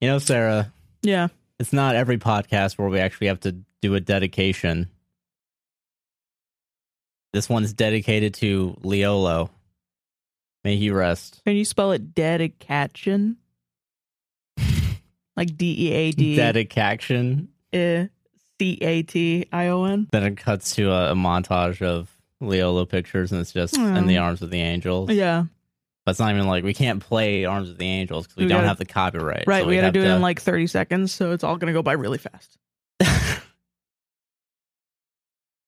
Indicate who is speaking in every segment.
Speaker 1: You know, Sarah,
Speaker 2: Yeah.
Speaker 1: it's not every podcast where we actually have to do a dedication. This one's dedicated to Leolo. May he rest.
Speaker 2: Can you spell it dedication? like D E A D
Speaker 1: Dedication.
Speaker 2: I- C A T I O N.
Speaker 1: Then it cuts to a, a montage of Leolo pictures, and it's just in
Speaker 2: Aw.
Speaker 1: the arms of the angels.
Speaker 2: Yeah.
Speaker 1: But it's not even like we can't play Arms of the Angels because we,
Speaker 2: We
Speaker 1: don't
Speaker 2: gotta-
Speaker 1: have the copyright.
Speaker 2: Right.
Speaker 1: So
Speaker 2: we
Speaker 1: we'd
Speaker 2: got to
Speaker 1: have
Speaker 2: do it in like 30 seconds, so it's all going to go by really fast.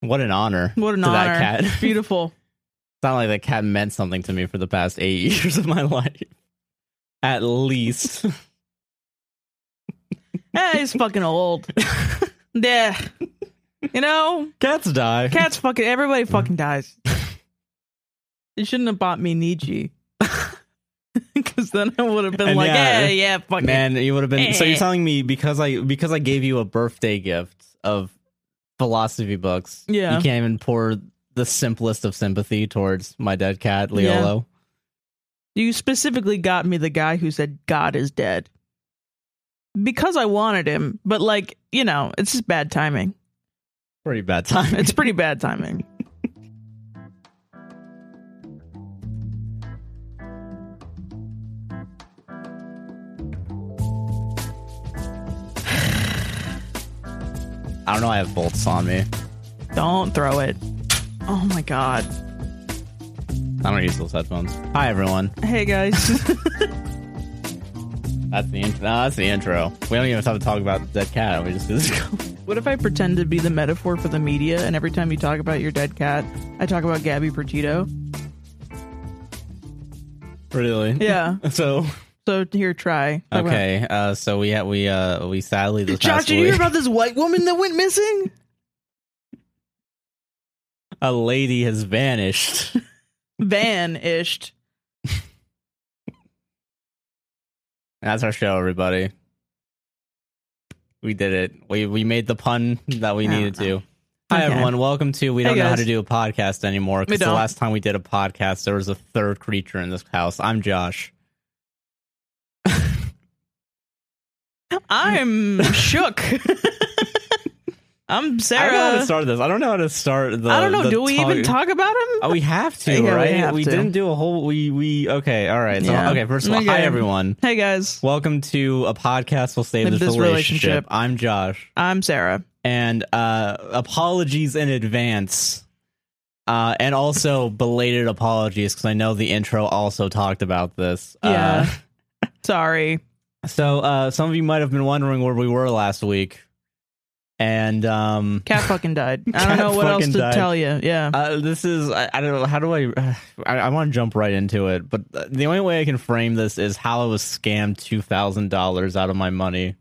Speaker 1: what an honor.
Speaker 2: What an
Speaker 1: to
Speaker 2: honor.
Speaker 1: that cat. it's
Speaker 2: Beautiful.
Speaker 1: not like that cat meant something to me for the past eight years of my life. At least.
Speaker 2: Eh, he's fucking old. Yeah. You know,
Speaker 1: Cats die.
Speaker 2: cats fucking, everybody fucking dies. You shouldn't have bought me Niji. Because then I would have been
Speaker 1: And
Speaker 2: like,
Speaker 1: yeah.
Speaker 2: yeah, yeah, fucking.
Speaker 1: Man, you would have been so you're
Speaker 2: Eh.
Speaker 1: telling me because I because I gave you a birthday gift of philosophy books.
Speaker 2: Yeah.
Speaker 1: You can't even pour the simplest of sympathy towards my dead cat,
Speaker 2: Yeah.
Speaker 1: Leolo.
Speaker 2: You specifically got me the guy who said God is dead. Because I wanted him, but like, you know, it's just bad timing.
Speaker 1: Pretty bad time.
Speaker 2: It's pretty bad timing.
Speaker 1: I don't know, I have bolts on me.
Speaker 2: Don't throw it. Oh my god.
Speaker 1: I don't use those headphones. Hi everyone.
Speaker 2: Hey guys.
Speaker 1: That's the intro. No, that's the intro. We don't even have to talk about dead cat. We just do this.
Speaker 2: what if I pretend to be the metaphor for the media and every time you talk about your dead cat, I talk about Gabby Pertito?
Speaker 1: really?
Speaker 2: Yeah.
Speaker 1: So
Speaker 2: So here, try. Talk about-
Speaker 1: okay. Uh, so we had we uh we sadly this
Speaker 2: Josh,
Speaker 1: past
Speaker 2: did you hear
Speaker 1: week-
Speaker 2: about this white woman that went missing?
Speaker 1: a lady has vanished.
Speaker 2: Vanished.
Speaker 1: That's our show, everybody. We did it. We we made the pun that we
Speaker 2: I don't
Speaker 1: needed to.
Speaker 2: know.
Speaker 1: Hi
Speaker 2: Oh, Okay.
Speaker 1: everyone, welcome to We
Speaker 2: Hey,
Speaker 1: Don't Know How
Speaker 2: guys.
Speaker 1: to Do a Podcast Anymore.
Speaker 2: We
Speaker 1: Because the
Speaker 2: don't.
Speaker 1: last time we did a podcast, there was a third creature in this house. I'm Josh.
Speaker 2: I'm shook. I'm
Speaker 1: I don't know how to
Speaker 2: Sarah.
Speaker 1: start this. I don't know how to start the
Speaker 2: uh, I don't know.
Speaker 1: the
Speaker 2: do we even
Speaker 1: talk-
Speaker 2: talk about him?
Speaker 1: Oh, we have to,
Speaker 2: Yeah, we
Speaker 1: right? We,
Speaker 2: have to.
Speaker 1: didn't do a whole. We we okay. All right. So,
Speaker 2: Yeah.
Speaker 1: Okay. First of all, hi
Speaker 2: Okay.
Speaker 1: everyone.
Speaker 2: Hey guys,
Speaker 1: Welcome to a podcast. We'll save this,
Speaker 2: This
Speaker 1: relationship.
Speaker 2: relationship.
Speaker 1: I'm Josh,
Speaker 2: I'm Sarah.
Speaker 1: and uh, apologies in advance, uh, and also belated apologies because I know the intro also talked about this.
Speaker 2: Yeah. Sorry.
Speaker 1: Uh, so uh, some of you might have been wondering where we were last week, and um,
Speaker 2: Cat fucking died. I
Speaker 1: Cat
Speaker 2: don't know what else
Speaker 1: fucking
Speaker 2: to
Speaker 1: died.
Speaker 2: tell you. Yeah.
Speaker 1: Uh, this is I, I don't know how do I I, I want to jump right into it, but the only way I can frame this is how I was scammed two thousand dollars out of my money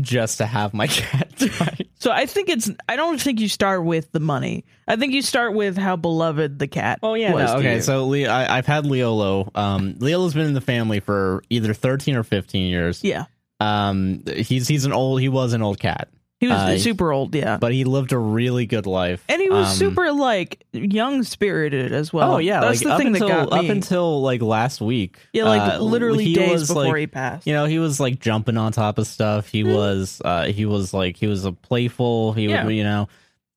Speaker 1: just to have my cat die.
Speaker 2: So I think it's I don't think you start with the money. I think you start with how beloved the cat was. to
Speaker 1: Oh, okay.
Speaker 2: you.
Speaker 1: So Le- I, I've had Leolo. Um, Leolo's been in the family for either thirteen or fifteen years.
Speaker 2: yeah.
Speaker 1: Um, he's he's an old he was an old cat,
Speaker 2: He was
Speaker 1: Uh,
Speaker 2: super old, yeah.
Speaker 1: but he lived a really good life,
Speaker 2: And he was
Speaker 1: Um,
Speaker 2: super like young spirited as well.
Speaker 1: oh yeah,
Speaker 2: That's
Speaker 1: like,
Speaker 2: the
Speaker 1: up
Speaker 2: thing
Speaker 1: until,
Speaker 2: that got me.
Speaker 1: up until like last week.
Speaker 2: yeah, like
Speaker 1: uh,
Speaker 2: literally
Speaker 1: he
Speaker 2: days
Speaker 1: was,
Speaker 2: before
Speaker 1: like,
Speaker 2: he passed.
Speaker 1: you know he was like jumping on top of stuff he
Speaker 2: Mhm.
Speaker 1: was uh he was like he was a playful he
Speaker 2: Yeah.
Speaker 1: would you know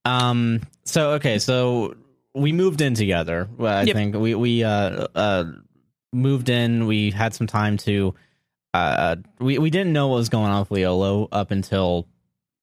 Speaker 1: um so okay so we moved in together well, i
Speaker 2: Yep.
Speaker 1: think we we uh uh moved in we had some time to uh we we didn't know what was going on with leolo up until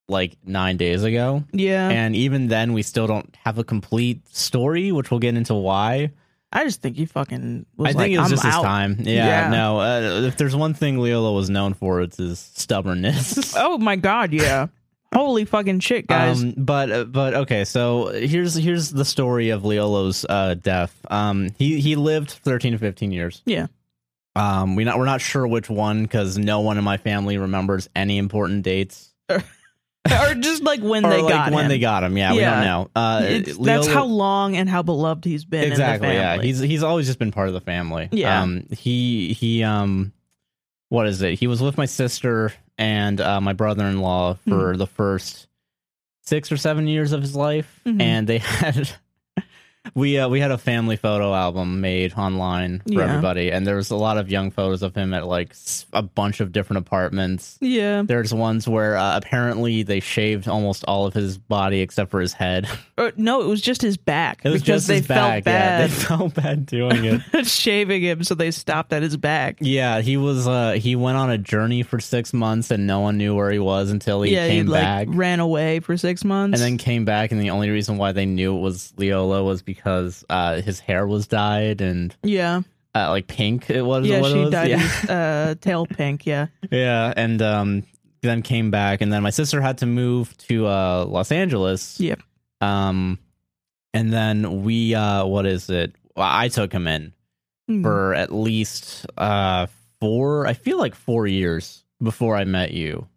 Speaker 1: like nine days ago
Speaker 2: yeah.
Speaker 1: and even then we still don't have a complete story which we'll get into why
Speaker 2: I just think he fucking was
Speaker 1: I think
Speaker 2: like,
Speaker 1: it was
Speaker 2: I'm
Speaker 1: just his
Speaker 2: out.
Speaker 1: time. Yeah,
Speaker 2: Yeah.
Speaker 1: no. Uh, if there's one thing Leola was known for, it's his stubbornness.
Speaker 2: Oh my god, yeah. Holy fucking shit, guys.
Speaker 1: Um, but uh, but okay, so here's here's the story of Leolo's uh, death. Um, he he lived 13 to 15 years.
Speaker 2: Yeah.
Speaker 1: Um, we not we're not sure which one because no one in my family remembers any important dates
Speaker 2: or just like when
Speaker 1: or
Speaker 2: they
Speaker 1: like
Speaker 2: got
Speaker 1: when
Speaker 2: him.
Speaker 1: they got him. Yeah, we
Speaker 2: Yeah.
Speaker 1: don't know. Uh,
Speaker 2: It's- that's
Speaker 1: Leolo-
Speaker 2: how long and how beloved he's been.
Speaker 1: exactly
Speaker 2: In the
Speaker 1: yeah
Speaker 2: family.
Speaker 1: he's he's always just been part of the family
Speaker 2: Yeah.
Speaker 1: um he he um what is it he was with my sister and uh, my brother-in-law
Speaker 2: Mm-hmm.
Speaker 1: for the first six or seven years of his life
Speaker 2: Mhm.
Speaker 1: and they had we uh, we had a family photo album made online for
Speaker 2: Yeah.
Speaker 1: everybody, and there was a lot of young photos of him at like s- a bunch of different apartments.
Speaker 2: Yeah.
Speaker 1: There's ones where uh, apparently they shaved almost all of his body except for his head.
Speaker 2: Or, no, it was just his back
Speaker 1: It was
Speaker 2: because
Speaker 1: just
Speaker 2: they
Speaker 1: his
Speaker 2: felt
Speaker 1: back. Yeah,
Speaker 2: bad
Speaker 1: they felt bad doing it.
Speaker 2: shaving him, so they stopped at his back.
Speaker 1: yeah, he was. Uh, he went on a journey for six months, and no one knew where he was until he
Speaker 2: yeah,
Speaker 1: came
Speaker 2: he
Speaker 1: back.
Speaker 2: like ran away for six months,
Speaker 1: and then came back, and the only reason why they knew it was Leola was because uh, his hair was dyed and
Speaker 2: yeah,
Speaker 1: uh, like pink. It was.
Speaker 2: yeah,
Speaker 1: what it
Speaker 2: she
Speaker 1: was.
Speaker 2: dyed
Speaker 1: Yeah.
Speaker 2: his uh, tail pink. Yeah,
Speaker 1: Yeah, and um, then came back, and then my sister had to move to uh, Los Angeles.
Speaker 2: Yep.
Speaker 1: Um, and then we, uh, what is it? Well, I took him in
Speaker 2: Hmm.
Speaker 1: for at least uh four. I feel like four years before I met you.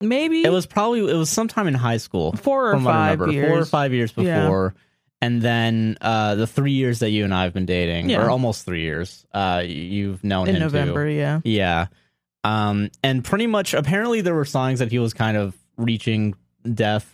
Speaker 2: maybe
Speaker 1: It was probably it was sometime in high school,
Speaker 2: four or
Speaker 1: from what I
Speaker 2: five
Speaker 1: remember,
Speaker 2: years.
Speaker 1: four or five years
Speaker 2: Yeah.
Speaker 1: before. And then uh, the three years that you and I have been dating,
Speaker 2: Yeah.
Speaker 1: or almost three years, uh, you've known
Speaker 2: in
Speaker 1: him too.
Speaker 2: November. Yeah,
Speaker 1: Yeah. Um, and pretty much, apparently, there were signs that he was kind of reaching death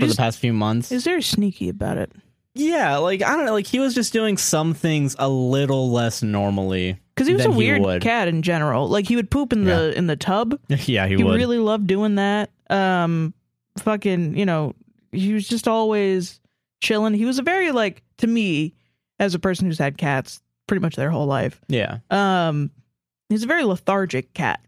Speaker 1: for
Speaker 2: He's-
Speaker 1: the past few months.
Speaker 2: is very sneaky about it
Speaker 1: Yeah, like I don't know, like he was just doing some things a little less normally.
Speaker 2: because he was a
Speaker 1: Then he
Speaker 2: weird
Speaker 1: would.
Speaker 2: cat in general. Like he would poop in the in the tub.
Speaker 1: yeah,
Speaker 2: He, really loved doing that. Um, fucking, you know, he was just always chilling. He was a very like to me as a person who's had cats pretty much their whole life.
Speaker 1: yeah,
Speaker 2: Um, he's a very lethargic cat.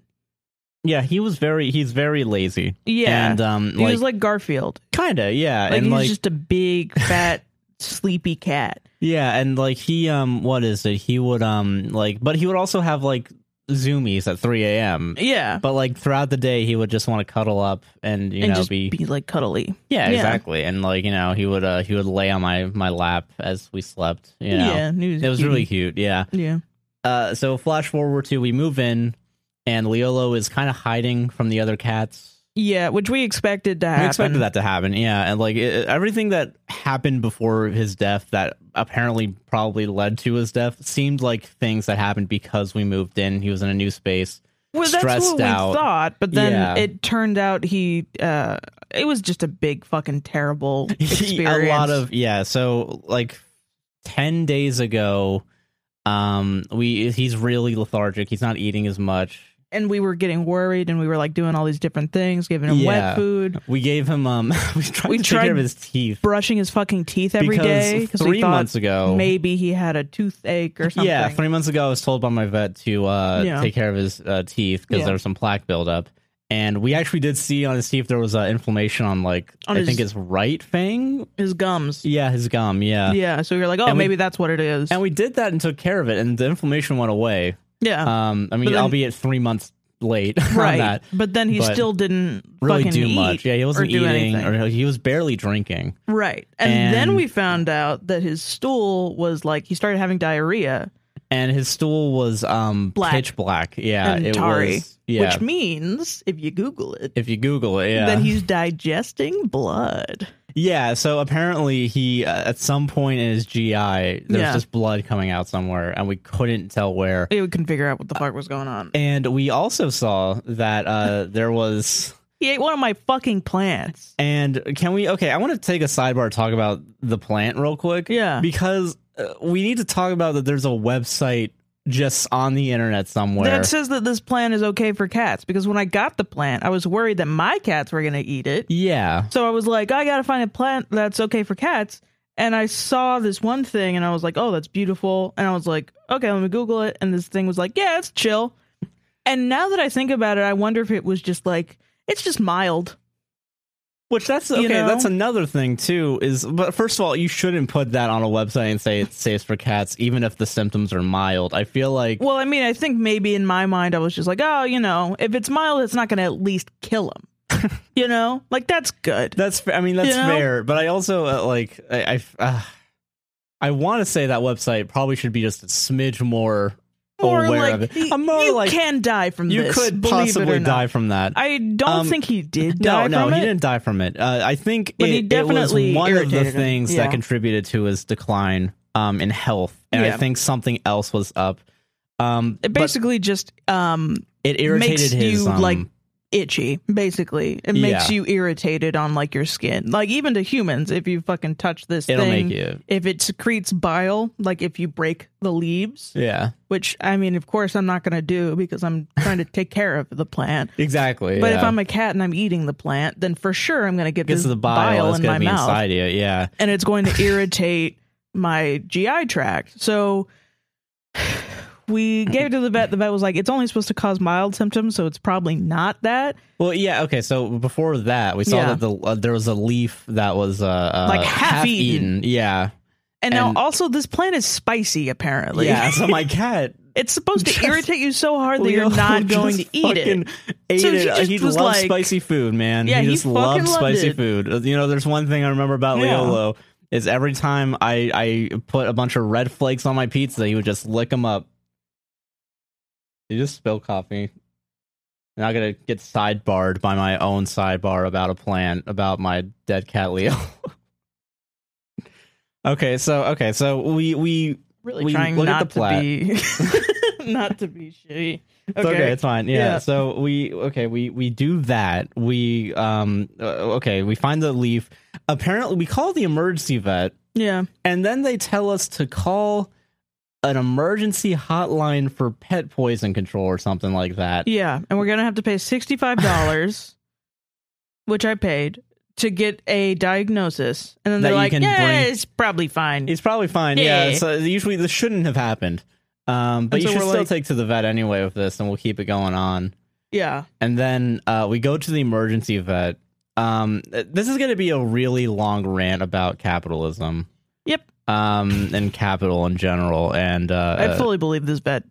Speaker 1: yeah. He was very, he's very lazy.
Speaker 2: Yeah,
Speaker 1: and um,
Speaker 2: he
Speaker 1: like,
Speaker 2: was like Garfield.
Speaker 1: kinda, yeah,
Speaker 2: Like
Speaker 1: and
Speaker 2: he's
Speaker 1: like,
Speaker 2: just a big fat sleepy cat.
Speaker 1: yeah, and like he, um, what is it? He would, um, like, but he would also have like zoomies at three a.m.
Speaker 2: Yeah,
Speaker 1: But like throughout the day, he would just want to cuddle up and you
Speaker 2: and
Speaker 1: know
Speaker 2: just be, like cuddly.
Speaker 1: Yeah,
Speaker 2: Yeah.
Speaker 1: exactly. And like you know, he would uh, he would lay on my my lap as we slept. You know,
Speaker 2: Yeah, he
Speaker 1: it was
Speaker 2: cute.
Speaker 1: really cute. Yeah.
Speaker 2: yeah.
Speaker 1: Uh, so flash forward to we move in, and Leolo is kind of hiding from the other cats.
Speaker 2: Yeah, which we expected to happen.
Speaker 1: We expected that to happen. Yeah, and like it, everything that happened before his death, that apparently probably led to his death, seemed like things that happened because we moved in. He was in a new space.
Speaker 2: Well, that's
Speaker 1: stressed
Speaker 2: what
Speaker 1: out.
Speaker 2: we thought, but then
Speaker 1: Yeah.
Speaker 2: it turned out he. uh It was just a big fucking terrible experience.
Speaker 1: a lot of yeah so like 10 days ago um we he's really lethargic he's not eating as much
Speaker 2: and we were getting worried, and we were like doing all these different things, giving him
Speaker 1: Yeah.
Speaker 2: wet food,
Speaker 1: we gave him um we tried
Speaker 2: We
Speaker 1: to
Speaker 2: tried
Speaker 1: take care of his teeth
Speaker 2: brushing his fucking teeth every
Speaker 1: because
Speaker 2: day we
Speaker 1: three
Speaker 2: thought
Speaker 1: months ago
Speaker 2: maybe he had a toothache or something.
Speaker 1: yeah three months ago i was told by my vet to uh
Speaker 2: Yeah.
Speaker 1: take care of his uh, teeth because
Speaker 2: Yeah.
Speaker 1: there was some plaque buildup and we actually did see on his teeth there was uh, inflammation on like
Speaker 2: On
Speaker 1: i
Speaker 2: his-
Speaker 1: think his right fang
Speaker 2: his gums.
Speaker 1: yeah his gum yeah.
Speaker 2: Yeah, so we were like, oh,
Speaker 1: And we-
Speaker 2: maybe that's what it is.
Speaker 1: and we did that and took care of it and the inflammation went away
Speaker 2: yeah,
Speaker 1: Um, I mean,
Speaker 2: But then-
Speaker 1: albeit three months late
Speaker 2: right.
Speaker 1: on that.
Speaker 2: But then he
Speaker 1: but
Speaker 2: still didn't
Speaker 1: Really
Speaker 2: fucking
Speaker 1: do
Speaker 2: eat
Speaker 1: much. Yeah, he wasn't
Speaker 2: or do
Speaker 1: eating,
Speaker 2: anything.
Speaker 1: or he was barely drinking.
Speaker 2: Right. And, then
Speaker 1: And-
Speaker 2: we found out that his stool was like he started having diarrhea,
Speaker 1: And his stool was um
Speaker 2: Black.
Speaker 1: pitch black. Yeah,
Speaker 2: And
Speaker 1: Uh, it
Speaker 2: tarry,
Speaker 1: was. Yeah,
Speaker 2: which means if you Google it,
Speaker 1: if you Google it, yeah,
Speaker 2: then he's digesting blood.
Speaker 1: yeah. So apparently, he uh, at some point in his GI, there
Speaker 2: Yeah.
Speaker 1: was just blood coming out somewhere, and we couldn't tell where.
Speaker 2: We couldn't figure out what the fuck was going on.
Speaker 1: And we also saw that uh there was.
Speaker 2: He ate one of my fucking plants.
Speaker 1: And can we? Okay, I want to take a sidebar to talk about the plant real quick.
Speaker 2: Yeah.
Speaker 1: because uh, we need to talk about that there's a website just on the internet somewhere
Speaker 2: That says that this plant is okay for cats because when I got the plant, I was worried that my cats were going to eat it.
Speaker 1: yeah
Speaker 2: So I was like, I gotta find a plant that's okay for cats. And I saw this one thing and I was like, oh, that's beautiful. And I was like, okay, let me Google it. And this thing was like, yeah, it's chill. And now that I think about it, I wonder if it was just like, it's just mild.
Speaker 1: which that's
Speaker 2: You
Speaker 1: okay
Speaker 2: know?
Speaker 1: that's another thing too is but first of all you shouldn't put that on a website and say it's safe for cats even if the symptoms are mild i feel like
Speaker 2: Well, I mean, I think maybe in my mind, I was just like, oh, you know, if it's mild, it's not gonna at least kill him. you know, like that's good.
Speaker 1: that's fa- i mean that's
Speaker 2: You know?
Speaker 1: fair but i also uh, like i i, uh, I want to say that website probably should be just a smidge more
Speaker 2: More
Speaker 1: aware
Speaker 2: like,
Speaker 1: of it.
Speaker 2: y-
Speaker 1: I'm more
Speaker 2: you
Speaker 1: like
Speaker 2: can die from
Speaker 1: you
Speaker 2: this.
Speaker 1: could
Speaker 2: believe it or
Speaker 1: possibly
Speaker 2: not.
Speaker 1: die from that
Speaker 2: I don't
Speaker 1: Um,
Speaker 2: think he did
Speaker 1: No,
Speaker 2: die
Speaker 1: no,
Speaker 2: from
Speaker 1: he
Speaker 2: it.
Speaker 1: didn't die from it. Uh, I think
Speaker 2: But
Speaker 1: it,
Speaker 2: he
Speaker 1: it
Speaker 2: definitely
Speaker 1: was one of the
Speaker 2: irritated him.
Speaker 1: things
Speaker 2: Yeah.
Speaker 1: that contributed to his decline um, in health, and
Speaker 2: Yeah.
Speaker 1: I think something else was up. Um,
Speaker 2: It
Speaker 1: but
Speaker 2: basically just um
Speaker 1: it irritated
Speaker 2: makes
Speaker 1: his
Speaker 2: you,
Speaker 1: um,
Speaker 2: like, itchy basically it makes
Speaker 1: Yeah.
Speaker 2: you irritated on like your skin like even to humans if you fucking touch this
Speaker 1: It'll
Speaker 2: thing
Speaker 1: make you.
Speaker 2: if it secretes bile like if you break the leaves
Speaker 1: Yeah.
Speaker 2: which i mean of course i'm not going to do because i'm trying to take care of the plant
Speaker 1: Exactly.
Speaker 2: but if
Speaker 1: yeah.
Speaker 2: i'm a cat and i'm eating the plant then for sure i'm going to get
Speaker 1: gets
Speaker 2: this
Speaker 1: to the bile, it's
Speaker 2: in
Speaker 1: gonna
Speaker 2: my
Speaker 1: be
Speaker 2: mouth
Speaker 1: inside you. Yeah.
Speaker 2: and it's going to irritate my GI tract. So we gave it to the vet. The vet was like, it's only supposed to cause mild symptoms, so it's probably not that.
Speaker 1: Well, yeah. Okay. So before that, we saw
Speaker 2: Yeah.
Speaker 1: that the uh, there was a leaf that was uh, uh
Speaker 2: Like half eaten.
Speaker 1: Yeah.
Speaker 2: And, now
Speaker 1: And-
Speaker 2: also this plant is spicy apparently.
Speaker 1: yeah. So my cat
Speaker 2: It's supposed
Speaker 1: Just-
Speaker 2: to irritate you so hard that
Speaker 1: Leo
Speaker 2: you're not
Speaker 1: just
Speaker 2: going to eat
Speaker 1: fucking
Speaker 2: it.
Speaker 1: Ate
Speaker 2: So
Speaker 1: it.
Speaker 2: he just
Speaker 1: He
Speaker 2: was
Speaker 1: loves
Speaker 2: like-
Speaker 1: spicy food, man.
Speaker 2: Yeah,
Speaker 1: he
Speaker 2: he
Speaker 1: just
Speaker 2: fucking
Speaker 1: loves
Speaker 2: loved
Speaker 1: spicy
Speaker 2: it.
Speaker 1: food. Uh, You know, there's one thing I remember about
Speaker 2: Yeah.
Speaker 1: Leolo is every time I I put a bunch of red flakes on my pizza, he would just lick them up. You just spill coffee. Now I gotta get sidebarred by my own sidebar about a plant about my dead cat Leo. okay, so okay, so we we
Speaker 2: Really
Speaker 1: We
Speaker 2: trying
Speaker 1: look at
Speaker 2: not
Speaker 1: the plat.
Speaker 2: to be not to be shitty.
Speaker 1: It's
Speaker 2: Okay.
Speaker 1: okay. it's fine. Yeah.
Speaker 2: Yeah.
Speaker 1: So we okay, we we do that. We um uh, okay, we find the leaf. Apparently, we call the emergency vet,
Speaker 2: yeah.
Speaker 1: and then they tell us to call an emergency hotline for pet poison control or something like that.
Speaker 2: Yeah. And we're gonna have to pay sixty five dollars, which I paid, to get a diagnosis. And then
Speaker 1: That
Speaker 2: they're
Speaker 1: you
Speaker 2: like,
Speaker 1: can
Speaker 2: Yeah,
Speaker 1: bring-
Speaker 2: it's probably fine.
Speaker 1: He's probably fine. Yeah.
Speaker 2: Yeah.
Speaker 1: So usually this shouldn't have happened. Um, but
Speaker 2: And
Speaker 1: you
Speaker 2: so
Speaker 1: should
Speaker 2: we're
Speaker 1: still
Speaker 2: like-
Speaker 1: take to the vet anyway with this, and we'll keep it going on.
Speaker 2: yeah.
Speaker 1: and then uh, we go to the emergency vet. Um, th- this is going to be a really long rant about capitalism.
Speaker 2: Yep.
Speaker 1: Um, and capital in general, and uh,
Speaker 2: I fully believe this vet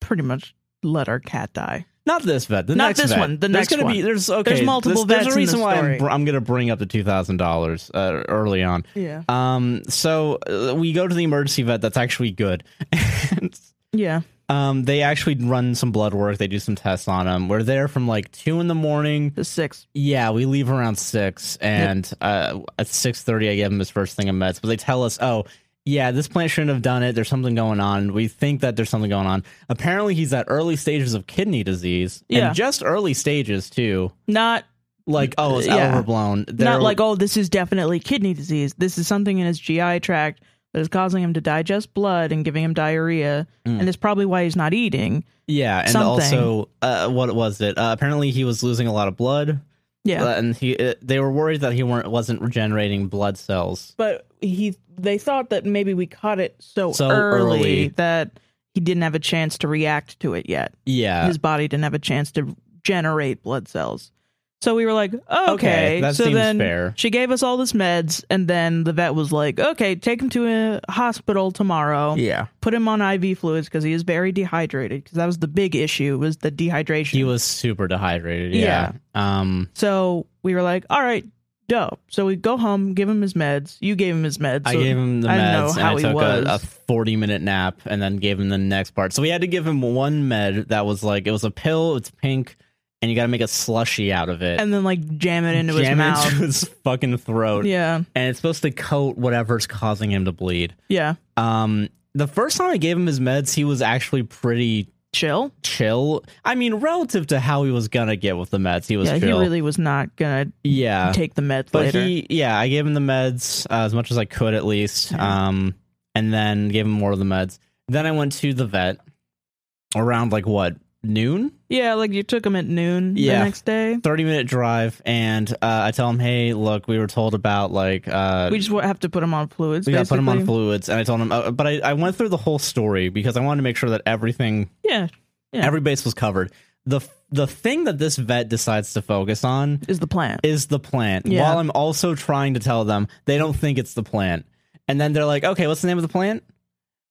Speaker 2: pretty much let our cat die.
Speaker 1: not this vet, the
Speaker 2: Not
Speaker 1: next
Speaker 2: this
Speaker 1: vet.
Speaker 2: one, the
Speaker 1: There's
Speaker 2: next
Speaker 1: gonna Be,
Speaker 2: one.
Speaker 1: there's okay.
Speaker 2: There's multiple
Speaker 1: there's,
Speaker 2: vets
Speaker 1: There's a
Speaker 2: in the
Speaker 1: reason why I'm,
Speaker 2: story.
Speaker 1: br- I'm going to bring up the two thousand dollars uh, early on.
Speaker 2: Yeah.
Speaker 1: Um, so uh, we go to the emergency vet. That's actually good. and,
Speaker 2: Yeah.
Speaker 1: um, they actually run some blood work. They do some tests on him. We're there from like two in the morning
Speaker 2: The six.
Speaker 1: Yeah, we leave around six, and uh, at six thirty, I give him his first thing of meds. But they tell us, oh, yeah, this plant shouldn't have done it. There's something going on. We think that there's something going on. Apparently, he's at early stages of kidney disease,
Speaker 2: Yeah.
Speaker 1: and just early stages too.
Speaker 2: Not
Speaker 1: Like, oh, it's
Speaker 2: Yeah.
Speaker 1: overblown. They're-
Speaker 2: not like, oh, this is definitely kidney disease. This is something in his GI tract that is causing him to digest blood and giving him diarrhea.
Speaker 1: Mm.
Speaker 2: And it's probably why he's not eating.
Speaker 1: yeah, and
Speaker 2: something.
Speaker 1: also, uh, what was it? Uh, apparently, he was losing a lot of blood,
Speaker 2: Yeah.
Speaker 1: uh, and he uh, they were worried that he weren't wasn't regenerating blood cells.
Speaker 2: but he they thought that maybe we caught it so,
Speaker 1: So
Speaker 2: early,
Speaker 1: early.
Speaker 2: that he didn't have a chance to react to it yet.
Speaker 1: Yeah,
Speaker 2: His body didn't have a chance to generate blood cells. So we were like, okay.
Speaker 1: that
Speaker 2: so
Speaker 1: seems
Speaker 2: then
Speaker 1: fair.
Speaker 2: she gave us all this meds, and then the vet was like, okay, take him to a hospital tomorrow.
Speaker 1: Yeah,
Speaker 2: Put him on IV fluids because he is very dehydrated. Because that was the big issue was the dehydration.
Speaker 1: he was super dehydrated. yeah. um.
Speaker 2: so we were like, all right, dope. So we go home, give him his meds. You gave him his meds.
Speaker 1: I
Speaker 2: so-
Speaker 1: gave him the
Speaker 2: I don't know
Speaker 1: meds and
Speaker 2: how
Speaker 1: I
Speaker 2: he
Speaker 1: took
Speaker 2: was.
Speaker 1: A, a 40 minute nap and then gave him the next part. So we had to give him one med that was like, it was a pill, it's pink, and you got to make a slushy out of it.
Speaker 2: and then like jam it into his
Speaker 1: jam it
Speaker 2: mouth.
Speaker 1: into his fucking throat.
Speaker 2: yeah,
Speaker 1: And it's supposed to coat whatever's causing him to bleed.
Speaker 2: yeah.
Speaker 1: Um, the first time I gave him his meds, he was actually pretty
Speaker 2: Chill.
Speaker 1: chill. I mean, relative to how he was going to get with the meds, he was
Speaker 2: yeah,
Speaker 1: chill.
Speaker 2: he really was not gonna
Speaker 1: yeah.
Speaker 2: take the meds
Speaker 1: but
Speaker 2: later.
Speaker 1: he yeah i gave him the meds uh, as much as i could at least
Speaker 2: Mhm.
Speaker 1: um and then gave him more of the meds then i went to the vet around like what noon
Speaker 2: yeah, like you took him at noon
Speaker 1: Yeah.
Speaker 2: the next day.
Speaker 1: 30 minute drive and uh, i tell him hey look we were told about like uh
Speaker 2: We just wa- have to put him on fluids.
Speaker 1: we gotta put him on
Speaker 2: basically.
Speaker 1: fluids and i told him uh, but I, I went through the whole story because i wanted to make sure that everything
Speaker 2: Yeah, Yeah.
Speaker 1: every base was covered the the thing that this vet decides to focus on
Speaker 2: is the plan.
Speaker 1: is the plant
Speaker 2: Yeah.
Speaker 1: while I'm also trying to tell them they don't think it's the plant. And then they're like, okay, what's the name of the plant?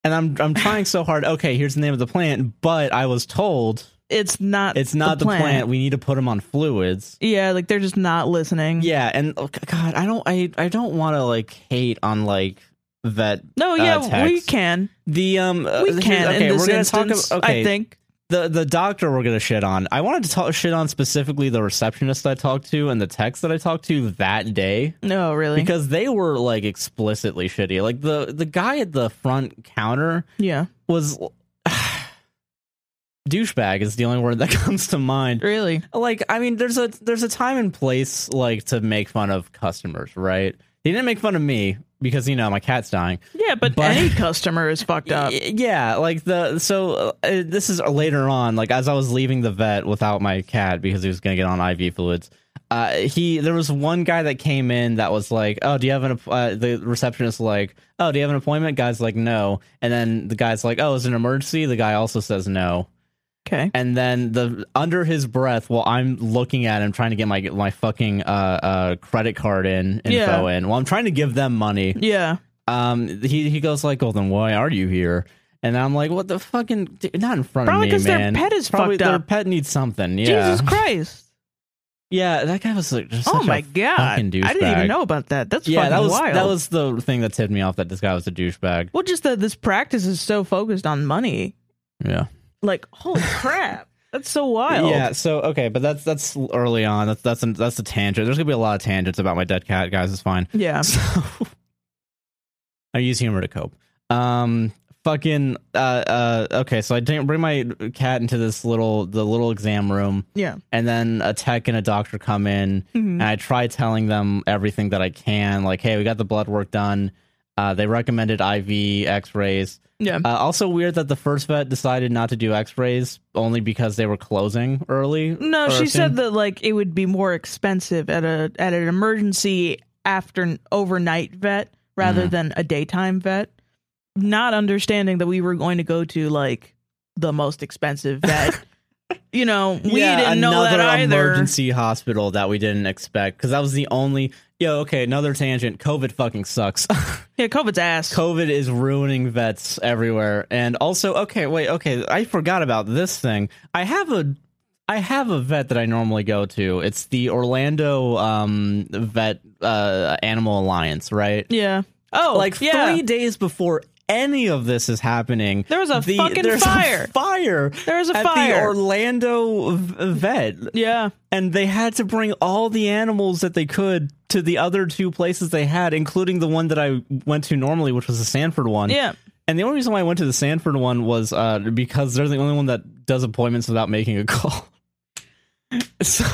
Speaker 1: And I'm I'm trying so hard. Okay, here's the name of the plant, but I was told
Speaker 2: It's not.
Speaker 1: it's not the, plant. We need to put them on fluids.
Speaker 2: Yeah, like they're just not listening.
Speaker 1: Yeah, and oh, g- God, I don't I I don't want to like hate on like vet
Speaker 2: No,
Speaker 1: Uh,
Speaker 2: yeah, we
Speaker 1: text.
Speaker 2: can.
Speaker 1: the um uh,
Speaker 2: We
Speaker 1: here's-
Speaker 2: can.
Speaker 1: okay
Speaker 2: in this
Speaker 1: we're gonna
Speaker 2: instance,
Speaker 1: talk about okay
Speaker 2: I think.
Speaker 1: the the doctor we're gonna shit on I wanted to talk shit on specifically the receptionist I talked to and the text that I talked to that day
Speaker 2: No, really.
Speaker 1: because they were like explicitly shitty. Like the the guy at the front counter
Speaker 2: yeah.
Speaker 1: was douchebag is the only word that comes to mind.
Speaker 2: Really?
Speaker 1: like i mean there's a there's a time and place like to make fun of customers right he didn't make fun of me because you know my cat's dying
Speaker 2: Yeah, but,
Speaker 1: But-
Speaker 2: any customer is fucked up.
Speaker 1: Y- yeah like the so uh, this is later on like as i was leaving the vet without my cat because he was gonna get on iv fluids uh he there was one guy that came in that was like oh do you have an app- uh, the receptionist was like oh do you have an appointment guy's like no and then the guy's like oh is it an emergency the guy also says no
Speaker 2: Okay.
Speaker 1: and then the under his breath while I'm looking at him trying to get my my fucking uh uh credit card in info
Speaker 2: Yeah.
Speaker 1: in while I'm trying to give them money
Speaker 2: Yeah.
Speaker 1: um he he goes like well then why are you here and I'm like what the fucking dude, not in front
Speaker 2: Probably
Speaker 1: of me
Speaker 2: 'cause their
Speaker 1: man
Speaker 2: pet is
Speaker 1: probably
Speaker 2: fucked
Speaker 1: their
Speaker 2: up.
Speaker 1: pet needs something yeah
Speaker 2: Jesus Christ.
Speaker 1: yeah that guy was like just
Speaker 2: oh
Speaker 1: such a
Speaker 2: my god. I
Speaker 1: fucking
Speaker 2: didn't even
Speaker 1: douchebag.
Speaker 2: know about that. That's
Speaker 1: yeah
Speaker 2: fucking
Speaker 1: that was
Speaker 2: wild.
Speaker 1: that was the thing that tipped me off that this guy was a douchebag
Speaker 2: well, just that this practice is so focused on money.
Speaker 1: yeah
Speaker 2: Like, holy crap. That's so wild.
Speaker 1: Yeah. So okay, but that's that's early on. That's that's that's a tangent. There's gonna be a lot of tangents about my dead cat, guys. It's fine.
Speaker 2: Yeah.
Speaker 1: So I use humor to cope. Um fucking uh uh okay, so I didn't bring my cat into this little the little exam room
Speaker 2: Yeah.
Speaker 1: and then a tech and a doctor come in
Speaker 2: Mhm.
Speaker 1: and I try telling them everything that I can, like, hey, we got the blood work done. Uh, they recommended IV X-rays.
Speaker 2: Yeah.
Speaker 1: Uh, also weird that the first vet decided not to do X-rays only because they were closing early.
Speaker 2: No,
Speaker 1: or
Speaker 2: she said
Speaker 1: soon.
Speaker 2: that like it would be more expensive at a at an emergency after overnight vet rather
Speaker 1: Mhm.
Speaker 2: than a daytime vet. Not understanding that we were going to go to like the most expensive vet. you know, we
Speaker 1: Yeah,
Speaker 2: didn't know
Speaker 1: another
Speaker 2: that either.
Speaker 1: Emergency hospital that we didn't expect because that was the only. Yo, okay, another tangent. COVID fucking sucks.
Speaker 2: Yeah, COVID's ass.
Speaker 1: COVID is ruining vets everywhere, and also, okay, wait, okay, I forgot about this thing. I have a. I have a vet that I normally go to. It's the Orlando um, Vet uh, Animal Alliance, right?
Speaker 2: yeah. Oh,
Speaker 1: Like
Speaker 2: yeah.
Speaker 1: three days before any of this is happening,
Speaker 2: There was a
Speaker 1: the-
Speaker 2: fucking
Speaker 1: there's a
Speaker 2: fire.
Speaker 1: fire
Speaker 2: There was a
Speaker 1: at the
Speaker 2: fire.
Speaker 1: Orlando v- vet
Speaker 2: yeah.
Speaker 1: and they had to bring all the animals that they could to the other two places they had, including the one that I went to normally, which was the Sanford one.
Speaker 2: Yeah.
Speaker 1: And the only reason why I went to the Sanford one was uh, because they're the only one that does appointments without making a call. So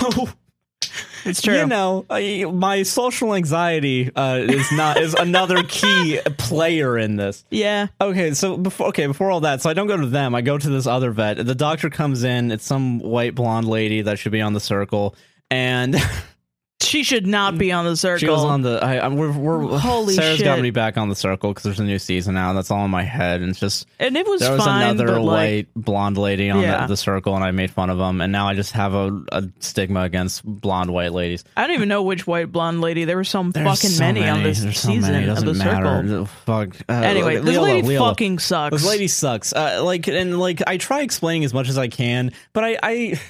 Speaker 2: It's true.
Speaker 1: you know, I, my social anxiety uh, is not is another key player in this.
Speaker 2: yeah.
Speaker 1: Okay, so before okay, before all that, so I don't go to them. I go to this other vet. The doctor comes in. It's some white blonde lady that should be on the circle, and
Speaker 2: She should not be on the circle.
Speaker 1: she was on the. I, I, we're, we're
Speaker 2: Holy
Speaker 1: Sarah's got
Speaker 2: shit.
Speaker 1: me back on the circle because there's a new season now. And that's all in my head, and it's just
Speaker 2: and it was
Speaker 1: there was
Speaker 2: fine,
Speaker 1: another
Speaker 2: but, like,
Speaker 1: white blonde lady on
Speaker 2: Yeah.
Speaker 1: the, the circle, and I made fun of them, and now I just have a, a stigma against blonde white ladies.
Speaker 2: I don't even know which white blonde lady. There were some
Speaker 1: There's
Speaker 2: fucking
Speaker 1: so
Speaker 2: many, on this
Speaker 1: There's so
Speaker 2: season
Speaker 1: many. It
Speaker 2: of
Speaker 1: doesn't
Speaker 2: the
Speaker 1: matter.
Speaker 2: circle.
Speaker 1: Fuck. Uh,
Speaker 2: Anyway, this
Speaker 1: Leela,
Speaker 2: lady
Speaker 1: Leela.
Speaker 2: fucking sucks.
Speaker 1: This lady sucks. Uh, like, and like, I try explaining as much as I can, but I, I,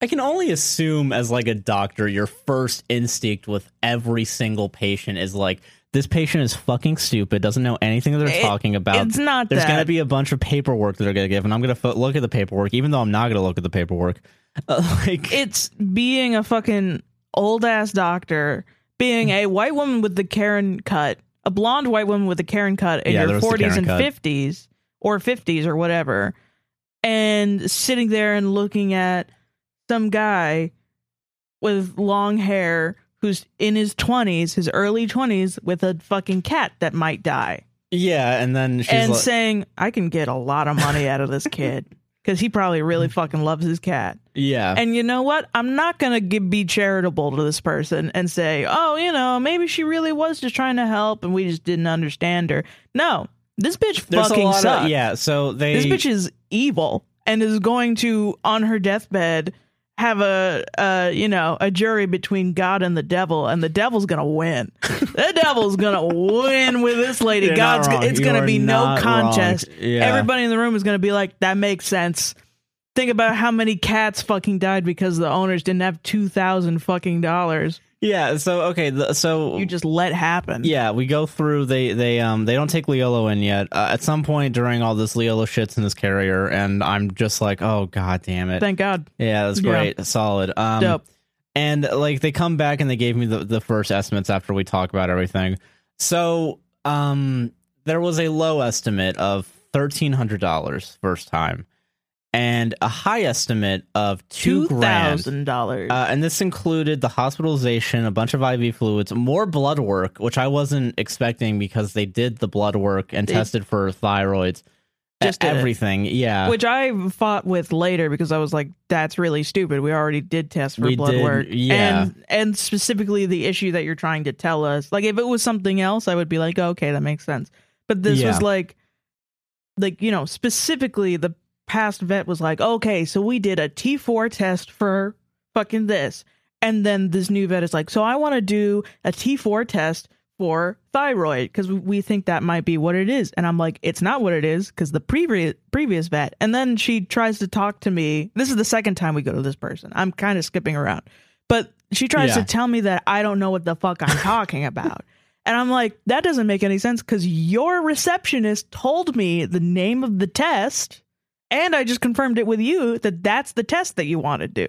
Speaker 1: I can only assume as like a doctor, your first instinct with every single patient is like, this patient is fucking stupid, doesn't know anything that they're
Speaker 2: It-
Speaker 1: talking about.
Speaker 2: it's not
Speaker 1: There's
Speaker 2: that.
Speaker 1: gonna be a bunch of paperwork that they're gonna give, and I'm gonna fo- look at the paperwork, even though I'm not gonna look at the paperwork. Uh, like,
Speaker 2: it's being a fucking old ass doctor, being a white woman with the Karen cut, a blonde white woman with the Karen cut in
Speaker 1: Yeah, there was the
Speaker 2: your 40s
Speaker 1: Karen
Speaker 2: and
Speaker 1: cut.
Speaker 2: 50s or 50s or whatever, and sitting there and looking at some guy with long hair who's in his 20s, his early 20s, with a fucking cat that might die.
Speaker 1: yeah, and then she's
Speaker 2: and
Speaker 1: like,
Speaker 2: saying, I can get a lot of money out of this kid because he probably really fucking loves his cat.
Speaker 1: yeah,
Speaker 2: And you know what? I'm not going to gi- be charitable to this person and say, oh, you know, maybe she really was just trying to help and we just didn't understand her. No, this bitch
Speaker 1: there's a
Speaker 2: fucking
Speaker 1: lot
Speaker 2: sucks.
Speaker 1: of yeah. So they
Speaker 2: This bitch is evil and is going to, on her deathbed, have a, uh, you know, a jury between God and the devil, and the devil's gonna win. the devil's gonna win with this lady.
Speaker 1: You're not
Speaker 2: God's,
Speaker 1: wrong.
Speaker 2: it's
Speaker 1: You
Speaker 2: gonna
Speaker 1: are
Speaker 2: be no
Speaker 1: not wrong.
Speaker 2: contest.
Speaker 1: Yeah.
Speaker 2: Everybody in the room is gonna be like, that makes sense. Think about how many cats fucking died because the owners didn't have two thousand fucking dollars.
Speaker 1: yeah. So okay, the, so
Speaker 2: You just let happen.
Speaker 1: Yeah, we go through. They they um they don't take Leolo in yet. Uh, at some point during all this, Leolo shits in his carrier, and I'm just like, oh god damn it.
Speaker 2: Thank God.
Speaker 1: yeah, that's
Speaker 2: Yeah.
Speaker 1: great, solid. Um,
Speaker 2: Dope.
Speaker 1: and like they come back and they gave me the, the first estimates after we talk about everything. So um there was a low estimate of thirteen hundred dollars first time. and a high estimate of two
Speaker 2: Two
Speaker 1: grand.
Speaker 2: thousand dollars.
Speaker 1: Uh, and this included the hospitalization, a bunch of IV fluids, more blood work, which I wasn't expecting because they did the blood work and
Speaker 2: They-
Speaker 1: tested for thyroids. E,
Speaker 2: Just did it.
Speaker 1: everything, yeah.
Speaker 2: which I fought with later because I was like, "That's really stupid. We already did test for
Speaker 1: We
Speaker 2: blood
Speaker 1: did,
Speaker 2: work,
Speaker 1: yeah.
Speaker 2: and and specifically the issue that you're trying to tell us. Like, if it was something else, I would be like, oh, okay, that makes sense. But this
Speaker 1: Yeah.
Speaker 2: was like, like you know, specifically the past vet was like, okay, so we did a T4 test for fucking this, and then this new vet is like, so I want to do a T4 test for thyroid because we think that might be what it is. And I'm like, it's not what it is because the previous previous vet. And then she tries to talk to me. This is the second time we go to this person. I'm kind of skipping around, but she tries
Speaker 1: Yeah.
Speaker 2: to tell me that I don't know what the fuck I'm talking about. And I'm like, that doesn't make any sense because your receptionist told me the name of the test, and I just confirmed it with you that that's the test that you want to do.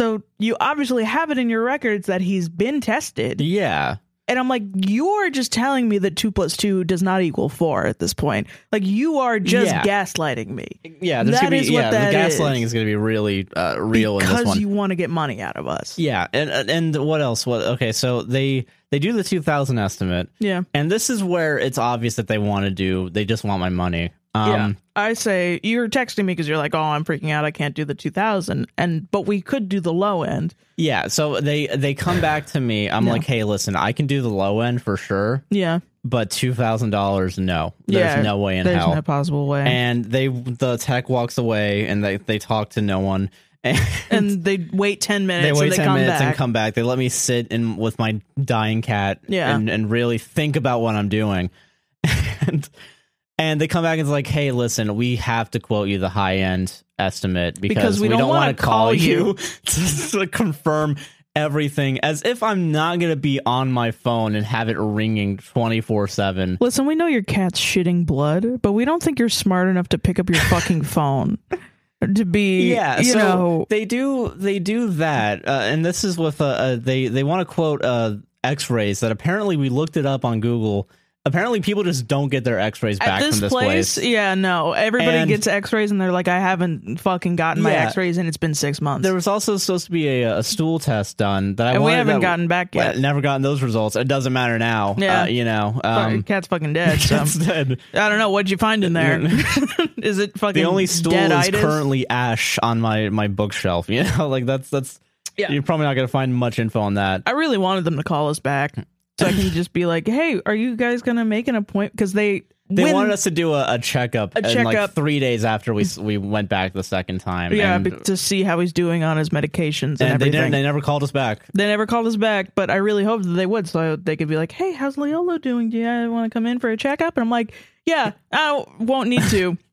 Speaker 2: So you obviously have it in your records that he's been tested.
Speaker 1: yeah.
Speaker 2: And I'm like, you're just telling me that two plus two does not equal four at this point. Like you are just
Speaker 1: Yeah.
Speaker 2: gaslighting me
Speaker 1: Yeah, there's
Speaker 2: That
Speaker 1: gonna
Speaker 2: is
Speaker 1: be
Speaker 2: what
Speaker 1: yeah, the
Speaker 2: that
Speaker 1: gaslighting
Speaker 2: is.
Speaker 1: is. gonna be really uh, real in this
Speaker 2: because
Speaker 1: one.
Speaker 2: you want to get money out of us.
Speaker 1: yeah, and and what else? What okay, so they they do the 2000 estimate
Speaker 2: Yeah.
Speaker 1: and this is where it's obvious that they want to do they just want my money. Um
Speaker 2: yeah. I say you're texting me because you're like, oh, I'm freaking out. I can't do the 2000, and but we could do the low end.
Speaker 1: Yeah, so they they come back to me. I'm
Speaker 2: No.
Speaker 1: like, "Hey, listen, I can do the low end for sure,
Speaker 2: Yeah.
Speaker 1: but $2,000 no. There's
Speaker 2: Yeah,
Speaker 1: no way in
Speaker 2: There's
Speaker 1: hell."
Speaker 2: no possible way.
Speaker 1: and
Speaker 2: And,
Speaker 1: they the tech walks away and they they talk to no one. And,
Speaker 2: they wait 10 minutes
Speaker 1: they wait
Speaker 2: and they
Speaker 1: 10
Speaker 2: come
Speaker 1: minutes
Speaker 2: back.
Speaker 1: and come back. They let me sit in with my dying cat
Speaker 2: Yeah.
Speaker 1: and and really think about what I'm doing. And and they come back and it's like, "Hey, listen, we have to quote you the high end estimate because, we, don't,
Speaker 2: wanna
Speaker 1: want to call
Speaker 2: call
Speaker 1: you
Speaker 2: you."
Speaker 1: to, to confirm everything as if I'm not going to be on my phone and have it ringing 24/7."
Speaker 2: Listen, we know your cat's shitting blood, but we don't think you're smart enough to pick up your fucking phone to be,
Speaker 1: yeah
Speaker 2: you
Speaker 1: so
Speaker 2: know,
Speaker 1: they do they do that uh, and this is with uh, uh they they want to quote uh x-rays that apparently we looked it up on google apparently people just don't get their x-rays back
Speaker 2: at this,
Speaker 1: from this
Speaker 2: place, Yeah, no, everybody
Speaker 1: And-
Speaker 2: gets X-rays, and they're like, I haven't fucking gotten my
Speaker 1: Yeah.
Speaker 2: X-rays, and it's been six months,
Speaker 1: there was also supposed to be a, a stool test done that I
Speaker 2: and we
Speaker 1: wanted
Speaker 2: haven't
Speaker 1: that-
Speaker 2: gotten back
Speaker 1: well,
Speaker 2: yet.
Speaker 1: never gotten those results. It doesn't matter now.
Speaker 2: Yeah.
Speaker 1: uh, you know.
Speaker 2: Sorry, Um,
Speaker 1: Um,
Speaker 2: cat's fucking dead. So
Speaker 1: instead,
Speaker 2: I don't know what'd you find in there. is it fucking
Speaker 1: the only stool is
Speaker 2: dead-itis?
Speaker 1: currently ash on my my bookshelf. You know, like that's that's.
Speaker 2: Yeah.
Speaker 1: You're probably not gonna find much info on that.
Speaker 2: I really wanted them to call us back so I can just be like, "Hey, are you guys gonna make an appointment?" Because they
Speaker 1: They
Speaker 2: when-
Speaker 1: wanted us to do a, a checkup,
Speaker 2: A
Speaker 1: and like
Speaker 2: checkup.
Speaker 1: three days after we s- we went back the second time.
Speaker 2: yeah
Speaker 1: and,
Speaker 2: be- to see how he's doing on his medications and,
Speaker 1: and they
Speaker 2: everything.
Speaker 1: didn't. They never called us back.
Speaker 2: They never called us back, but I really hoped that they would, so they could be like, "Hey, how's Leolo doing? Do you want to come in for a checkup?" And I'm like, "Yeah, I won't need to."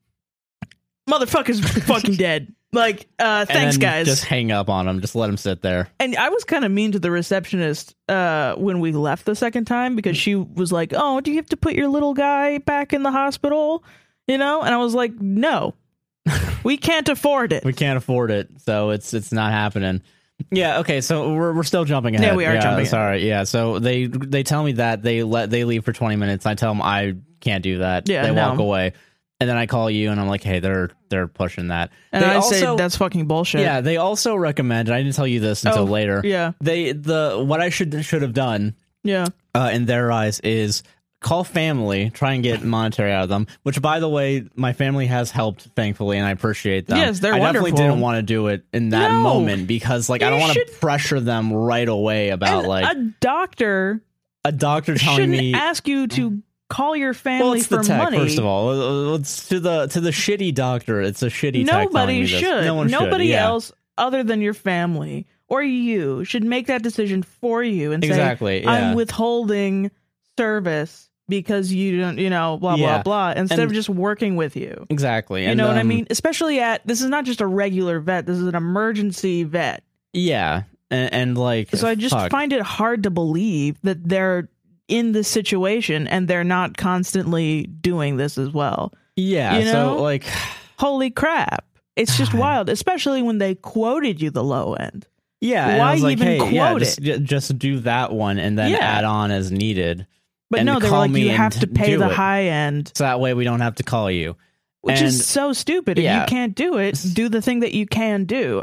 Speaker 2: Motherfucker's fucking dead. Like, uh,
Speaker 1: And
Speaker 2: thanks,
Speaker 1: then
Speaker 2: guys.
Speaker 1: Just hang up on them. Just let them sit there.
Speaker 2: And I was kind of mean to the receptionist uh, when we left the second time because she was like, "Oh, do you have to put your little guy back in the hospital?" You know, and I was like, "No, we can't afford it."
Speaker 1: We can't afford it, so it's it's not happening. Yeah. Okay. So we're we're still jumping ahead.
Speaker 2: we are jumping
Speaker 1: Sorry. Yeah. So they they tell me that they let they leave for twenty minutes. I tell them I can't do that.
Speaker 2: Yeah,
Speaker 1: They
Speaker 2: no.
Speaker 1: walk away, and then I call you, and I'm like, hey, they're they're pushing that.
Speaker 2: and
Speaker 1: they
Speaker 2: I
Speaker 1: also,
Speaker 2: said, "That's fucking bullshit."
Speaker 1: yeah. They also recommend. and I didn't tell you this until
Speaker 2: Oh,
Speaker 1: later.
Speaker 2: yeah,
Speaker 1: They the what I should should have done
Speaker 2: yeah.
Speaker 1: uh, in their eyes is call family, try and get monetary out of them. Which, by the way, my family has helped thankfully, and I appreciate them.
Speaker 2: Yes, they're
Speaker 1: I definitely
Speaker 2: wonderful.
Speaker 1: didn't want to do it in that
Speaker 2: No.
Speaker 1: moment because, like, I
Speaker 2: You
Speaker 1: don't want to
Speaker 2: should-
Speaker 1: pressure them right away about
Speaker 2: And
Speaker 1: like
Speaker 2: a doctor
Speaker 1: a doctor telling
Speaker 2: shouldn't
Speaker 1: me. Mm.
Speaker 2: ask you to call your family
Speaker 1: well, it's
Speaker 2: for
Speaker 1: the tech,
Speaker 2: money.
Speaker 1: first of all. Uh, It's to the to the shitty doctor. It's a shitty. tech telling
Speaker 2: Nobody
Speaker 1: me this.
Speaker 2: should.
Speaker 1: No one should,
Speaker 2: Nobody
Speaker 1: yeah.
Speaker 2: else other than your family or you should make that decision for you and say,
Speaker 1: Exactly. Yeah.
Speaker 2: I'm withholding service because you don't, you know, blah
Speaker 1: Yeah.
Speaker 2: blah blah. Instead
Speaker 1: And-
Speaker 2: of just working with you,
Speaker 1: exactly.
Speaker 2: you
Speaker 1: And,
Speaker 2: know what I
Speaker 1: um,
Speaker 2: mean. Especially at this is not just a regular vet. This is an emergency vet.
Speaker 1: Yeah. And, and like,
Speaker 2: So I just
Speaker 1: fuck.
Speaker 2: find it hard to believe that they're in this situation and they're not constantly doing this as well.
Speaker 1: yeah.
Speaker 2: you know?
Speaker 1: So like,
Speaker 2: Holy crap! It's just
Speaker 1: God.
Speaker 2: wild, especially when they quoted you the low end.
Speaker 1: Yeah. and
Speaker 2: Why
Speaker 1: I was like,
Speaker 2: even
Speaker 1: hey, yeah,
Speaker 2: quote
Speaker 1: just, ju- just do that one and then
Speaker 2: Yeah.
Speaker 1: add on as needed.
Speaker 2: But
Speaker 1: And
Speaker 2: no, they were
Speaker 1: call
Speaker 2: like,
Speaker 1: me
Speaker 2: you
Speaker 1: and
Speaker 2: have to pay
Speaker 1: do
Speaker 2: the
Speaker 1: it.
Speaker 2: high end.
Speaker 1: So that way we don't have to call you.
Speaker 2: which
Speaker 1: And-
Speaker 2: is so stupid. If
Speaker 1: Yeah.
Speaker 2: you can't do it, do the thing that you can do.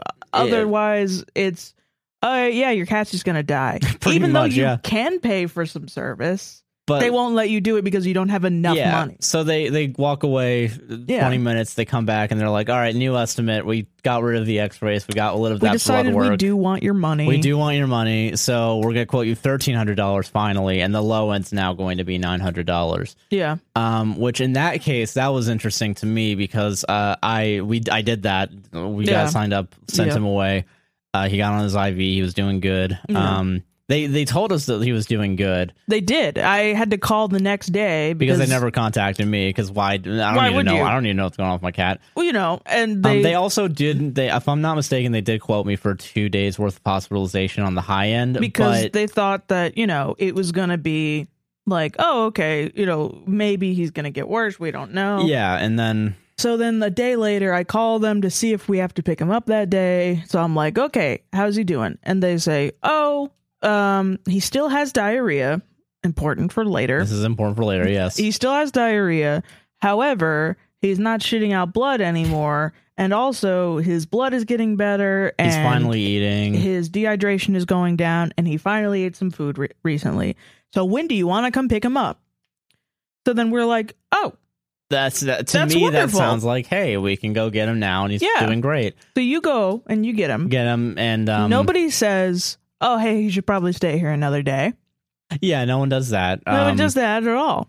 Speaker 2: Otherwise, it's uh yeah, your cat's just gonna die.
Speaker 1: Pretty
Speaker 2: Even
Speaker 1: much,
Speaker 2: though you
Speaker 1: yeah.
Speaker 2: can pay for some service,
Speaker 1: But
Speaker 2: they won't let you do it because you don't have enough
Speaker 1: yeah.
Speaker 2: money.
Speaker 1: So they they walk away
Speaker 2: Yeah.
Speaker 1: twenty minutes. They come back and they're like, "All right, new estimate. We got rid of the X rays. We got rid of that
Speaker 2: We
Speaker 1: blood
Speaker 2: decided
Speaker 1: work.
Speaker 2: we do want your money.
Speaker 1: We do want your money, so we're gonna quote you thirteen hundred dollars finally, and the low end's now going to be nine hundred dollars.
Speaker 2: Yeah.
Speaker 1: Um, which in that case, that was interesting to me because uh, I we I did that. We
Speaker 2: Yeah.
Speaker 1: got signed up, sent
Speaker 2: Yeah.
Speaker 1: him away. Uh, he got on his IV. He was doing good.
Speaker 2: Yeah.
Speaker 1: Um, they they told us that he was doing good
Speaker 2: They did. I had to call the next day
Speaker 1: because
Speaker 2: because,
Speaker 1: they never contacted me. Because why? I don't
Speaker 2: Why
Speaker 1: even
Speaker 2: would
Speaker 1: know.
Speaker 2: you?
Speaker 1: I don't even know what's going on with my cat.
Speaker 2: well, you know, and
Speaker 1: They,
Speaker 2: they,
Speaker 1: um, they also did. They, if I'm not mistaken, they did quote me for two days worth of hospitalization on the high end
Speaker 2: because
Speaker 1: but,
Speaker 2: they thought that you know it was gonna be like, oh, okay, you know, maybe he's gonna get worse. We don't know.
Speaker 1: yeah, and then
Speaker 2: So then a day later, I call them to see if we have to pick him up that day. So I'm like, okay, how's he doing? And they say, oh, um, he still has diarrhea. Important for later.
Speaker 1: this is important for later. Yes,
Speaker 2: He still has diarrhea. However, he's not shitting out blood anymore. And also, his blood is getting better. And
Speaker 1: he's finally eating.
Speaker 2: his dehydration is going down. And he finally ate some food re- recently. So, when do you want to come pick him up? So then we're like, oh,
Speaker 1: That's that, to
Speaker 2: That's
Speaker 1: me. That
Speaker 2: wonderful.
Speaker 1: sounds like, hey, we can go get him now, and he's
Speaker 2: Yeah.
Speaker 1: doing great.
Speaker 2: so you go and you get him.
Speaker 1: Get him, and um,
Speaker 2: Nobody says, "Oh, hey, you should probably stay here another day."
Speaker 1: Yeah, no one does that.
Speaker 2: No one
Speaker 1: Um,
Speaker 2: does that at all.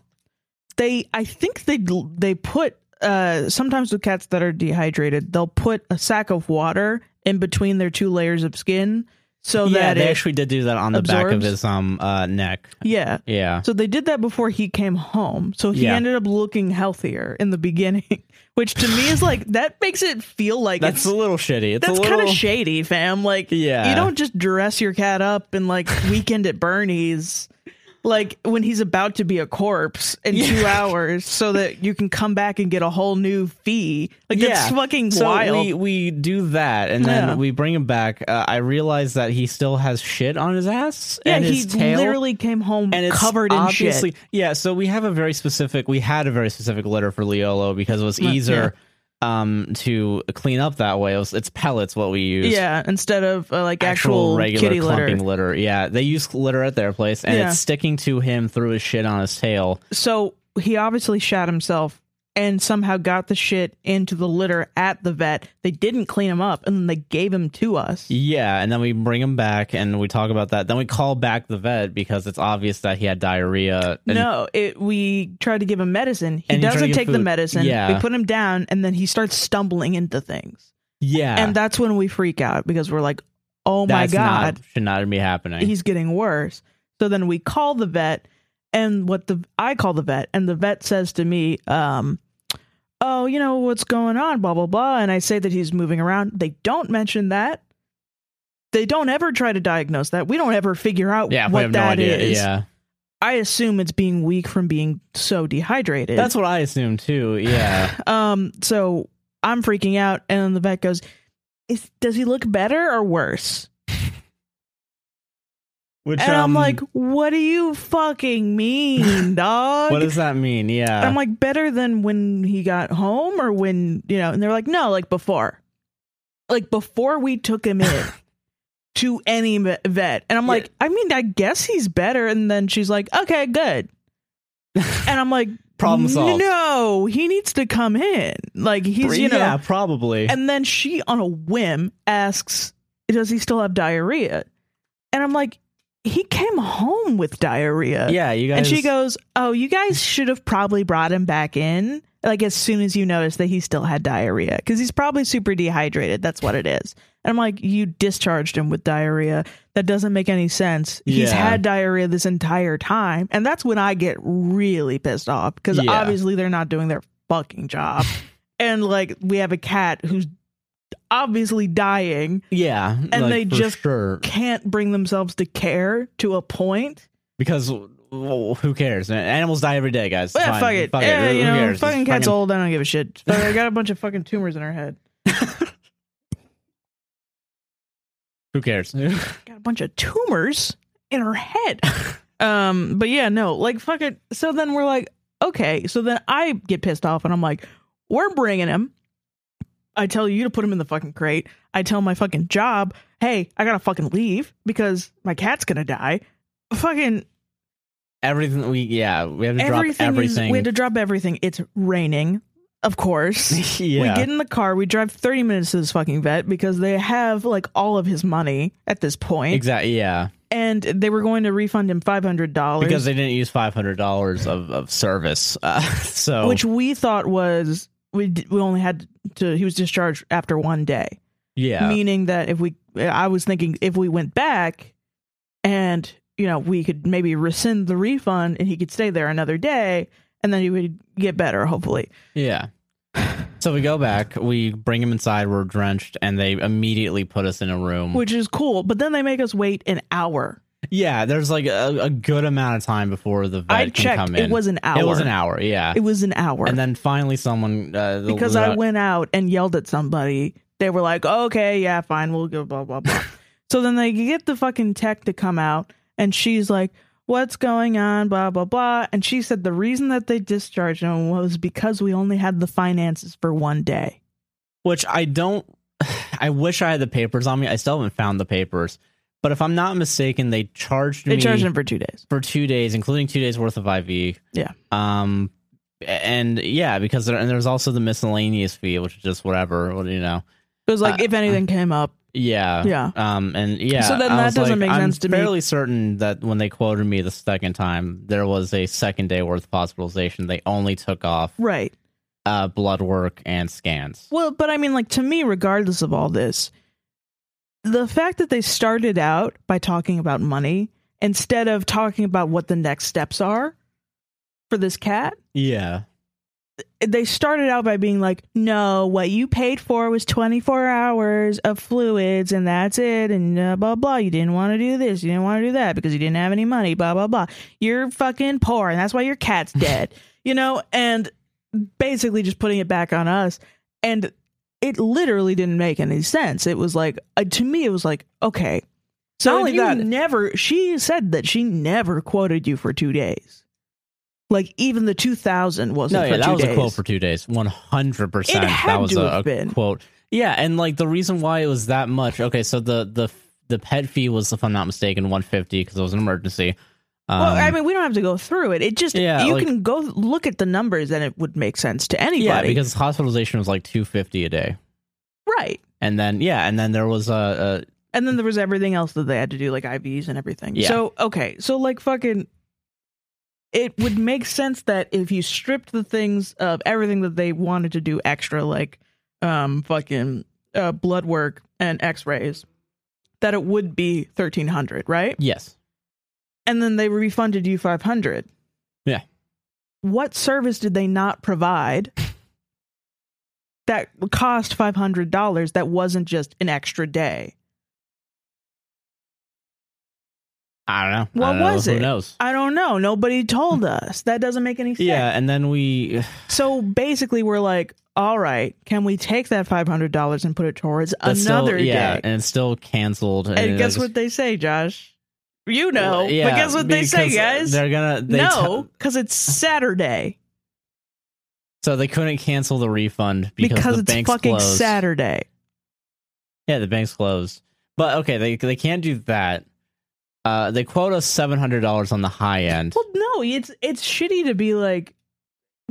Speaker 2: They, I think they they put uh, sometimes with cats that are dehydrated, they'll put a sack of water in between their two layers of skin so
Speaker 1: yeah,
Speaker 2: that
Speaker 1: they
Speaker 2: it,
Speaker 1: actually did do that on the back of
Speaker 2: absorbs.
Speaker 1: his um uh neck.
Speaker 2: yeah.
Speaker 1: Yeah,
Speaker 2: So they did that before he came home. So he
Speaker 1: Yeah.
Speaker 2: ended up looking healthier in the beginning, which to me is like that makes it feel like
Speaker 1: that's
Speaker 2: it's
Speaker 1: a little shitty. It's
Speaker 2: that's
Speaker 1: a little
Speaker 2: kind of shady, fam. Like,
Speaker 1: Yeah.
Speaker 2: you don't just dress your cat up and like weekend at Bernie's, like when he's about to be a corpse in two hours, so that you can come back and get a whole new fee. Like,
Speaker 1: yeah.
Speaker 2: that's fucking
Speaker 1: so
Speaker 2: wild.
Speaker 1: We we do that, and then
Speaker 2: Yeah.
Speaker 1: we bring him back. Uh, I realize that he still has shit on his ass
Speaker 2: yeah,
Speaker 1: and
Speaker 2: he
Speaker 1: his tail.
Speaker 2: literally came home
Speaker 1: and it's
Speaker 2: covered in
Speaker 1: obviously,
Speaker 2: shit.
Speaker 1: Yeah, so we have a very specific. We had a very specific litter for Leolo because it was
Speaker 2: Yeah.
Speaker 1: easier um, to clean up that way. It was, it's pellets what we use.
Speaker 2: Yeah, instead of uh, like
Speaker 1: Actual,
Speaker 2: actual,
Speaker 1: regular
Speaker 2: kitty litter.
Speaker 1: clumping litter. Yeah, they use litter at their place, and
Speaker 2: Yeah.
Speaker 1: it's sticking to him through his shit on his tail.
Speaker 2: So he obviously shot himself and somehow got the shit into the litter at the vet. They didn't clean him up, and then they gave him to us.
Speaker 1: Yeah, and then we bring him back, and we talk about that. Then we call back the vet because it's obvious that he had diarrhea. And
Speaker 2: no, it. We tried to give him medicine. He
Speaker 1: And you tried to
Speaker 2: doesn't
Speaker 1: give
Speaker 2: take the
Speaker 1: food.
Speaker 2: medicine.
Speaker 1: Yeah.
Speaker 2: We put him down, and then he starts stumbling into things,
Speaker 1: yeah,
Speaker 2: and that's when we freak out because we're like, "Oh my
Speaker 1: that's
Speaker 2: god,
Speaker 1: not, should not be happening.
Speaker 2: he's getting worse." So then we call the vet, and what the I call the vet, and the vet says to me, um, "Oh, you know what's going on, blah blah blah," and I say that he's moving around. They don't mention that. They don't ever try to diagnose that. We don't ever figure out
Speaker 1: yeah, we
Speaker 2: what
Speaker 1: have no
Speaker 2: that
Speaker 1: idea.
Speaker 2: is.
Speaker 1: Yeah,
Speaker 2: I assume it's being weak from being so dehydrated.
Speaker 1: that's what I assume too. Yeah.
Speaker 2: um. So I'm freaking out, and the vet goes, "Is does he look better or worse?"
Speaker 1: Which
Speaker 2: and I'm
Speaker 1: um,
Speaker 2: like, "What do you fucking mean, dog?"
Speaker 1: what does that mean? Yeah,
Speaker 2: I'm like, "Better than when he got home, or when you know?" And they're like, "No, like before, like before we took him in." To any me- vet, and I'm like, I mean, I guess he's better. And then she's like, okay, good. And I'm like,
Speaker 1: problem solved.
Speaker 2: No, he needs to come in. Like he's, you know.
Speaker 1: yeah, probably.
Speaker 2: And then she, on a whim, asks, "Does he still have diarrhea?" And I'm like, "He came home with diarrhea."
Speaker 1: Uh, yeah, you guys.
Speaker 2: And she goes, "Oh, you guys should have probably brought him back in." Like as soon as you noticed that he still had diarrhea, because he's probably super dehydrated. That's what it is. And I'm like, you discharged him with diarrhea. That doesn't make any sense. He's
Speaker 1: Yeah.
Speaker 2: had diarrhea this entire time, and that's when I get really pissed off because
Speaker 1: Yeah.
Speaker 2: obviously they're not doing their fucking job, and like we have a cat who's obviously dying,
Speaker 1: yeah,
Speaker 2: and
Speaker 1: like,
Speaker 2: they
Speaker 1: for
Speaker 2: just-
Speaker 1: sure
Speaker 2: can't bring themselves to care to a point.
Speaker 1: because well, who cares? man? Animals die every day, guys. It's
Speaker 2: Yeah,
Speaker 1: fine.
Speaker 2: fuck it.
Speaker 1: Fuck
Speaker 2: Yeah,
Speaker 1: Who
Speaker 2: you know,
Speaker 1: cares? It's
Speaker 2: fucking cat's old. I don't give a shit. Fuck, I got a bunch of fucking tumors in her head.
Speaker 1: Who cares?
Speaker 2: Got a bunch of tumors in her head. Um, but yeah, no, like fuck it. So then we're like, okay. So then I get pissed off and I'm like, We're bringing him. I tell you to put him in the fucking crate. I tell my fucking job, hey, I gotta fucking leave because my cat's gonna die. Fucking
Speaker 1: Everything we yeah we have to drop
Speaker 2: everything. is-
Speaker 1: everything.
Speaker 2: we had to drop everything. It's raining, of course.
Speaker 1: yeah.
Speaker 2: We get in the car. We drive 30 minutes to this fucking vet because they have like all of his money at this point.
Speaker 1: Exactly. Yeah,
Speaker 2: And they were going to refund him $500
Speaker 1: because they didn't use five hundred dollars of of service. Uh, so
Speaker 2: which we thought was we d- we only had to he was discharged after one day.
Speaker 1: yeah,
Speaker 2: Meaning that if we I was thinking if we went back and you know, we could maybe rescind the refund and he could stay there another day and then he would get better hopefully.
Speaker 1: yeah. So we go back. We bring him inside. We're drenched, and they immediately put us in a room.
Speaker 2: Which is cool, but then they make us wait an hour.
Speaker 1: yeah, there's like a, a good amount of time before the vet
Speaker 2: I
Speaker 1: can
Speaker 2: checked
Speaker 1: come in.
Speaker 2: it was an hour.
Speaker 1: It was an hour. Yeah,
Speaker 2: It was an hour.
Speaker 1: and then finally someone uh, the-
Speaker 2: because
Speaker 1: the-
Speaker 2: I went out and yelled at somebody, they were like, "Okay, yeah, fine, we'll go." Blah blah blah. so then they get the fucking tech to come out, and she's like, "What's going on?" Blah blah blah. And she said the reason that they discharged him was because we only had the finances for one day.
Speaker 1: which I don't. I wish I had the papers on me. I still haven't found the papers. But if I'm not mistaken, they charged
Speaker 2: They
Speaker 1: me
Speaker 2: charged him for two days.
Speaker 1: for two days, including two days worth of IV.
Speaker 2: Yeah.
Speaker 1: Um, and yeah, because there, and there's also the miscellaneous fee, which is just whatever. What do you know?
Speaker 2: It was like
Speaker 1: Uh,
Speaker 2: if anything came up,
Speaker 1: Yeah.
Speaker 2: yeah.
Speaker 1: Um, and yeah.
Speaker 2: So then
Speaker 1: I
Speaker 2: that
Speaker 1: was
Speaker 2: doesn't
Speaker 1: like,
Speaker 2: make
Speaker 1: I'm
Speaker 2: sense to me.
Speaker 1: fairly certain that when they quoted me the second time, there was a second day worth of hospitalization. They only took off
Speaker 2: Right.
Speaker 1: uh, blood work and scans.
Speaker 2: Well, but I mean, like to me, regardless of all this, the fact that they started out by talking about money instead of talking about what the next steps are for this cat,
Speaker 1: Yeah.
Speaker 2: they started out by being like, "No, what you paid for was twenty four hours of fluids, and that's it." And uh, blah blah. You didn't want to do this. You didn't want to do that because you didn't have any money. Blah blah blah. You're fucking poor, and that's why your cat's dead. you know, and basically just putting it back on us. And it literally didn't make any sense. It was like uh, to me, it was like, okay. So
Speaker 1: Not
Speaker 2: if
Speaker 1: only
Speaker 2: you
Speaker 1: that-
Speaker 2: never. She said that she never quoted you for two days. Like even the two thousand wasn't
Speaker 1: No,
Speaker 2: for
Speaker 1: yeah,
Speaker 2: two
Speaker 1: that was
Speaker 2: days.
Speaker 1: a quote for two days. One hundred percent.
Speaker 2: It had
Speaker 1: That was
Speaker 2: to
Speaker 1: a,
Speaker 2: have
Speaker 1: a
Speaker 2: been.
Speaker 1: quote. Yeah, and like the reason why it was that much. Okay, so the the the pet fee was, if I'm not mistaken, one fifty because it was an emergency. Um,
Speaker 2: Well, I mean, we don't have to go through it. It just
Speaker 1: Yeah,
Speaker 2: you
Speaker 1: like-
Speaker 2: can go look at the numbers, and it would make sense to anybody.
Speaker 1: yeah, because hospitalization was like two fifty a day,
Speaker 2: right.
Speaker 1: and then yeah, and then there was a,
Speaker 2: And then there was everything else that they had to do, like IVs and everything.
Speaker 1: Yeah.
Speaker 2: So okay, so like fucking, it would make sense that if you stripped the things of everything that they wanted to do extra, like um fucking uh, blood work and X rays, that it would be thirteen hundred, right?
Speaker 1: a yes,
Speaker 2: And then they refunded you five hundred.
Speaker 1: Yeah.
Speaker 2: What service did they not provide that cost five hundred dollars? That wasn't just an extra day.
Speaker 1: I don't know. I
Speaker 2: What
Speaker 1: don't know.
Speaker 2: was
Speaker 1: Who
Speaker 2: it?
Speaker 1: knows?
Speaker 2: I don't know. Nobody told us. That doesn't make any sense.
Speaker 1: Hmm. Yeah, and then we
Speaker 2: So basically, we're like, all right, can we take that five hundred dollars and put it towards
Speaker 1: that's still-
Speaker 2: another
Speaker 1: yeah,
Speaker 2: day?
Speaker 1: and it's still canceled.
Speaker 2: And,
Speaker 1: it
Speaker 2: guess
Speaker 1: was-
Speaker 2: what they say, Josh? You know,
Speaker 1: Yeah,
Speaker 2: but guess what they say,
Speaker 1: because
Speaker 2: guys?
Speaker 1: They're gonna they
Speaker 2: no, because it's Saturday.
Speaker 1: So they couldn't cancel the refund because,
Speaker 2: Because,
Speaker 1: the
Speaker 2: it's
Speaker 1: bank's
Speaker 2: fucking
Speaker 1: closed.
Speaker 2: Saturday.
Speaker 1: Yeah, the bank's closed. But okay, they they can't do that. Uh, they quote us seven hundred dollars on the high end.
Speaker 2: Well, no, it's it's shitty to be like,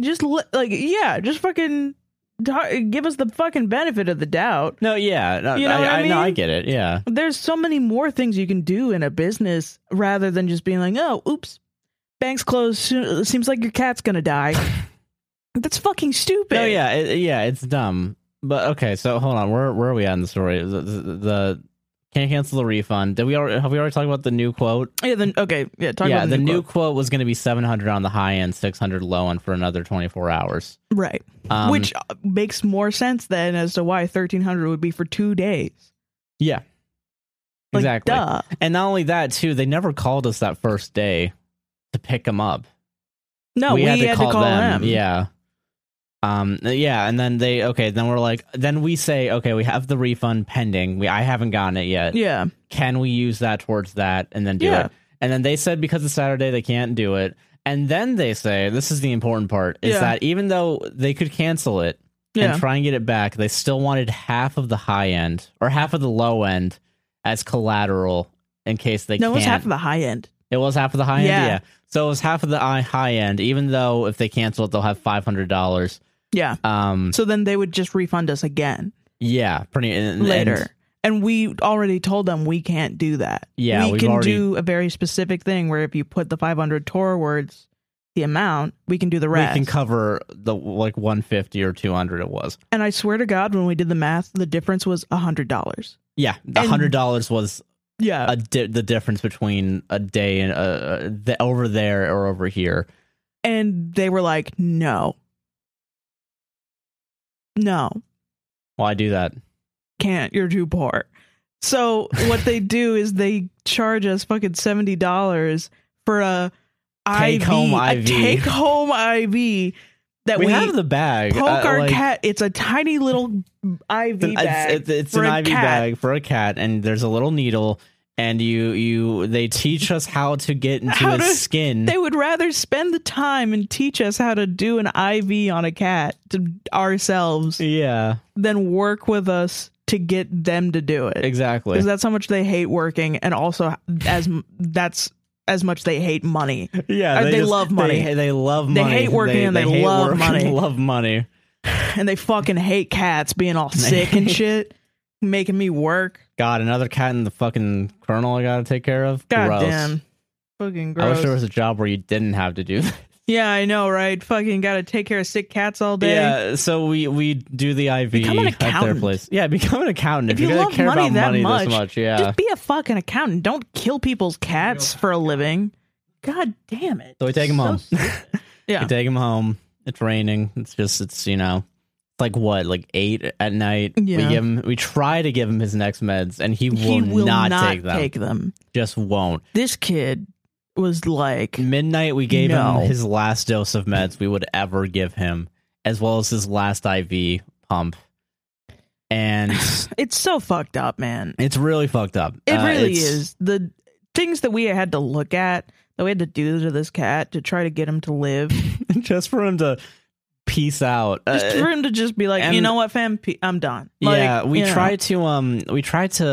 Speaker 2: just li- like yeah, just fucking t- give us the fucking benefit of the doubt.
Speaker 1: No, yeah, no,
Speaker 2: You know
Speaker 1: I,
Speaker 2: what I
Speaker 1: no, I
Speaker 2: mean?
Speaker 1: get it. Yeah,
Speaker 2: There's so many more things you can do in a business rather than just being like, oh, oops, bank's closed. Soon- Seems like your cat's gonna die. That's fucking stupid.
Speaker 1: no, Oh, yeah, it, yeah, it's dumb. But okay, so hold on, where where are we at in the story? The, the, the- can't cancel the refund. Did we already, have we already talked about the new quote?
Speaker 2: Yeah. Then okay. Yeah. Talk
Speaker 1: yeah,
Speaker 2: about
Speaker 1: the, new,
Speaker 2: quote.
Speaker 1: quote. was going to be seven hundred on the high end, six hundred low end for another twenty four hours.
Speaker 2: right,
Speaker 1: Um,
Speaker 2: which uh, makes more sense then as to why 1300 would be for two days.
Speaker 1: yeah,
Speaker 2: Like,
Speaker 1: exactly.
Speaker 2: Duh.
Speaker 1: And not only that, too, they never called us that first day to pick him up.
Speaker 2: No, we, had to call, them.
Speaker 1: Yeah. Um. Yeah. And then they okay. Then we're like. Then we say okay. We have the refund pending. We I haven't gotten it yet.
Speaker 2: Yeah.
Speaker 1: Can we use that towards that and then do
Speaker 2: Yeah.
Speaker 1: it? And then they said because it's Saturday they can't do it. And then they say this is the important part is
Speaker 2: Yeah.
Speaker 1: that even though they could cancel it,
Speaker 2: Yeah.
Speaker 1: and try and get it back. They still wanted half of the high end or half of the low end as collateral in case they
Speaker 2: no, it
Speaker 1: can't.
Speaker 2: was half of the high end.
Speaker 1: it was half of the high
Speaker 2: Yeah.
Speaker 1: end, yeah. So it was half of the high- high end, even though if they cancel it, they'll have five hundred dollars.
Speaker 2: Yeah.
Speaker 1: Um,
Speaker 2: So then they would just refund us again
Speaker 1: yeah, pretty and, and-
Speaker 2: later. And we already told them we can't do that.
Speaker 1: Yeah,
Speaker 2: we
Speaker 1: we've
Speaker 2: can
Speaker 1: already-
Speaker 2: do a very specific thing where if you put the 500 Tor words, the amount, we can do the
Speaker 1: we
Speaker 2: rest.
Speaker 1: can cover the like one fifty or two hundred. It was
Speaker 2: and I swear to God, when we did the math, the difference was $100.
Speaker 1: yeah, the
Speaker 2: And-
Speaker 1: hundred dollars was
Speaker 2: Yeah.
Speaker 1: a di- the difference between a day and uh, uh, the, over there or over here.
Speaker 2: and they were like, no. No.
Speaker 1: Why do that?
Speaker 2: can't you're too poor so what they do is they charge us fucking $70 for a
Speaker 1: Take
Speaker 2: IV,
Speaker 1: home
Speaker 2: a
Speaker 1: IV.
Speaker 2: take home IV that
Speaker 1: we,
Speaker 2: we,
Speaker 1: have the bag.
Speaker 2: poke
Speaker 1: uh,
Speaker 2: our
Speaker 1: like,
Speaker 2: cat it's a tiny little IV
Speaker 1: It's an,
Speaker 2: bag
Speaker 1: it's, it's
Speaker 2: for
Speaker 1: an
Speaker 2: a
Speaker 1: IV
Speaker 2: cat.
Speaker 1: bag for a cat, and there's a little needle, and you you they teach us how to get into
Speaker 2: How
Speaker 1: his
Speaker 2: to-
Speaker 1: skin.
Speaker 2: they would rather spend the time and teach us how to do an IV on a cat to ourselves
Speaker 1: yeah,
Speaker 2: than work with us to get them to do it
Speaker 1: exactly.
Speaker 2: because that's how much they hate working and also as m- that's as much they hate money
Speaker 1: yeah,
Speaker 2: uh, they love money.
Speaker 1: They, they love
Speaker 2: They
Speaker 1: money.
Speaker 2: hate working and they
Speaker 1: hate
Speaker 2: love
Speaker 1: work
Speaker 2: money.
Speaker 1: and love money.
Speaker 2: and they fucking hate cats being all sick and shit making me work
Speaker 1: God, another cat in the fucking kernel I gotta take care of.
Speaker 2: god
Speaker 1: Gross.
Speaker 2: damn fucking
Speaker 1: I
Speaker 2: gross
Speaker 1: wish there was a job where you didn't have to do that.
Speaker 2: yeah i know right fucking gotta take care of sick cats all day
Speaker 1: Yeah, so we we do the IV
Speaker 2: Become an
Speaker 1: at their
Speaker 2: accountant.
Speaker 1: place. Yeah, become an accountant if,
Speaker 2: If you
Speaker 1: you're gonna
Speaker 2: love
Speaker 1: care
Speaker 2: money
Speaker 1: about
Speaker 2: that
Speaker 1: money
Speaker 2: much,
Speaker 1: this much. Yeah,
Speaker 2: just be a fucking accountant don't kill people's cats for a living god damn it
Speaker 1: So we take 'em home.
Speaker 2: stupid.
Speaker 1: You
Speaker 2: yeah
Speaker 1: take him home. It's raining. It's just it's you know, it's like what like eight at night. We
Speaker 2: Yeah.
Speaker 1: give him. We try to give him his next meds, and he will,
Speaker 2: he will
Speaker 1: not, take them.
Speaker 2: take them
Speaker 1: just won't.
Speaker 2: this kid was like
Speaker 1: Mm. Midnight. We gave
Speaker 2: No.
Speaker 1: him his last dose of meds we would ever give him, as well as his last IV pump, and
Speaker 2: it's so fucked up man
Speaker 1: it's really fucked up.
Speaker 2: It
Speaker 1: Uh,
Speaker 2: really
Speaker 1: it's-
Speaker 2: is. The things that we had to look at, that we had to do to this cat to try to get him to live,
Speaker 1: just for him to peace out.
Speaker 2: just
Speaker 1: Uh,
Speaker 2: for him to just be like, you
Speaker 1: and-
Speaker 2: know what, fam, P- I'm done.
Speaker 1: yeah,
Speaker 2: Like,
Speaker 1: we
Speaker 2: you know.
Speaker 1: try to um, we try to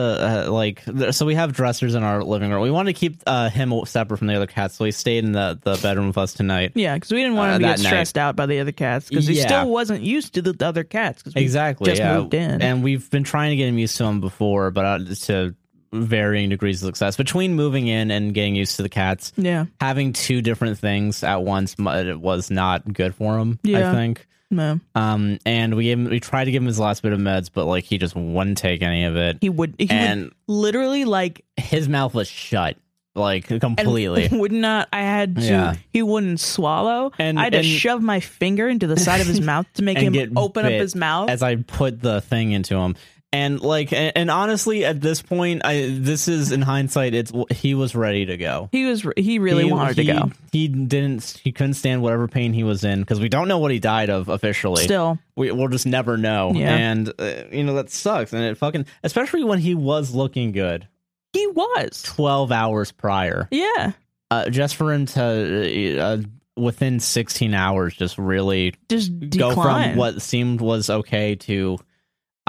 Speaker 1: uh, like th- so we have dressers in our living room. We want to keep uh him separate from the other cats, so he stayed in the the bedroom with us tonight.
Speaker 2: Yeah, because we didn't want
Speaker 1: uh,
Speaker 2: him to get
Speaker 1: that night.
Speaker 2: stressed out by the other cats because he
Speaker 1: Yeah.
Speaker 2: still wasn't used to the the other cats. 'cause we
Speaker 1: Exactly.
Speaker 2: just
Speaker 1: yeah.
Speaker 2: moved in.
Speaker 1: and we've been trying to get him used to him before, but uh, to varying degrees of success. Between moving in and getting used to the cats,
Speaker 2: yeah,
Speaker 1: having two different things at once mu- it was not good for him.
Speaker 2: Yeah.
Speaker 1: I think.
Speaker 2: no,
Speaker 1: Um, and we gave him, we tried to give him his last bit of meds, but like he just wouldn't take any of it.
Speaker 2: he would. He
Speaker 1: and
Speaker 2: would literally like
Speaker 1: his mouth was shut like
Speaker 2: and
Speaker 1: completely
Speaker 2: would not. I had to.
Speaker 1: Yeah.
Speaker 2: He wouldn't swallow.
Speaker 1: And-
Speaker 2: I had to
Speaker 1: and-
Speaker 2: shove my finger into the side of his mouth to make
Speaker 1: And
Speaker 2: him
Speaker 1: get
Speaker 2: open up
Speaker 1: bit
Speaker 2: his mouth.
Speaker 1: as i put the thing into him and like and, and honestly at this point i this is in hindsight it's he was ready to go
Speaker 2: he was. He really
Speaker 1: He-
Speaker 2: wanted
Speaker 1: he-
Speaker 2: to go.
Speaker 1: he didn't he couldn't stand whatever pain he was in because we don't know what he died of officially
Speaker 2: Still,
Speaker 1: we, we'll just never know
Speaker 2: Yeah.
Speaker 1: and uh, you know that sucks and it fucking especially when he was looking good
Speaker 2: He was.
Speaker 1: 12 hours prior
Speaker 2: Yeah.
Speaker 1: uh, just for him to uh, within 16 hours just really
Speaker 2: Just
Speaker 1: go
Speaker 2: decline.
Speaker 1: from what seemed was okay to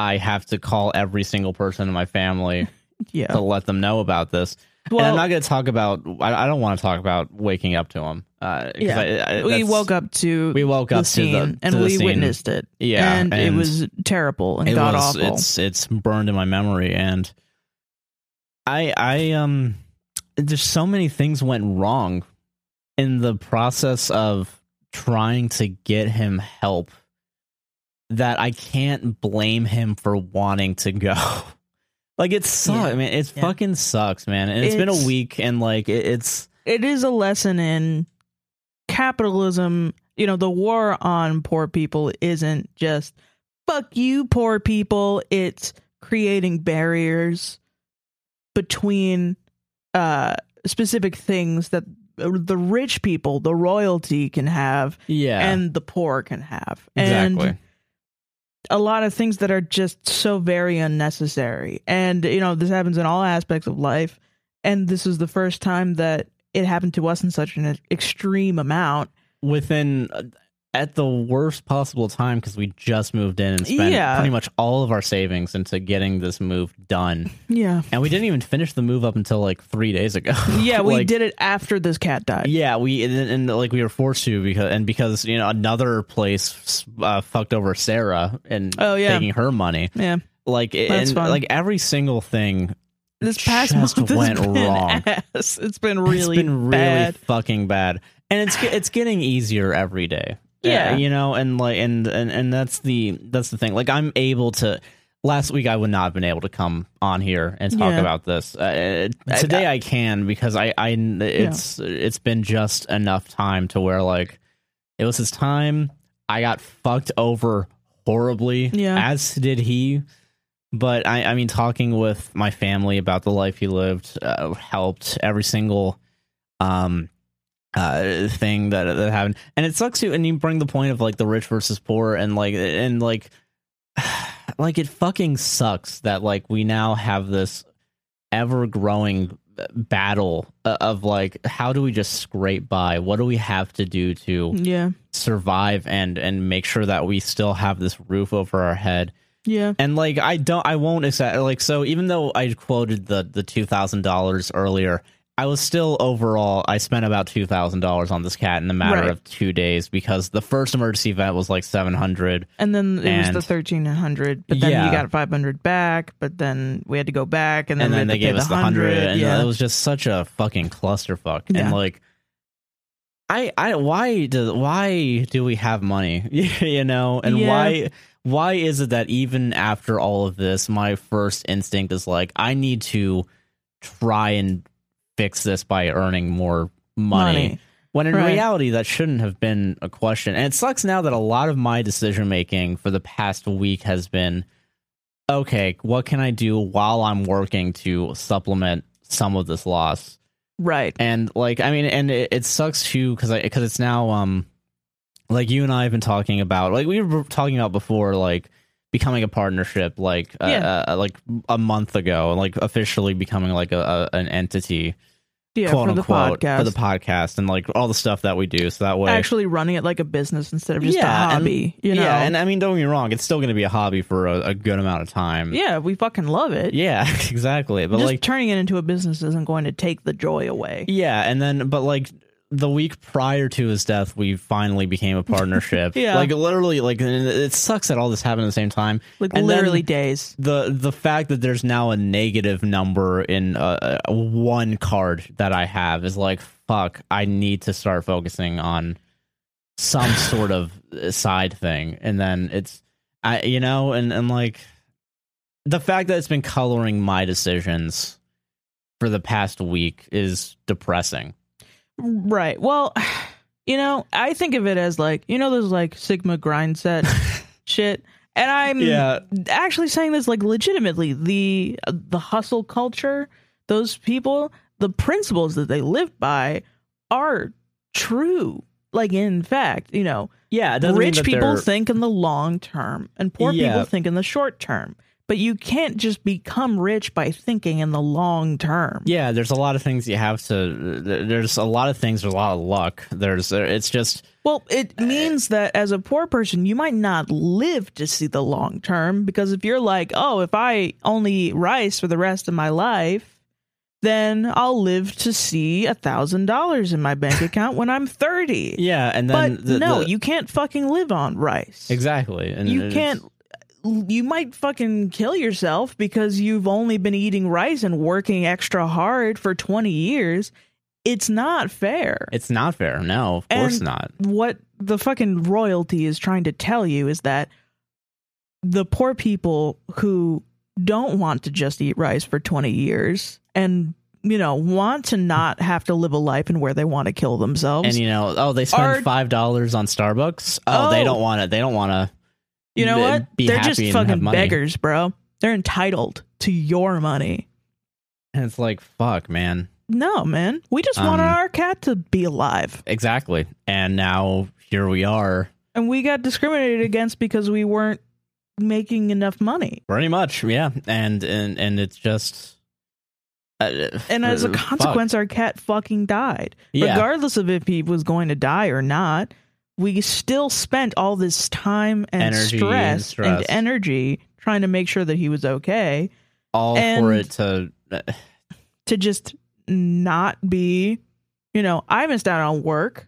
Speaker 1: I have to call every single person in my family
Speaker 2: Yeah.
Speaker 1: to let them know about this. and
Speaker 2: Well,
Speaker 1: I'm not going to talk about. I, I don't want to talk about waking up to him. Uh, 'cause
Speaker 2: Yeah.
Speaker 1: I- I-
Speaker 2: we
Speaker 1: that's-
Speaker 2: woke up to
Speaker 1: We woke
Speaker 2: the
Speaker 1: up to
Speaker 2: scene
Speaker 1: the to
Speaker 2: and
Speaker 1: the
Speaker 2: we
Speaker 1: scene.
Speaker 2: witnessed it.
Speaker 1: Yeah,
Speaker 2: and, it was terrible and
Speaker 1: it
Speaker 2: god
Speaker 1: was-
Speaker 2: awful.
Speaker 1: It's it's burned in my memory, and I I um there's so many things went wrong in the process of trying to get him help that I can't blame him for wanting to go. Like it sucks,
Speaker 2: Yeah.
Speaker 1: man. It
Speaker 2: Yeah.
Speaker 1: fucking sucks, man. And it's been
Speaker 2: It's-
Speaker 1: a week, and like it, it's
Speaker 2: It is a lesson in capitalism. You know, the war on poor people isn't just fuck you, poor people. It's creating barriers between uh specific things that the rich people, the royalty can have
Speaker 1: yeah,
Speaker 2: and the poor can have.
Speaker 1: exactly.
Speaker 2: And a lot of things that are just so very unnecessary. And, you know, this happens in all aspects of life. And this is the first time that it happened to us in such an extreme amount.
Speaker 1: within uh, at the worst possible time because we just moved in and spent
Speaker 2: Yeah.
Speaker 1: pretty much all of our savings into getting this move done.
Speaker 2: Yeah.
Speaker 1: And we didn't even finish the move up until like three days ago.
Speaker 2: Yeah, we
Speaker 1: Like,
Speaker 2: did it after this cat died.
Speaker 1: Yeah, we and, and, like we were forced to because and because you know another place uh, fucked over Sarah and
Speaker 2: Oh, yeah.
Speaker 1: taking her money.
Speaker 2: Yeah.
Speaker 1: Like
Speaker 2: That's
Speaker 1: and
Speaker 2: fun.
Speaker 1: like every single thing
Speaker 2: This past
Speaker 1: Just
Speaker 2: month has
Speaker 1: went
Speaker 2: been
Speaker 1: wrong.
Speaker 2: ass. It's been really
Speaker 1: it's been really
Speaker 2: bad.
Speaker 1: fucking bad and it's get- it's getting easier every day Uh,
Speaker 2: Yeah.
Speaker 1: you know and like and, and and that's the that's the thing like i'm able to last week i would not have been able to come on here and talk
Speaker 2: Yeah.
Speaker 1: about this uh, today I, can because i i it's it's been just enough time to where like it was his time i got fucked over horribly
Speaker 2: Yeah.
Speaker 1: as did he but I, I mean, talking with my family about the life he lived uh, helped every single um, uh, thing that that happened, and it sucks too. And you bring the point of like the rich versus poor, and like and like like it fucking sucks that like we now have this ever growing battle uh, of like how do we just scrape by? What do we have to do to
Speaker 2: Yeah.
Speaker 1: survive and and make sure that we still have this roof over our head?
Speaker 2: Yeah.
Speaker 1: And like I don't I won't accept like so even though I quoted the the two thousand dollars earlier, I was still overall I spent about two thousand dollars on this cat in the matter
Speaker 2: Right.
Speaker 1: of two days because the first emergency event was like seven hundred.
Speaker 2: And then it
Speaker 1: And-
Speaker 2: was the 1300, but then
Speaker 1: Yeah.
Speaker 2: you got 500 back, but then we had to go back and then,
Speaker 1: And then
Speaker 2: we
Speaker 1: they
Speaker 2: had to pay
Speaker 1: gave us the hundred and
Speaker 2: yeah.
Speaker 1: it was just such a fucking clusterfuck.
Speaker 2: Yeah.
Speaker 1: And like I I why do why do we have money? you know? And
Speaker 2: Yeah.
Speaker 1: why why is it that even after all of this, my first instinct is like I need to try and fix this by earning more money. When in
Speaker 2: Right.
Speaker 1: reality, that shouldn't have been a question. And it sucks now that a lot of my decision making for the past week has been okay, what can I do while I'm working to supplement some of this loss?
Speaker 2: Right.
Speaker 1: And like, I mean, and it, it sucks too because I because it's now um, like you and I have been talking about like we were talking about before like becoming a partnership like uh,
Speaker 2: Yeah.
Speaker 1: uh, like a month ago like officially becoming like a, a an entity
Speaker 2: Yeah,
Speaker 1: quote
Speaker 2: for the
Speaker 1: unquote
Speaker 2: podcast.
Speaker 1: for the podcast and like all the stuff that we do so that way
Speaker 2: Actually running it like a business instead of just
Speaker 1: Yeah,
Speaker 2: a
Speaker 1: and-
Speaker 2: hobby, you know.
Speaker 1: yeah and I mean don't get me wrong it's still going to be a hobby for a, a good amount of time
Speaker 2: yeah, we fucking love it.
Speaker 1: yeah exactly but
Speaker 2: just
Speaker 1: like
Speaker 2: turning it into a business isn't going to take the joy away.
Speaker 1: Yeah, and then but like the week prior to his death, we finally became a partnership.
Speaker 2: Yeah.
Speaker 1: like literally, like and it sucks that all this happened at the same time.
Speaker 2: Like
Speaker 1: And then-
Speaker 2: literally days.
Speaker 1: The the fact that there's now a negative number in uh, uh, one card that I have is like fuck. I need to start focusing on some sort of uh, side thing, and then it's I you know, and and like the fact that it's been coloring my decisions for the past week is depressing.
Speaker 2: Right. Well, you know, I think of it as like, you know, those like Sigma grind set shit. And I'm
Speaker 1: Yeah.
Speaker 2: actually saying this like legitimately. The uh, the hustle culture, those people, the principles that they live by are true. Like in fact, you know,
Speaker 1: Yeah, it doesn't mean
Speaker 2: rich
Speaker 1: that
Speaker 2: people
Speaker 1: they're-
Speaker 2: think in the long term and poor
Speaker 1: Yeah.
Speaker 2: people think in the short term. But you can't just become rich by thinking in the long term.
Speaker 1: yeah, there's a lot of things you have to. th- There's a lot of things. There's a lot of luck. There's. uh, It's just.
Speaker 2: Well,
Speaker 1: Uh,
Speaker 2: it means that as a poor person, you might not live to see the long term because if you're like, oh, if I only eat rice for the rest of my life, then I'll live to see a thousand dollars in my bank account when I'm thirty.
Speaker 1: Yeah, and then
Speaker 2: but
Speaker 1: the-
Speaker 2: no,
Speaker 1: the-
Speaker 2: you can't fucking live on rice.
Speaker 1: exactly. And
Speaker 2: You
Speaker 1: it's-
Speaker 2: can't. You might fucking kill yourself because you've only been eating rice and working extra hard for twenty years. It's not fair
Speaker 1: It's not fair. No, of course
Speaker 2: And-
Speaker 1: not.
Speaker 2: what the fucking royalty is trying to tell you is that the poor people who don't want to just eat rice for 20 years and you know want to not have to live a life in where they want to kill themselves
Speaker 1: And you know, oh, they spend
Speaker 2: Are-
Speaker 1: five dollars on Starbucks. Oh, they
Speaker 2: Oh.
Speaker 1: don't want it. They don't want to.
Speaker 2: you know
Speaker 1: be-
Speaker 2: what
Speaker 1: be
Speaker 2: they're
Speaker 1: happy
Speaker 2: just
Speaker 1: and have
Speaker 2: fucking
Speaker 1: money.
Speaker 2: beggars bro they're entitled to your money
Speaker 1: And it's like fuck, man.
Speaker 2: no man we just wanted
Speaker 1: Um,
Speaker 2: our cat to be alive
Speaker 1: Exactly. And now here we are.
Speaker 2: and we got discriminated against because we weren't making enough money
Speaker 1: Pretty much. Yeah. And and and it's just. uh,
Speaker 2: and as a
Speaker 1: fuck.
Speaker 2: consequence, our cat fucking died.
Speaker 1: Yeah.
Speaker 2: Regardless of if he was going to die or not, we still spent all this time and
Speaker 1: Energy and
Speaker 2: stress, and,
Speaker 1: stress.
Speaker 2: energy trying to make sure that he was okay
Speaker 1: all for
Speaker 2: And-
Speaker 1: it to uh,
Speaker 2: to just not be you know i missed out on work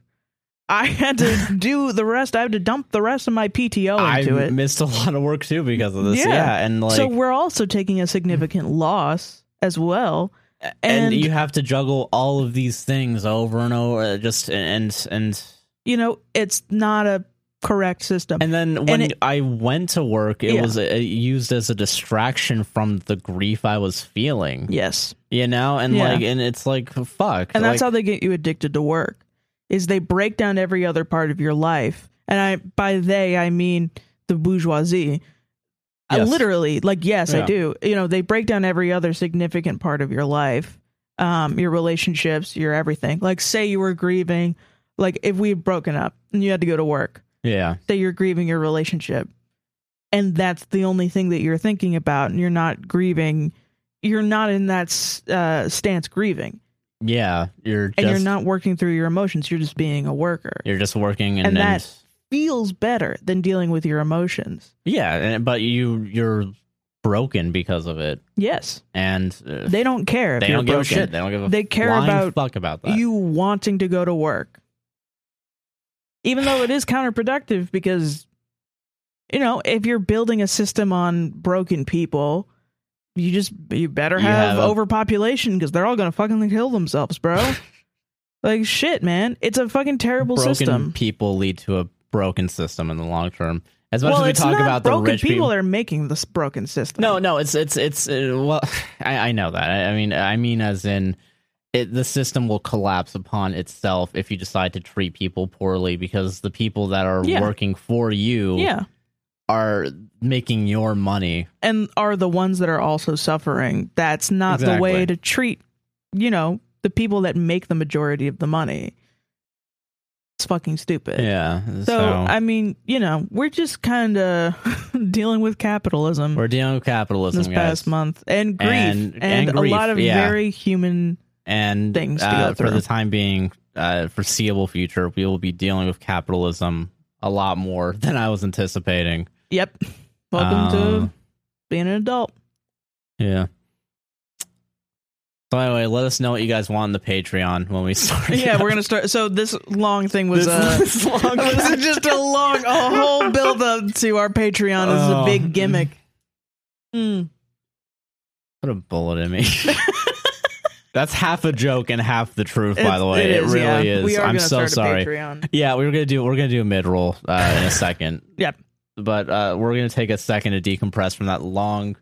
Speaker 2: i had to do the rest i had to dump the rest of my pto
Speaker 1: i
Speaker 2: into it
Speaker 1: missed a lot of work too because of this
Speaker 2: Yeah.
Speaker 1: yeah, and like
Speaker 2: so we're also taking a significant loss as well
Speaker 1: and,
Speaker 2: and-
Speaker 1: you have to juggle all of these things over and over uh, just and and
Speaker 2: you know it's not a correct system
Speaker 1: and then when
Speaker 2: it-
Speaker 1: i went to work it
Speaker 2: Yeah.
Speaker 1: was uh, used as a distraction from the grief i was feeling
Speaker 2: yes
Speaker 1: you know and
Speaker 2: Yeah.
Speaker 1: like and it's like fuck
Speaker 2: and that's
Speaker 1: like,
Speaker 2: how they get you addicted to work is they break down every other part of your life and i by they i mean the bourgeoisie I
Speaker 1: Yes.
Speaker 2: literally like yes i
Speaker 1: Yeah.
Speaker 2: do you know they break down every other significant part of your life um your relationships your everything like say you were grieving like if we had broken up and you had to go to work
Speaker 1: yeah
Speaker 2: say you're grieving your relationship and that's the only thing that you're thinking about and you're not grieving you're not in that s- uh, stance grieving
Speaker 1: yeah you're just
Speaker 2: and you're not working through your emotions you're just being a worker
Speaker 1: you're just working and,
Speaker 2: And
Speaker 1: and-
Speaker 2: that- feels better than dealing with your emotions
Speaker 1: yeah and, but you you're broken because of it
Speaker 2: yes
Speaker 1: and uh,
Speaker 2: they don't care if
Speaker 1: they
Speaker 2: you're
Speaker 1: don't give
Speaker 2: broken
Speaker 1: a shit they don't give a
Speaker 2: They care
Speaker 1: flying
Speaker 2: about
Speaker 1: fuck about that
Speaker 2: you wanting to go to work even though it is counterproductive because you know if you're building a system on broken people you just you better
Speaker 1: You
Speaker 2: have,
Speaker 1: have a-
Speaker 2: overpopulation because they're all gonna fucking kill themselves bro like shit man it's a fucking terrible
Speaker 1: broken
Speaker 2: system
Speaker 1: people lead to a broken system in the long term. As much
Speaker 2: well
Speaker 1: as we
Speaker 2: it's
Speaker 1: talk
Speaker 2: not
Speaker 1: about the
Speaker 2: broken
Speaker 1: rich
Speaker 2: people
Speaker 1: people,
Speaker 2: that are making this broken system
Speaker 1: no, no, it's it's it's uh, well, I, I know that. I, I mean, I mean, as in, it, the system will collapse upon itself if you decide to treat people poorly because the people that are
Speaker 2: Yeah.
Speaker 1: working for you
Speaker 2: yeah
Speaker 1: are making your money.
Speaker 2: and are the ones that are also suffering. That's not the way
Speaker 1: Exactly.
Speaker 2: to treat, you know, the people that make the majority of the money. It's fucking stupid.
Speaker 1: Yeah, so,
Speaker 2: Uh, So, I mean, you know, we're just kind of dealing with capitalism
Speaker 1: we're dealing with capitalism,
Speaker 2: this
Speaker 1: guys,
Speaker 2: past month and grief
Speaker 1: And- and
Speaker 2: and, a lot
Speaker 1: grief,
Speaker 2: of
Speaker 1: yeah.
Speaker 2: very human.
Speaker 1: and
Speaker 2: things to
Speaker 1: uh, for
Speaker 2: go through.
Speaker 1: the time being, uh, foreseeable future, we will be dealing with capitalism a lot more than I was anticipating.
Speaker 2: Yep. Welcome
Speaker 1: Uh,
Speaker 2: to being an adult.
Speaker 1: Yeah. So anyway, let us know what you guys want in the Patreon when we start.
Speaker 2: Yeah, we're gonna start. So this long thing was
Speaker 1: This-
Speaker 2: uh,
Speaker 1: this long-
Speaker 2: this is just a long, a whole build up to our Patreon. This is a
Speaker 1: Oh.
Speaker 2: big gimmick. Mm.
Speaker 1: put a bullet in me. That's half a joke and half the truth. by
Speaker 2: It's-
Speaker 1: the way, it,
Speaker 2: is,
Speaker 1: really
Speaker 2: yeah.
Speaker 1: is.
Speaker 2: We are
Speaker 1: I'm
Speaker 2: gonna
Speaker 1: so
Speaker 2: start A
Speaker 1: sorry.
Speaker 2: Patreon.
Speaker 1: Yeah, we were gonna do we're gonna do a mid roll uh, in a second.
Speaker 2: Yep.
Speaker 1: But uh, we're gonna take a second to decompress from that long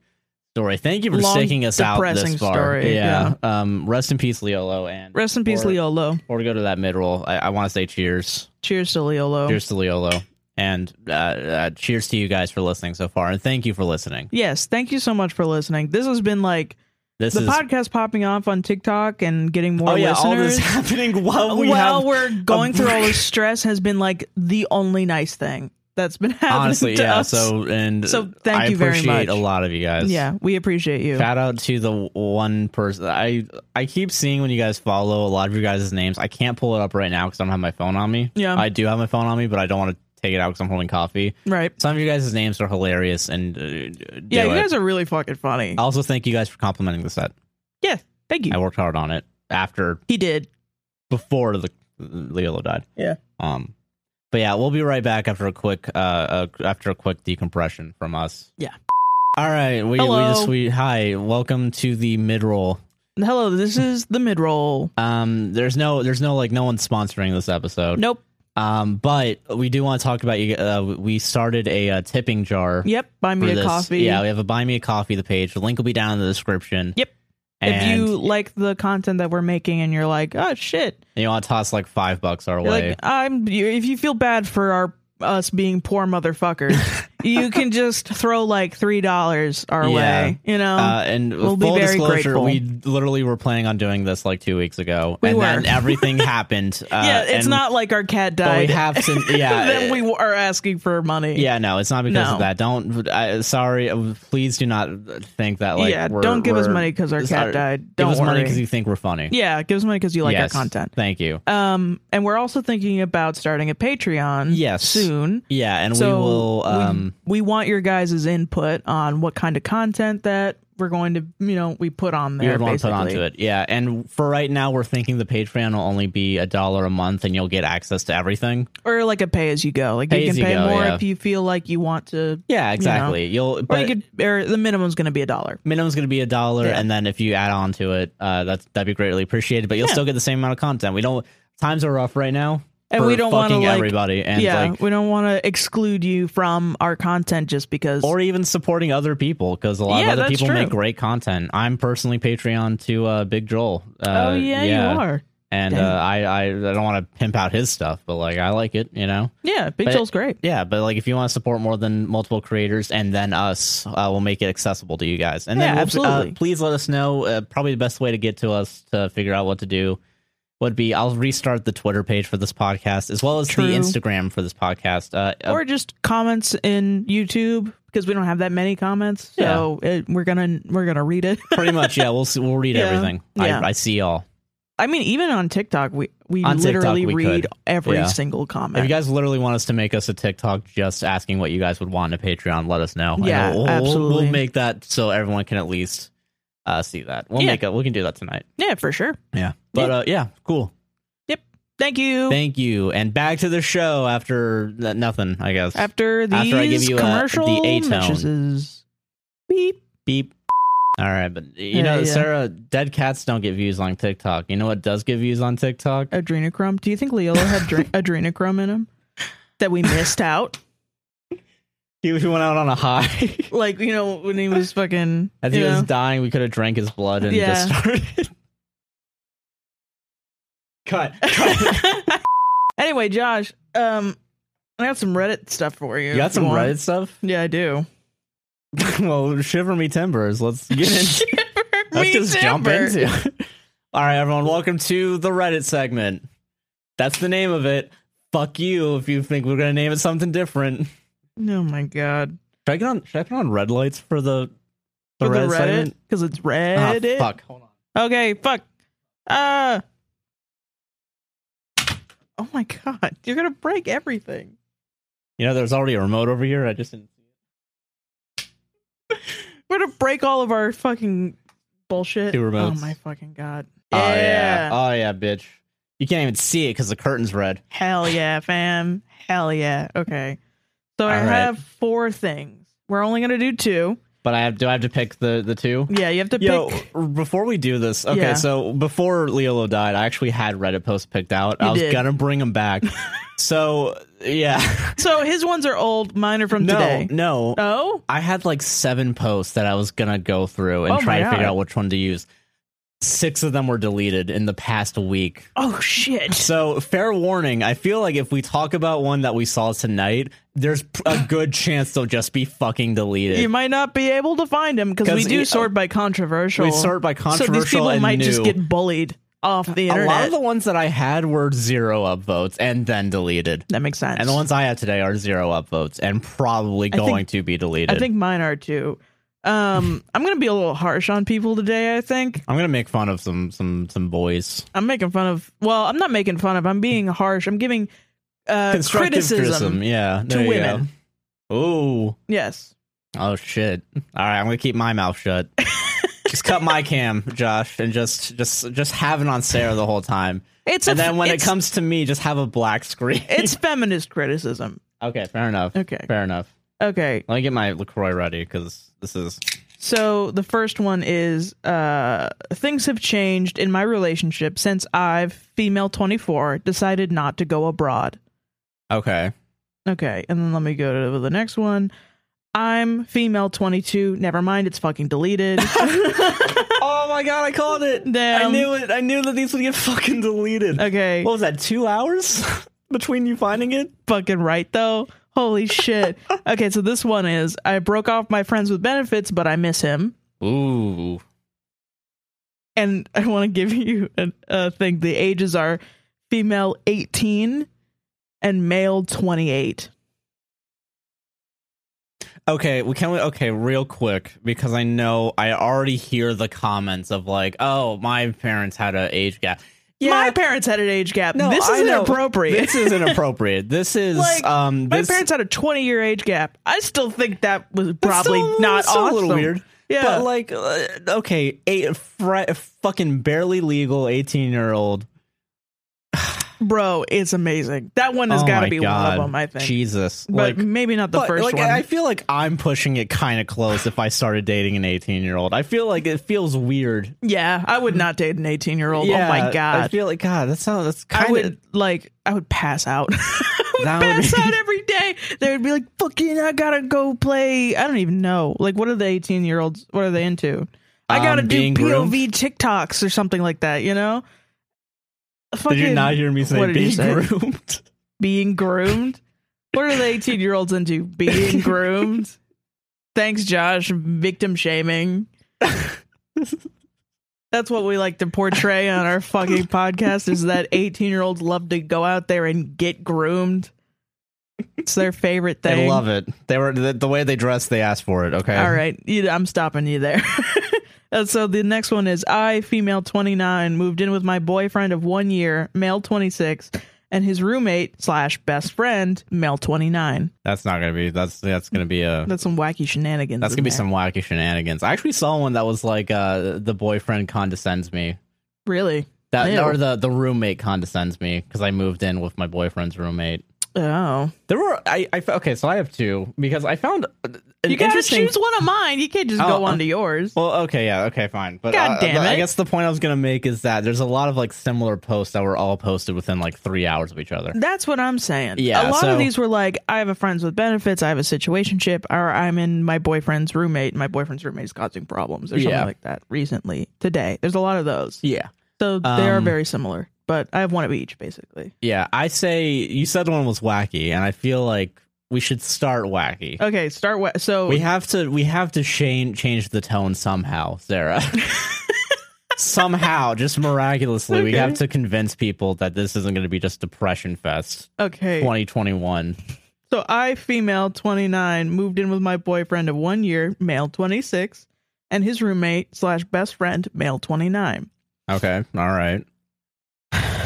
Speaker 1: story. Thank you for
Speaker 2: Long,
Speaker 1: sticking us out this
Speaker 2: depressing
Speaker 1: far.
Speaker 2: story,
Speaker 1: yeah. Um. Rest in peace, Leolo, and
Speaker 2: Rest in peace,
Speaker 1: Or-
Speaker 2: Leolo.
Speaker 1: or to go to that mid roll. I, I want to say cheers.
Speaker 2: Cheers to Leolo.
Speaker 1: Cheers to Leolo. And uh, uh, cheers to you guys for listening so far. And thank you for listening.
Speaker 2: Yes, thank you so much for listening. This has been like
Speaker 1: This
Speaker 2: the
Speaker 1: is.
Speaker 2: podcast popping off on TikTok and getting more
Speaker 1: oh, yeah.
Speaker 2: listeners.
Speaker 1: All this happening while we
Speaker 2: While
Speaker 1: have.
Speaker 2: we're going through all
Speaker 1: break.
Speaker 2: this stress has been like the only nice thing that's been happening.
Speaker 1: honestly,
Speaker 2: to
Speaker 1: yeah.
Speaker 2: us.
Speaker 1: So, and.
Speaker 2: So thank
Speaker 1: I
Speaker 2: you very
Speaker 1: appreciate
Speaker 2: much.
Speaker 1: a lot of you guys.
Speaker 2: yeah, we appreciate you.
Speaker 1: Shout out to the one person I I keep seeing when you guys follow a lot of your guys' names. I can't pull it up right now because I don't have my phone on me.
Speaker 2: Yeah.
Speaker 1: I do have my phone on me, but I don't want to take it out because I'm holding coffee.
Speaker 2: right.
Speaker 1: Some of you guys' names are hilarious, and uh,
Speaker 2: Yeah,
Speaker 1: do
Speaker 2: you
Speaker 1: it.
Speaker 2: guys are really fucking funny.
Speaker 1: I also thank you guys for complimenting the set.
Speaker 2: yeah, thank you.
Speaker 1: I worked hard on it after
Speaker 2: he did.
Speaker 1: before the Leolo died.
Speaker 2: Yeah.
Speaker 1: Um, but yeah, we'll be right back after a quick uh, uh after a quick decompression from us.
Speaker 2: Yeah.
Speaker 1: All right. We, we
Speaker 2: Hello.
Speaker 1: just we hi. Welcome to the mid roll.
Speaker 2: Hello, this is the mid roll.
Speaker 1: Um, there's no there's no like no one's sponsoring this episode.
Speaker 2: Nope.
Speaker 1: Um, but we do want to talk about you. Uh, we started a uh, tipping jar.
Speaker 2: Yep. Buy
Speaker 1: for
Speaker 2: me a
Speaker 1: this.
Speaker 2: coffee.
Speaker 1: Yeah, we have a buy me a coffee the page. The link will be down in the description.
Speaker 2: Yep. if
Speaker 1: And
Speaker 2: you
Speaker 1: you
Speaker 2: like the content that we're making and you're like, oh shit,
Speaker 1: want to toss like five bucks our
Speaker 2: You're
Speaker 1: way,
Speaker 2: like I'm. you- If you feel bad for our us being poor motherfuckers, you can just throw like three dollars our
Speaker 1: Yeah.
Speaker 2: way. You know,
Speaker 1: Uh, and
Speaker 2: Oh, We'll be
Speaker 1: full
Speaker 2: very
Speaker 1: disclosure,
Speaker 2: grateful.
Speaker 1: we literally were planning on doing this like two weeks ago,
Speaker 2: We
Speaker 1: and
Speaker 2: were.
Speaker 1: then everything happened. Uh,
Speaker 2: yeah, it's
Speaker 1: and-
Speaker 2: not like our cat
Speaker 1: But we
Speaker 2: died.
Speaker 1: have to. Yeah, uh,
Speaker 2: then we are asking for money.
Speaker 1: Yeah, no, it's not because
Speaker 2: No.
Speaker 1: of that. Don't. I, sorry, uh, please do not think that. Like,
Speaker 2: yeah.
Speaker 1: we're-
Speaker 2: Don't give us
Speaker 1: we're-
Speaker 2: money because our
Speaker 1: Just, uh,
Speaker 2: cat died. Don't
Speaker 1: give us
Speaker 2: worry.
Speaker 1: money because you think we're funny.
Speaker 2: yeah, give us money because you like
Speaker 1: Yes,
Speaker 2: our content.
Speaker 1: Thank you.
Speaker 2: Um, and we're also thinking about starting a Patreon.
Speaker 1: Yes.
Speaker 2: soon.
Speaker 1: Yeah, and
Speaker 2: so
Speaker 1: we will. Um,
Speaker 2: we, we want your guys' input on what kind of content that we're going to, you know, we put on
Speaker 1: we
Speaker 2: there.
Speaker 1: would want to
Speaker 2: basically.
Speaker 1: put onto it. Yeah, and for right now, we're thinking the Patreon will only be a dollar a month, and you'll get access to everything.
Speaker 2: or like a pay as you go. Like
Speaker 1: Pay
Speaker 2: you
Speaker 1: as
Speaker 2: can
Speaker 1: you
Speaker 2: pay
Speaker 1: go,
Speaker 2: more
Speaker 1: yeah.
Speaker 2: if you feel like you want to.
Speaker 1: Yeah, exactly. You will
Speaker 2: Or
Speaker 1: but
Speaker 2: you could, or the minimum's going to be a dollar.
Speaker 1: minimum's going to be a dollar,
Speaker 2: Yeah.
Speaker 1: and then if you add on to it, uh, that's that'd be greatly appreciated. But you'll
Speaker 2: Yeah.
Speaker 1: still get the same amount of content. We don't. Times are rough right now,
Speaker 2: And
Speaker 1: for
Speaker 2: we don't want to
Speaker 1: fucking
Speaker 2: like,
Speaker 1: everybody, and
Speaker 2: yeah,
Speaker 1: like
Speaker 2: we don't want to exclude you from our content just because.
Speaker 1: or even supporting other people because a lot
Speaker 2: Yeah,
Speaker 1: of other
Speaker 2: that's
Speaker 1: people
Speaker 2: true.
Speaker 1: make great content. I'm personally Patreon to uh, Big Joel. Uh,
Speaker 2: oh yeah, you are.
Speaker 1: And uh,
Speaker 2: Dang.
Speaker 1: I, I I don't want to pimp out his stuff, but like I like it, you know.
Speaker 2: Yeah, Big
Speaker 1: But-
Speaker 2: Joel's great.
Speaker 1: Yeah, but like if you want to support more than multiple creators and then us, uh, we'll make it accessible to you guys. And then
Speaker 2: Yeah,
Speaker 1: we'll-
Speaker 2: absolutely.
Speaker 1: uh, please let us know. Uh, probably the best way to get to us to figure out what to do would be I'll restart the Twitter page for this podcast as well as
Speaker 2: True.
Speaker 1: the Instagram for this podcast. Uh, uh,
Speaker 2: or just comments in YouTube because we don't have that many comments, so it, we're gonna we're gonna read it.
Speaker 1: pretty much, yeah. We'll see, we'll read
Speaker 2: Yeah.
Speaker 1: everything.
Speaker 2: Yeah.
Speaker 1: I, I see all.
Speaker 2: I mean, even on TikTok, we we
Speaker 1: On TikTok,
Speaker 2: literally
Speaker 1: we
Speaker 2: read
Speaker 1: could.
Speaker 2: every
Speaker 1: Yeah.
Speaker 2: single comment.
Speaker 1: If you guys literally want us to make us a TikTok just asking what you guys would want in a Patreon, let us know. And
Speaker 2: Yeah,
Speaker 1: we'll, we'll-
Speaker 2: absolutely.
Speaker 1: We'll make that so everyone can at least uh, see that. We'll
Speaker 2: Yeah.
Speaker 1: make it. We can do that tonight.
Speaker 2: yeah, for sure.
Speaker 1: Yeah. But Uh, yeah, cool.
Speaker 2: Thank you.
Speaker 1: Thank you. And back to the show after th- nothing, I guess.
Speaker 2: after these
Speaker 1: After I give you, uh, the
Speaker 2: commercial
Speaker 1: A-tone.
Speaker 2: messages. Beep.
Speaker 1: Beep. All right, but you
Speaker 2: Yeah,
Speaker 1: know,
Speaker 2: yeah.
Speaker 1: Sarah, dead cats don't get views on TikTok. You know what does get views on TikTok?
Speaker 2: Uh, Adrenochrome. Do you think Leola had dre- adrenochrome in him that we missed out?
Speaker 1: He went out on a high.
Speaker 2: Like you know when he was fucking.
Speaker 1: As
Speaker 2: you
Speaker 1: he was
Speaker 2: know.
Speaker 1: dying, we could have drank his blood and
Speaker 2: Yeah.
Speaker 1: just started. Cut. Cut.
Speaker 2: anyway, Josh, um, I got some Reddit stuff for you.
Speaker 1: You got
Speaker 2: if
Speaker 1: some
Speaker 2: want.
Speaker 1: Reddit stuff?
Speaker 2: Yeah, I do.
Speaker 1: well, shiver me timbers. Let's get in.
Speaker 2: Shiver
Speaker 1: Let's
Speaker 2: me
Speaker 1: just jump
Speaker 2: timber.
Speaker 1: into. it. All right, everyone. Welcome to the Reddit segment. That's the name of it. Fuck you if you think we're gonna name it something different.
Speaker 2: Oh my god.
Speaker 1: Should I get on? Should I put on red lights for the the
Speaker 2: For
Speaker 1: Reddit,
Speaker 2: the Reddit
Speaker 1: segment?
Speaker 2: because it's
Speaker 1: Ah,
Speaker 2: Reddit.
Speaker 1: fuck. Hold on.
Speaker 2: Okay, fuck. Uh. Oh my god, you're gonna break everything.
Speaker 1: You know, there's already a remote over here. I just didn't.
Speaker 2: We're gonna break all of our fucking bullshit.
Speaker 1: Two remotes.
Speaker 2: Oh my fucking god.
Speaker 1: Oh yeah.
Speaker 2: yeah.
Speaker 1: Oh yeah, bitch. You can't even see it because the curtain's red.
Speaker 2: Hell yeah, fam. Hell yeah. Okay. So I
Speaker 1: All right.
Speaker 2: have four things. We're only gonna do two.
Speaker 1: But I have. Do I have to pick the the two?
Speaker 2: Yeah, you have to
Speaker 1: Yo,
Speaker 2: pick.
Speaker 1: r- before we do this, okay,
Speaker 2: Yeah.
Speaker 1: so before Leolo died, I actually had Reddit posts picked out. I
Speaker 2: You
Speaker 1: was
Speaker 2: did.
Speaker 1: gonna bring them back. so yeah,
Speaker 2: So his ones are old. Mine are from
Speaker 1: no,
Speaker 2: today.
Speaker 1: no,
Speaker 2: Oh,
Speaker 1: I had like seven posts that I was gonna go through and
Speaker 2: Oh
Speaker 1: try
Speaker 2: my
Speaker 1: to figure
Speaker 2: God.
Speaker 1: out which one to use. Six of them were deleted in the past week.
Speaker 2: oh shit.
Speaker 1: So fair warning. I feel like if we talk about one that we saw tonight, there's p- a good chance they'll just be fucking deleted.
Speaker 2: You might not be able to find him because we
Speaker 1: 'Cause
Speaker 2: do
Speaker 1: he- uh,
Speaker 2: sort by controversial.
Speaker 1: we sort by controversial
Speaker 2: so these people
Speaker 1: and
Speaker 2: might
Speaker 1: new.
Speaker 2: just get bullied off the internet.
Speaker 1: A lot of the ones that I had were zero upvotes and then deleted.
Speaker 2: that makes sense.
Speaker 1: And the ones I have today are zero upvotes and probably
Speaker 2: I think-
Speaker 1: going to be deleted.
Speaker 2: I think mine are too. Um, I'm gonna be a little harsh on people today. I think
Speaker 1: I'm gonna make fun of some some some boys.
Speaker 2: I'm making fun of. Well, I'm not making fun of. I'm being harsh. I'm giving uh,
Speaker 1: Constructive criticism, yeah. there you
Speaker 2: women.
Speaker 1: go. Ooh,
Speaker 2: Yes.
Speaker 1: oh shit! All right, I'm gonna keep my mouth shut. just cut my cam, Josh, and just just just have it on Sarah the whole time.
Speaker 2: It's
Speaker 1: And
Speaker 2: a,
Speaker 1: then when it
Speaker 2: it's-
Speaker 1: comes to me, just have a black screen.
Speaker 2: it's feminist criticism.
Speaker 1: okay, fair enough.
Speaker 2: Okay.
Speaker 1: Fair enough.
Speaker 2: Okay.
Speaker 1: Let me get my Lacroix ready because this is
Speaker 2: So the first one is uh things have changed in my relationship since I've female 24 decided not to go abroad.
Speaker 1: okay.
Speaker 2: Okay, and then let me go to the next one. I'm female 22. Never mind, it's fucking deleted.
Speaker 1: Oh my god, I called it. I
Speaker 2: Damn.
Speaker 1: knew it. I knew that these would get fucking deleted.
Speaker 2: okay,
Speaker 1: What was that? Two hours between you finding it?
Speaker 2: fucking right though. Holy shit. Okay, so this one is I broke off my friends with benefits, but I miss him.
Speaker 1: Ooh.
Speaker 2: And I want to give you a, a thing. The ages are female 18 and male 28.
Speaker 1: Okay, we can we okay, real quick, because I know I already hear the comments of like, oh, my parents had an age gap.
Speaker 2: My parents had an age gap.
Speaker 1: No,
Speaker 2: this
Speaker 1: I
Speaker 2: is
Speaker 1: know.
Speaker 2: inappropriate.
Speaker 1: this is inappropriate. This is
Speaker 2: Like,
Speaker 1: um
Speaker 2: my
Speaker 1: this
Speaker 2: parents had a 20 year age gap. I still think that was probably
Speaker 1: still-
Speaker 2: not
Speaker 1: still
Speaker 2: awesome.
Speaker 1: a little weird.
Speaker 2: Yeah.
Speaker 1: But like, uh, okay, a fri- fucking barely legal eighteen year old.
Speaker 2: Bro, it's amazing. That one has
Speaker 1: Oh
Speaker 2: got to
Speaker 1: my
Speaker 2: be one
Speaker 1: God.
Speaker 2: of them, I think.
Speaker 1: Jesus, like.
Speaker 2: but maybe not the
Speaker 1: but,
Speaker 2: first
Speaker 1: like,
Speaker 2: one.
Speaker 1: I feel like I'm pushing it kind of close. If I started dating an 18 year old, I feel like it feels weird.
Speaker 2: yeah, I would not date an 18 year old. oh
Speaker 1: Yeah,
Speaker 2: my
Speaker 1: I
Speaker 2: God.
Speaker 1: feel like God. That sounds. That's
Speaker 2: I
Speaker 1: kind
Speaker 2: would
Speaker 1: of.
Speaker 2: like I would pass out. I would
Speaker 1: That would
Speaker 2: pass
Speaker 1: be-
Speaker 2: out every day. They would be like, "Fucking, I gotta go play." I don't even know. Like, what are the eighteen-year-olds? What are they into? I
Speaker 1: Um,
Speaker 2: gotta do
Speaker 1: being groomed?
Speaker 2: POV TikToks or something like that. You know? Fucking
Speaker 1: Did you not hear me
Speaker 2: what
Speaker 1: say
Speaker 2: did you
Speaker 1: be
Speaker 2: say?
Speaker 1: groomed?
Speaker 2: being groomed. what are the eighteen-year-olds into? Being groomed. Thanks, Josh. Victim shaming. That's what we like to portray on our fucking podcast is that 18 year olds love to go out there and get groomed. It's their favorite thing.
Speaker 1: They love it. They were the, the way they dress. They asked for it. Okay.
Speaker 2: All right. You, I'm stopping you there. Uh, so the next one is I, female 29, moved in with my boyfriend of one year, male 26, and his roommate slash best friend, male 29.
Speaker 1: That's not gonna be. That's that's gonna be a.
Speaker 2: That's some wacky shenanigans.
Speaker 1: That's
Speaker 2: in
Speaker 1: gonna be
Speaker 2: there.
Speaker 1: some wacky shenanigans. I actually saw one that was like uh, the boyfriend condescends me.
Speaker 2: Really?
Speaker 1: That
Speaker 2: Ew.
Speaker 1: or the the roommate condescends me because I moved in with my boyfriend's roommate.
Speaker 2: Oh.
Speaker 1: There were I, I fo- okay, so I have two because I found an
Speaker 2: You gotta
Speaker 1: interesting.
Speaker 2: choose one of mine. You can't just
Speaker 1: Oh,
Speaker 2: go
Speaker 1: uh,
Speaker 2: on to yours.
Speaker 1: well, okay, yeah, okay, fine. But
Speaker 2: God
Speaker 1: uh,
Speaker 2: damn
Speaker 1: but I
Speaker 2: it.
Speaker 1: guess the point I was gonna make is that there's a lot of like similar posts that were all posted within like three hours of each other.
Speaker 2: That's what I'm saying.
Speaker 1: Yeah,
Speaker 2: A lot
Speaker 1: so-
Speaker 2: of these were like, I have a friends with benefits, I have a situationship, or I'm in my boyfriend's roommate, and my boyfriend's roommate is causing problems, or
Speaker 1: Yeah.
Speaker 2: something like that recently, today. There's a lot of those.
Speaker 1: Yeah,
Speaker 2: So they are
Speaker 1: Um,
Speaker 2: very similar, but I have one of each, basically.
Speaker 1: yeah. I say you said one was wacky, and I feel like we should start wacky.
Speaker 2: Okay, start with. So,
Speaker 1: We have to we have to change change the tone somehow, Sarah. somehow, just miraculously, we
Speaker 2: Okay.
Speaker 1: have to convince people that this isn't going to be just depression fest
Speaker 2: okay.
Speaker 1: 2021.
Speaker 2: So I, female 29, moved in with my boyfriend of one year, male 26, and his roommate slash best friend, male 29.
Speaker 1: Okay, all right.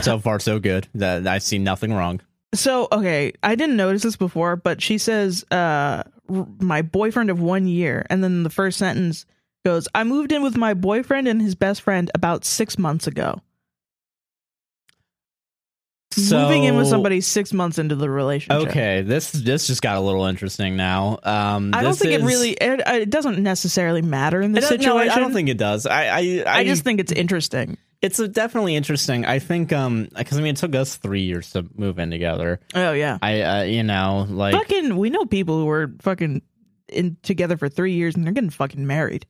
Speaker 1: So far, so good. That I see nothing wrong.
Speaker 2: So, okay, I didn't notice this before, but she says, uh, r- my boyfriend of one year. And then the first sentence goes, I moved in with my boyfriend and his best friend about six months ago.
Speaker 1: So,
Speaker 2: Moving in with somebody six months into the relationship.
Speaker 1: Okay, this this just got a little interesting now. Um,
Speaker 2: I don't
Speaker 1: this
Speaker 2: think it
Speaker 1: is-
Speaker 2: really, it, it doesn't necessarily matter in
Speaker 1: It
Speaker 2: this
Speaker 1: doesn't- no, I-
Speaker 2: situation.
Speaker 1: I don't think it does. I I,
Speaker 2: I, just think it's interesting.
Speaker 1: it's a definitely interesting. I think um because I mean it took us three years to move in together.
Speaker 2: Oh, yeah.
Speaker 1: I uh, you know like
Speaker 2: fucking, we know people who are fucking in together for three years and they're getting fucking married.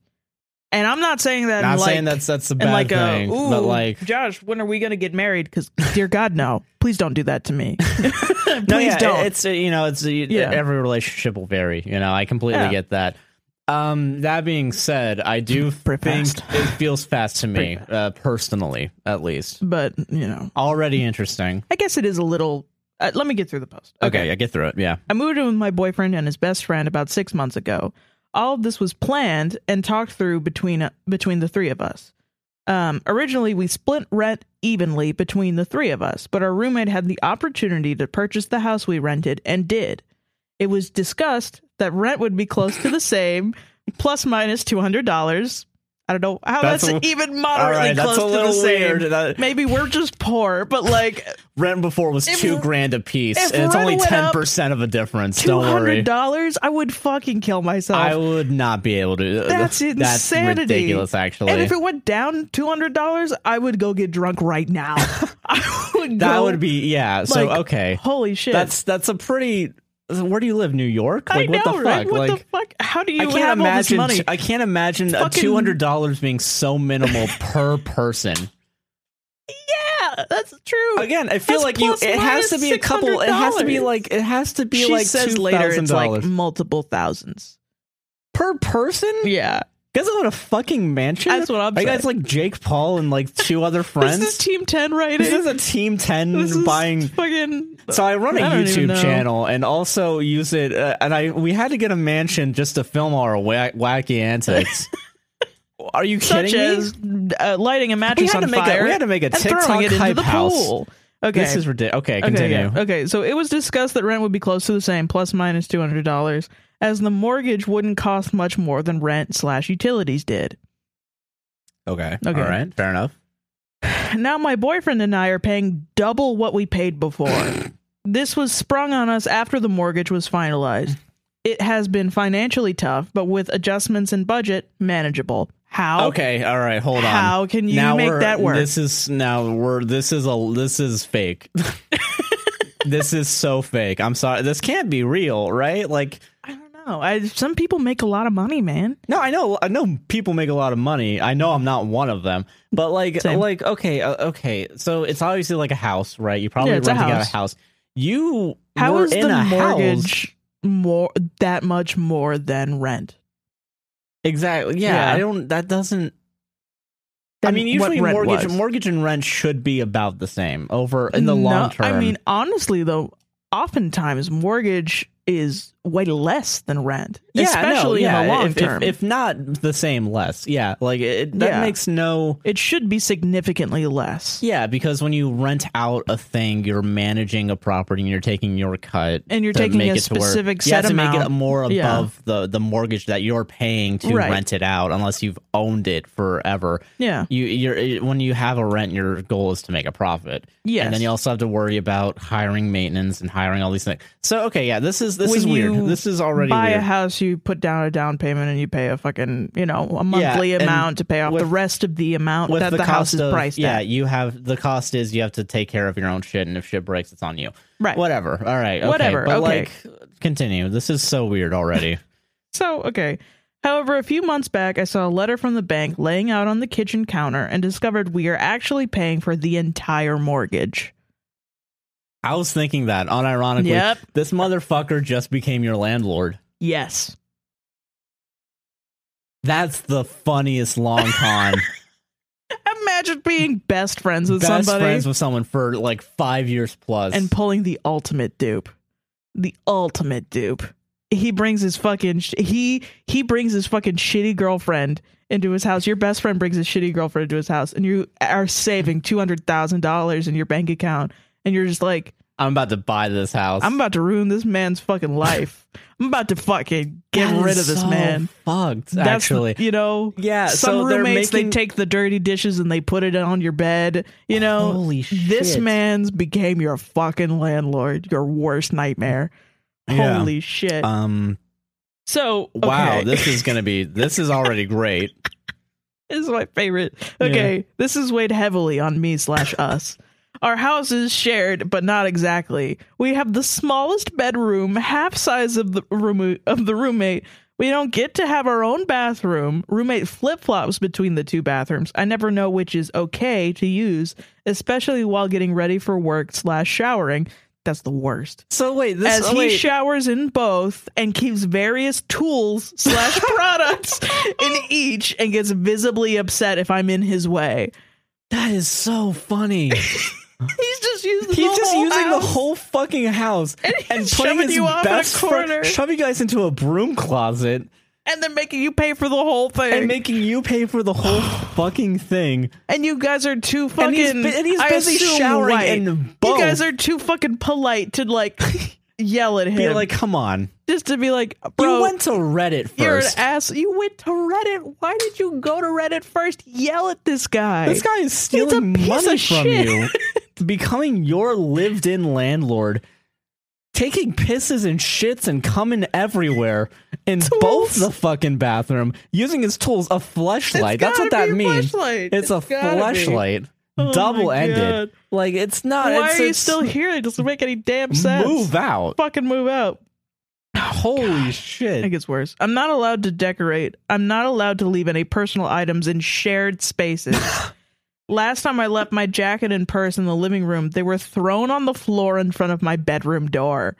Speaker 2: And I'm not saying that in
Speaker 1: not
Speaker 2: like,
Speaker 1: saying that's that's a
Speaker 2: and
Speaker 1: bad
Speaker 2: like
Speaker 1: thing,
Speaker 2: a, ooh,
Speaker 1: but like
Speaker 2: Josh, when are we gonna get married? Because dear God, no! Please don't do that to me. Please
Speaker 1: no, yeah,
Speaker 2: don't.
Speaker 1: It's uh, you know it's uh,
Speaker 2: Yeah.
Speaker 1: every relationship will vary. You know I completely
Speaker 2: Yeah.
Speaker 1: get that. Um, that being said, I do think
Speaker 2: Pretty fast.
Speaker 1: it feels fast to me,
Speaker 2: Pretty
Speaker 1: uh, personally at least.
Speaker 2: but you know,
Speaker 1: Already interesting.
Speaker 2: I guess it is a little. Uh, let me get through the post.
Speaker 1: Okay, I get through it. Yeah.
Speaker 2: I moved in with my boyfriend and his best friend about six months ago. All of this was planned and talked through between uh, between the three of us. Um, originally, we split rent evenly between the three of us, but our roommate had the opportunity to purchase the house we rented and did. It was discussed that rent would be close to the same, plus minus two hundred dollars. I don't know how
Speaker 1: That's
Speaker 2: that's,
Speaker 1: a-
Speaker 2: even
Speaker 1: All
Speaker 2: moderately
Speaker 1: right,
Speaker 2: close
Speaker 1: that's a
Speaker 2: to the
Speaker 1: little
Speaker 2: same.
Speaker 1: weird. That,
Speaker 2: Maybe we're just poor, but like
Speaker 1: rent before was
Speaker 2: If-
Speaker 1: two grand a piece,
Speaker 2: if
Speaker 1: and it's
Speaker 2: rent
Speaker 1: only
Speaker 2: went
Speaker 1: ten
Speaker 2: up
Speaker 1: percent of a difference.
Speaker 2: two
Speaker 1: Don't worry.
Speaker 2: hundred dollars, I would fucking kill myself.
Speaker 1: I would not be able to. uh,
Speaker 2: That's insanity.
Speaker 1: ridiculous, actually.
Speaker 2: And if it went down two hundred dollars, I would go get drunk right now. I would.
Speaker 1: that
Speaker 2: go-
Speaker 1: would be yeah. so
Speaker 2: like,
Speaker 1: okay,
Speaker 2: holy shit.
Speaker 1: that's that's a pretty. Where do you live? New York?
Speaker 2: I
Speaker 1: Like
Speaker 2: know,
Speaker 1: what the
Speaker 2: right?
Speaker 1: fuck?
Speaker 2: What
Speaker 1: like
Speaker 2: the fuck? How do you
Speaker 1: I
Speaker 2: have
Speaker 1: can't
Speaker 2: all this
Speaker 1: imagine.
Speaker 2: money?
Speaker 1: I can't imagine a
Speaker 2: Fucking-
Speaker 1: two hundred dollars being so minimal per person.
Speaker 2: yeah, yeah, that's true.
Speaker 1: Again, I feel
Speaker 2: That's
Speaker 1: like you.
Speaker 2: plus
Speaker 1: It has to
Speaker 2: minus
Speaker 1: be a couple. It has to be
Speaker 2: $600.
Speaker 1: like. It has to be
Speaker 2: she
Speaker 1: like
Speaker 2: says
Speaker 1: two
Speaker 2: later
Speaker 1: thousand
Speaker 2: it's like mm.
Speaker 1: dollars
Speaker 2: multiple thousands.
Speaker 1: per person.
Speaker 2: Yeah,
Speaker 1: Guys own a fucking mansion.
Speaker 2: that's what I'm
Speaker 1: Are you
Speaker 2: saying.
Speaker 1: guys like Jake Paul and like two other friends?
Speaker 2: this is Team Ten writing.
Speaker 1: This is a Team Ten
Speaker 2: This is
Speaker 1: buying.
Speaker 2: fucking.
Speaker 1: So I run a
Speaker 2: I don't even
Speaker 1: YouTube
Speaker 2: know.
Speaker 1: channel and also use it. Uh, and I we had to get a mansion just to film our wa- wacky antics. Are you kidding
Speaker 2: such
Speaker 1: me?
Speaker 2: as uh, lighting a
Speaker 1: we
Speaker 2: mattress
Speaker 1: had to
Speaker 2: on
Speaker 1: make
Speaker 2: fire
Speaker 1: a we had to make a
Speaker 2: and
Speaker 1: TikTok
Speaker 2: throwing it into
Speaker 1: hype
Speaker 2: the
Speaker 1: house.
Speaker 2: pool. Okay.
Speaker 1: This is ridiculous. Okay,
Speaker 2: Okay,
Speaker 1: continue.
Speaker 2: Okay, okay, so it was discussed that rent would be close to the same, plus minus two hundred dollars, as the mortgage wouldn't cost much more than rent slash utilities did.
Speaker 1: Okay.
Speaker 2: Okay.
Speaker 1: All right. Fair enough.
Speaker 2: Now my boyfriend and I are paying double what we paid before. this was sprung on us after the mortgage was finalized. It has been financially tough, but with adjustments and budget, manageable. How?
Speaker 1: Okay. All right. Hold on.
Speaker 2: Oh. How can you
Speaker 1: now
Speaker 2: make
Speaker 1: we're-
Speaker 2: that work?
Speaker 1: This is now we're this is a this is fake. this is so fake. I'm sorry. This can't be real, right? Like
Speaker 2: I don't know. I, some people make a lot of money, man.
Speaker 1: no, I know I know people make a lot of money. I know I'm not one of them. But like
Speaker 2: Same.
Speaker 1: like okay, uh, okay. So it's obviously like a house, right? You probably
Speaker 2: Yeah, it's a
Speaker 1: renting out a
Speaker 2: house.
Speaker 1: house. You
Speaker 2: How
Speaker 1: were
Speaker 2: is
Speaker 1: in
Speaker 2: the
Speaker 1: a house.
Speaker 2: mortgage more that much more than rent?
Speaker 1: Exactly. Yeah,
Speaker 2: Yeah.
Speaker 1: I don't that doesn't I
Speaker 2: than
Speaker 1: mean,
Speaker 2: what
Speaker 1: usually
Speaker 2: rent
Speaker 1: mortgage
Speaker 2: was.
Speaker 1: mortgage and rent should be about the same over in the
Speaker 2: No,
Speaker 1: long term.
Speaker 2: I mean, honestly, though, oftentimes mortgage is way less than rent,
Speaker 1: Yeah, no,
Speaker 2: especially
Speaker 1: yeah,
Speaker 2: in the long
Speaker 1: if, if-
Speaker 2: term.
Speaker 1: If, not the same, less. Yeah, like it, that
Speaker 2: Yeah.
Speaker 1: makes no.
Speaker 2: it should be significantly less,
Speaker 1: Yeah, because when you rent out a thing, you're managing a property and you're taking your cut.
Speaker 2: and you're
Speaker 1: to
Speaker 2: taking
Speaker 1: make
Speaker 2: a
Speaker 1: it to where-
Speaker 2: specific
Speaker 1: yeah,
Speaker 2: set
Speaker 1: to
Speaker 2: amount.
Speaker 1: make it more above
Speaker 2: Yeah.
Speaker 1: the the mortgage that you're paying to
Speaker 2: Right.
Speaker 1: rent it out, unless you've owned it forever.
Speaker 2: yeah,
Speaker 1: You you're when you have a rent, your goal is to make a profit.
Speaker 2: yes.
Speaker 1: And then you also have to worry about hiring maintenance and hiring all these things. So okay, yeah, this is this
Speaker 2: When
Speaker 1: is weird.
Speaker 2: you
Speaker 1: This is already
Speaker 2: buy
Speaker 1: weird.
Speaker 2: a house, you put down a down payment, and you pay a fucking you know a monthly
Speaker 1: and
Speaker 2: amount to pay off
Speaker 1: with-
Speaker 2: the rest of the amount
Speaker 1: with
Speaker 2: that Oh, the, house
Speaker 1: cost
Speaker 2: is
Speaker 1: of
Speaker 2: priced
Speaker 1: yeah,
Speaker 2: at.
Speaker 1: you have the cost is you have to take care of your own shit, and if shit breaks, it's on you.
Speaker 2: Right.
Speaker 1: Whatever. All right. Okay.
Speaker 2: Whatever,
Speaker 1: But
Speaker 2: okay.
Speaker 1: like, continue. This is so weird already.
Speaker 2: So, okay. However, a few months back, I saw a letter from the bank laying out on the kitchen counter and discovered we are actually paying for the entire mortgage.
Speaker 1: I was thinking that unironically,
Speaker 2: Yep.
Speaker 1: this motherfucker just became your landlord.
Speaker 2: Yes.
Speaker 1: That's the funniest long con.
Speaker 2: Imagine being best friends with
Speaker 1: Best
Speaker 2: somebody
Speaker 1: friends with someone for like five years plus.
Speaker 2: and pulling the ultimate dupe. The ultimate dupe. He brings his fucking sh- he he brings his fucking shitty girlfriend into his house. Your best friend brings his shitty girlfriend into his house, and you are saving two hundred thousand dollars in your bank account, and you're just like,
Speaker 1: I'm about to buy this house.
Speaker 2: I'm about to ruin this man's fucking life. I'm about to fucking get
Speaker 1: That
Speaker 2: rid
Speaker 1: is
Speaker 2: of this
Speaker 1: so
Speaker 2: man.
Speaker 1: Fucked.
Speaker 2: That's,
Speaker 1: actually,
Speaker 2: you know,
Speaker 1: yeah.
Speaker 2: some
Speaker 1: so they're
Speaker 2: roommates
Speaker 1: making,
Speaker 2: they take the dirty dishes and they put it on your bed. You know,
Speaker 1: Holy
Speaker 2: this
Speaker 1: shit.
Speaker 2: man's became your fucking landlord, your worst nightmare.
Speaker 1: Yeah.
Speaker 2: Holy shit!
Speaker 1: Um.
Speaker 2: so
Speaker 1: Wow.
Speaker 2: okay.
Speaker 1: This is gonna be. This is already great.
Speaker 2: This is my favorite. Okay, this is weighed heavily on me slash us. Our house is shared, but not exactly. We have the smallest bedroom, half size of the room of the roommate. We don't get to have our own bathroom. Roommate flip flops between the two bathrooms. I never know which is okay to use, especially while getting ready for work slash showering. That's the worst.
Speaker 1: So wait. This
Speaker 2: As
Speaker 1: oh,
Speaker 2: he
Speaker 1: wait.
Speaker 2: showers in both and keeps various tools slash products in each and gets visibly upset if I'm in his way.
Speaker 1: that is so funny. He's
Speaker 2: He's just using the
Speaker 1: just
Speaker 2: whole
Speaker 1: using the
Speaker 2: house.
Speaker 1: whole fucking house and,
Speaker 2: he's
Speaker 1: putting
Speaker 2: shoving
Speaker 1: his
Speaker 2: you off in a
Speaker 1: best friend-
Speaker 2: corner.
Speaker 1: shoving you guys into a broom closet
Speaker 2: and then making you pay for the whole thing.
Speaker 1: and making you pay for the whole fucking thing.
Speaker 2: And you guys are too fucking.
Speaker 1: he's bu- and he's
Speaker 2: I
Speaker 1: busy
Speaker 2: assume
Speaker 1: showering
Speaker 2: white.
Speaker 1: in
Speaker 2: You
Speaker 1: both.
Speaker 2: guys are too fucking polite to like yell at him.
Speaker 1: Be like, come on.
Speaker 2: just to be like, bro,
Speaker 1: you went to Reddit 1st
Speaker 2: you're an ass. You went to Reddit. Why did you go to Reddit first? Yell at this guy.
Speaker 1: This guy is stealing
Speaker 2: piece
Speaker 1: money
Speaker 2: of
Speaker 1: from you,
Speaker 2: shit.
Speaker 1: becoming your lived in landlord, taking pisses and shits and coming everywhere in both
Speaker 2: Tools.
Speaker 1: the fucking bathroom, using his tools, a fleshlight. That's what that means. It's, a fleshlight,
Speaker 2: Oh my
Speaker 1: double ended.
Speaker 2: God.
Speaker 1: Like, it's not.
Speaker 2: Why
Speaker 1: Uh, it's,
Speaker 2: are you
Speaker 1: it's-
Speaker 2: still here? It doesn't make any damn sense. Oh,
Speaker 1: Move out.
Speaker 2: Fucking move out.
Speaker 1: Holy
Speaker 2: It
Speaker 1: shit.
Speaker 2: gets worse. I'm not allowed to decorate. I'm not allowed to leave any personal items in shared spaces. last time I left my jacket and purse in the living room, they were thrown on the floor in front of my bedroom door.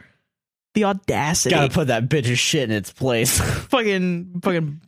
Speaker 2: The audacity.
Speaker 1: Gotta put that bitch's shit in its place.
Speaker 2: fucking fucking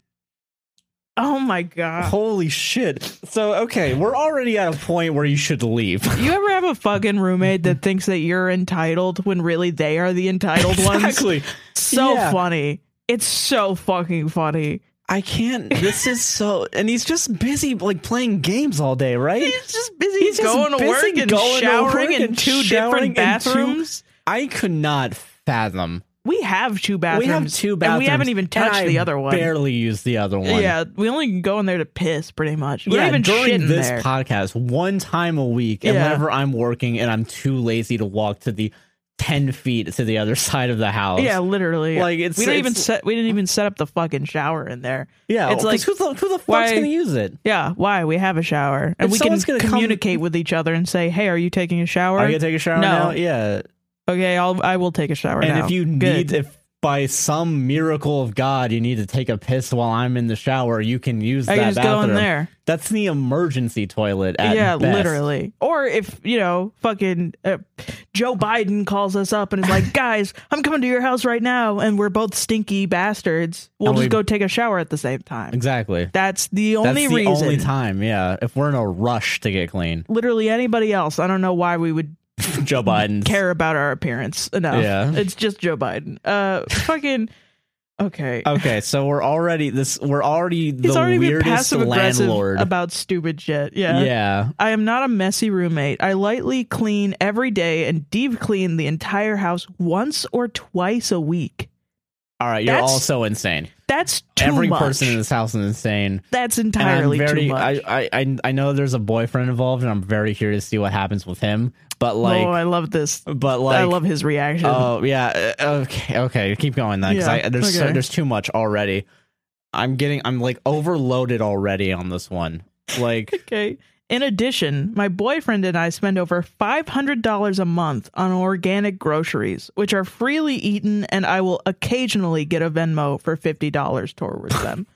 Speaker 2: Oh my god.
Speaker 1: Holy shit. So, okay, we're already at a point where you should leave.
Speaker 2: You ever have a fucking roommate that thinks that you're entitled when really they are the entitled ones?
Speaker 1: exactly.
Speaker 2: So
Speaker 1: Yeah.
Speaker 2: funny. It's so fucking funny.
Speaker 1: I can't. This is so. And he's just busy, like, playing games all day, right?
Speaker 2: He's just busy
Speaker 1: He's just
Speaker 2: going to work
Speaker 1: busy
Speaker 2: and
Speaker 1: going to
Speaker 2: showering
Speaker 1: work
Speaker 2: in
Speaker 1: and showering
Speaker 2: two
Speaker 1: in two-
Speaker 2: different bathrooms.
Speaker 1: I could not fathom.
Speaker 2: we have two bathrooms.
Speaker 1: we have two bathrooms.
Speaker 2: And we haven't even
Speaker 1: and
Speaker 2: touched
Speaker 1: I
Speaker 2: the other one.
Speaker 1: Barely used the other one.
Speaker 2: Yeah, we only go in there to piss, pretty much. We
Speaker 1: yeah,
Speaker 2: don't even
Speaker 1: during
Speaker 2: shit in
Speaker 1: this
Speaker 2: there.
Speaker 1: podcast, one time a week, and
Speaker 2: Yeah.
Speaker 1: whenever I'm working and I'm too lazy to walk to the ten feet to the other side of the house.
Speaker 2: yeah, literally.
Speaker 1: Like, it's-
Speaker 2: we didn't even
Speaker 1: it's-
Speaker 2: set. We didn't even set up the fucking shower in there.
Speaker 1: yeah.
Speaker 2: it's
Speaker 1: 'cause
Speaker 2: like,
Speaker 1: who the, who the fuck's
Speaker 2: why-
Speaker 1: gonna use it?
Speaker 2: Yeah, why we have a shower and
Speaker 1: If
Speaker 2: we can
Speaker 1: someone's gonna come-
Speaker 2: communicate with each other and say, "Hey, are you taking a shower?
Speaker 1: Are you gonna take a shower
Speaker 2: No.
Speaker 1: now? Yeah.
Speaker 2: okay, I'll I will take a shower."
Speaker 1: and
Speaker 2: now.
Speaker 1: if you
Speaker 2: Good.
Speaker 1: need, if by some miracle of God you need to take a piss while I'm in the shower, you can use
Speaker 2: I
Speaker 1: that
Speaker 2: can just
Speaker 1: bathroom.
Speaker 2: go in there.
Speaker 1: That's the emergency toilet. At
Speaker 2: yeah,
Speaker 1: best.
Speaker 2: literally. Or if you know, fucking uh, Joe Biden calls us up and is like, "Guys, I'm coming to your house right now, and we're both stinky bastards. We'll
Speaker 1: And
Speaker 2: just
Speaker 1: we-
Speaker 2: go take a shower at the same time."
Speaker 1: Exactly.
Speaker 2: That's the
Speaker 1: That's
Speaker 2: only
Speaker 1: the
Speaker 2: reason.
Speaker 1: only time. Yeah. If we're in a rush to get clean,
Speaker 2: Literally anybody else, I don't know why we would
Speaker 1: Joe Biden's
Speaker 2: care about our appearance enough.
Speaker 1: Yeah.
Speaker 2: It's just Joe Biden. Uh, fucking. Okay.
Speaker 1: Okay, so we're already this. We're already Uh, the
Speaker 2: He's already been
Speaker 1: weirdest
Speaker 2: passive aggressive
Speaker 1: landlord.
Speaker 2: about stupid shit.
Speaker 1: yeah.
Speaker 2: Yeah. I am not a messy roommate. I lightly clean every day and deep clean the entire house once or twice a week.
Speaker 1: All right. You're
Speaker 2: That's
Speaker 1: also insane.
Speaker 2: That's too
Speaker 1: Every
Speaker 2: much.
Speaker 1: person in this house is insane.
Speaker 2: That's
Speaker 1: And I'm
Speaker 2: entirely
Speaker 1: very-
Speaker 2: too much.
Speaker 1: I, I I I know there's a boyfriend involved, and I'm very curious to see what happens with him. But like,
Speaker 2: oh, I love this.
Speaker 1: but like,
Speaker 2: I love his reaction.
Speaker 1: Oh yeah. uh, Okay. Okay. Keep going then, because
Speaker 2: Yeah,
Speaker 1: I there's so-
Speaker 2: okay.
Speaker 1: there's too much already. I'm getting. I'm like overloaded already on this one. Like,
Speaker 2: Okay. In addition, my boyfriend and I spend over $500 a month on organic groceries, which are freely eaten, and I will occasionally get a Venmo for $50 towards them.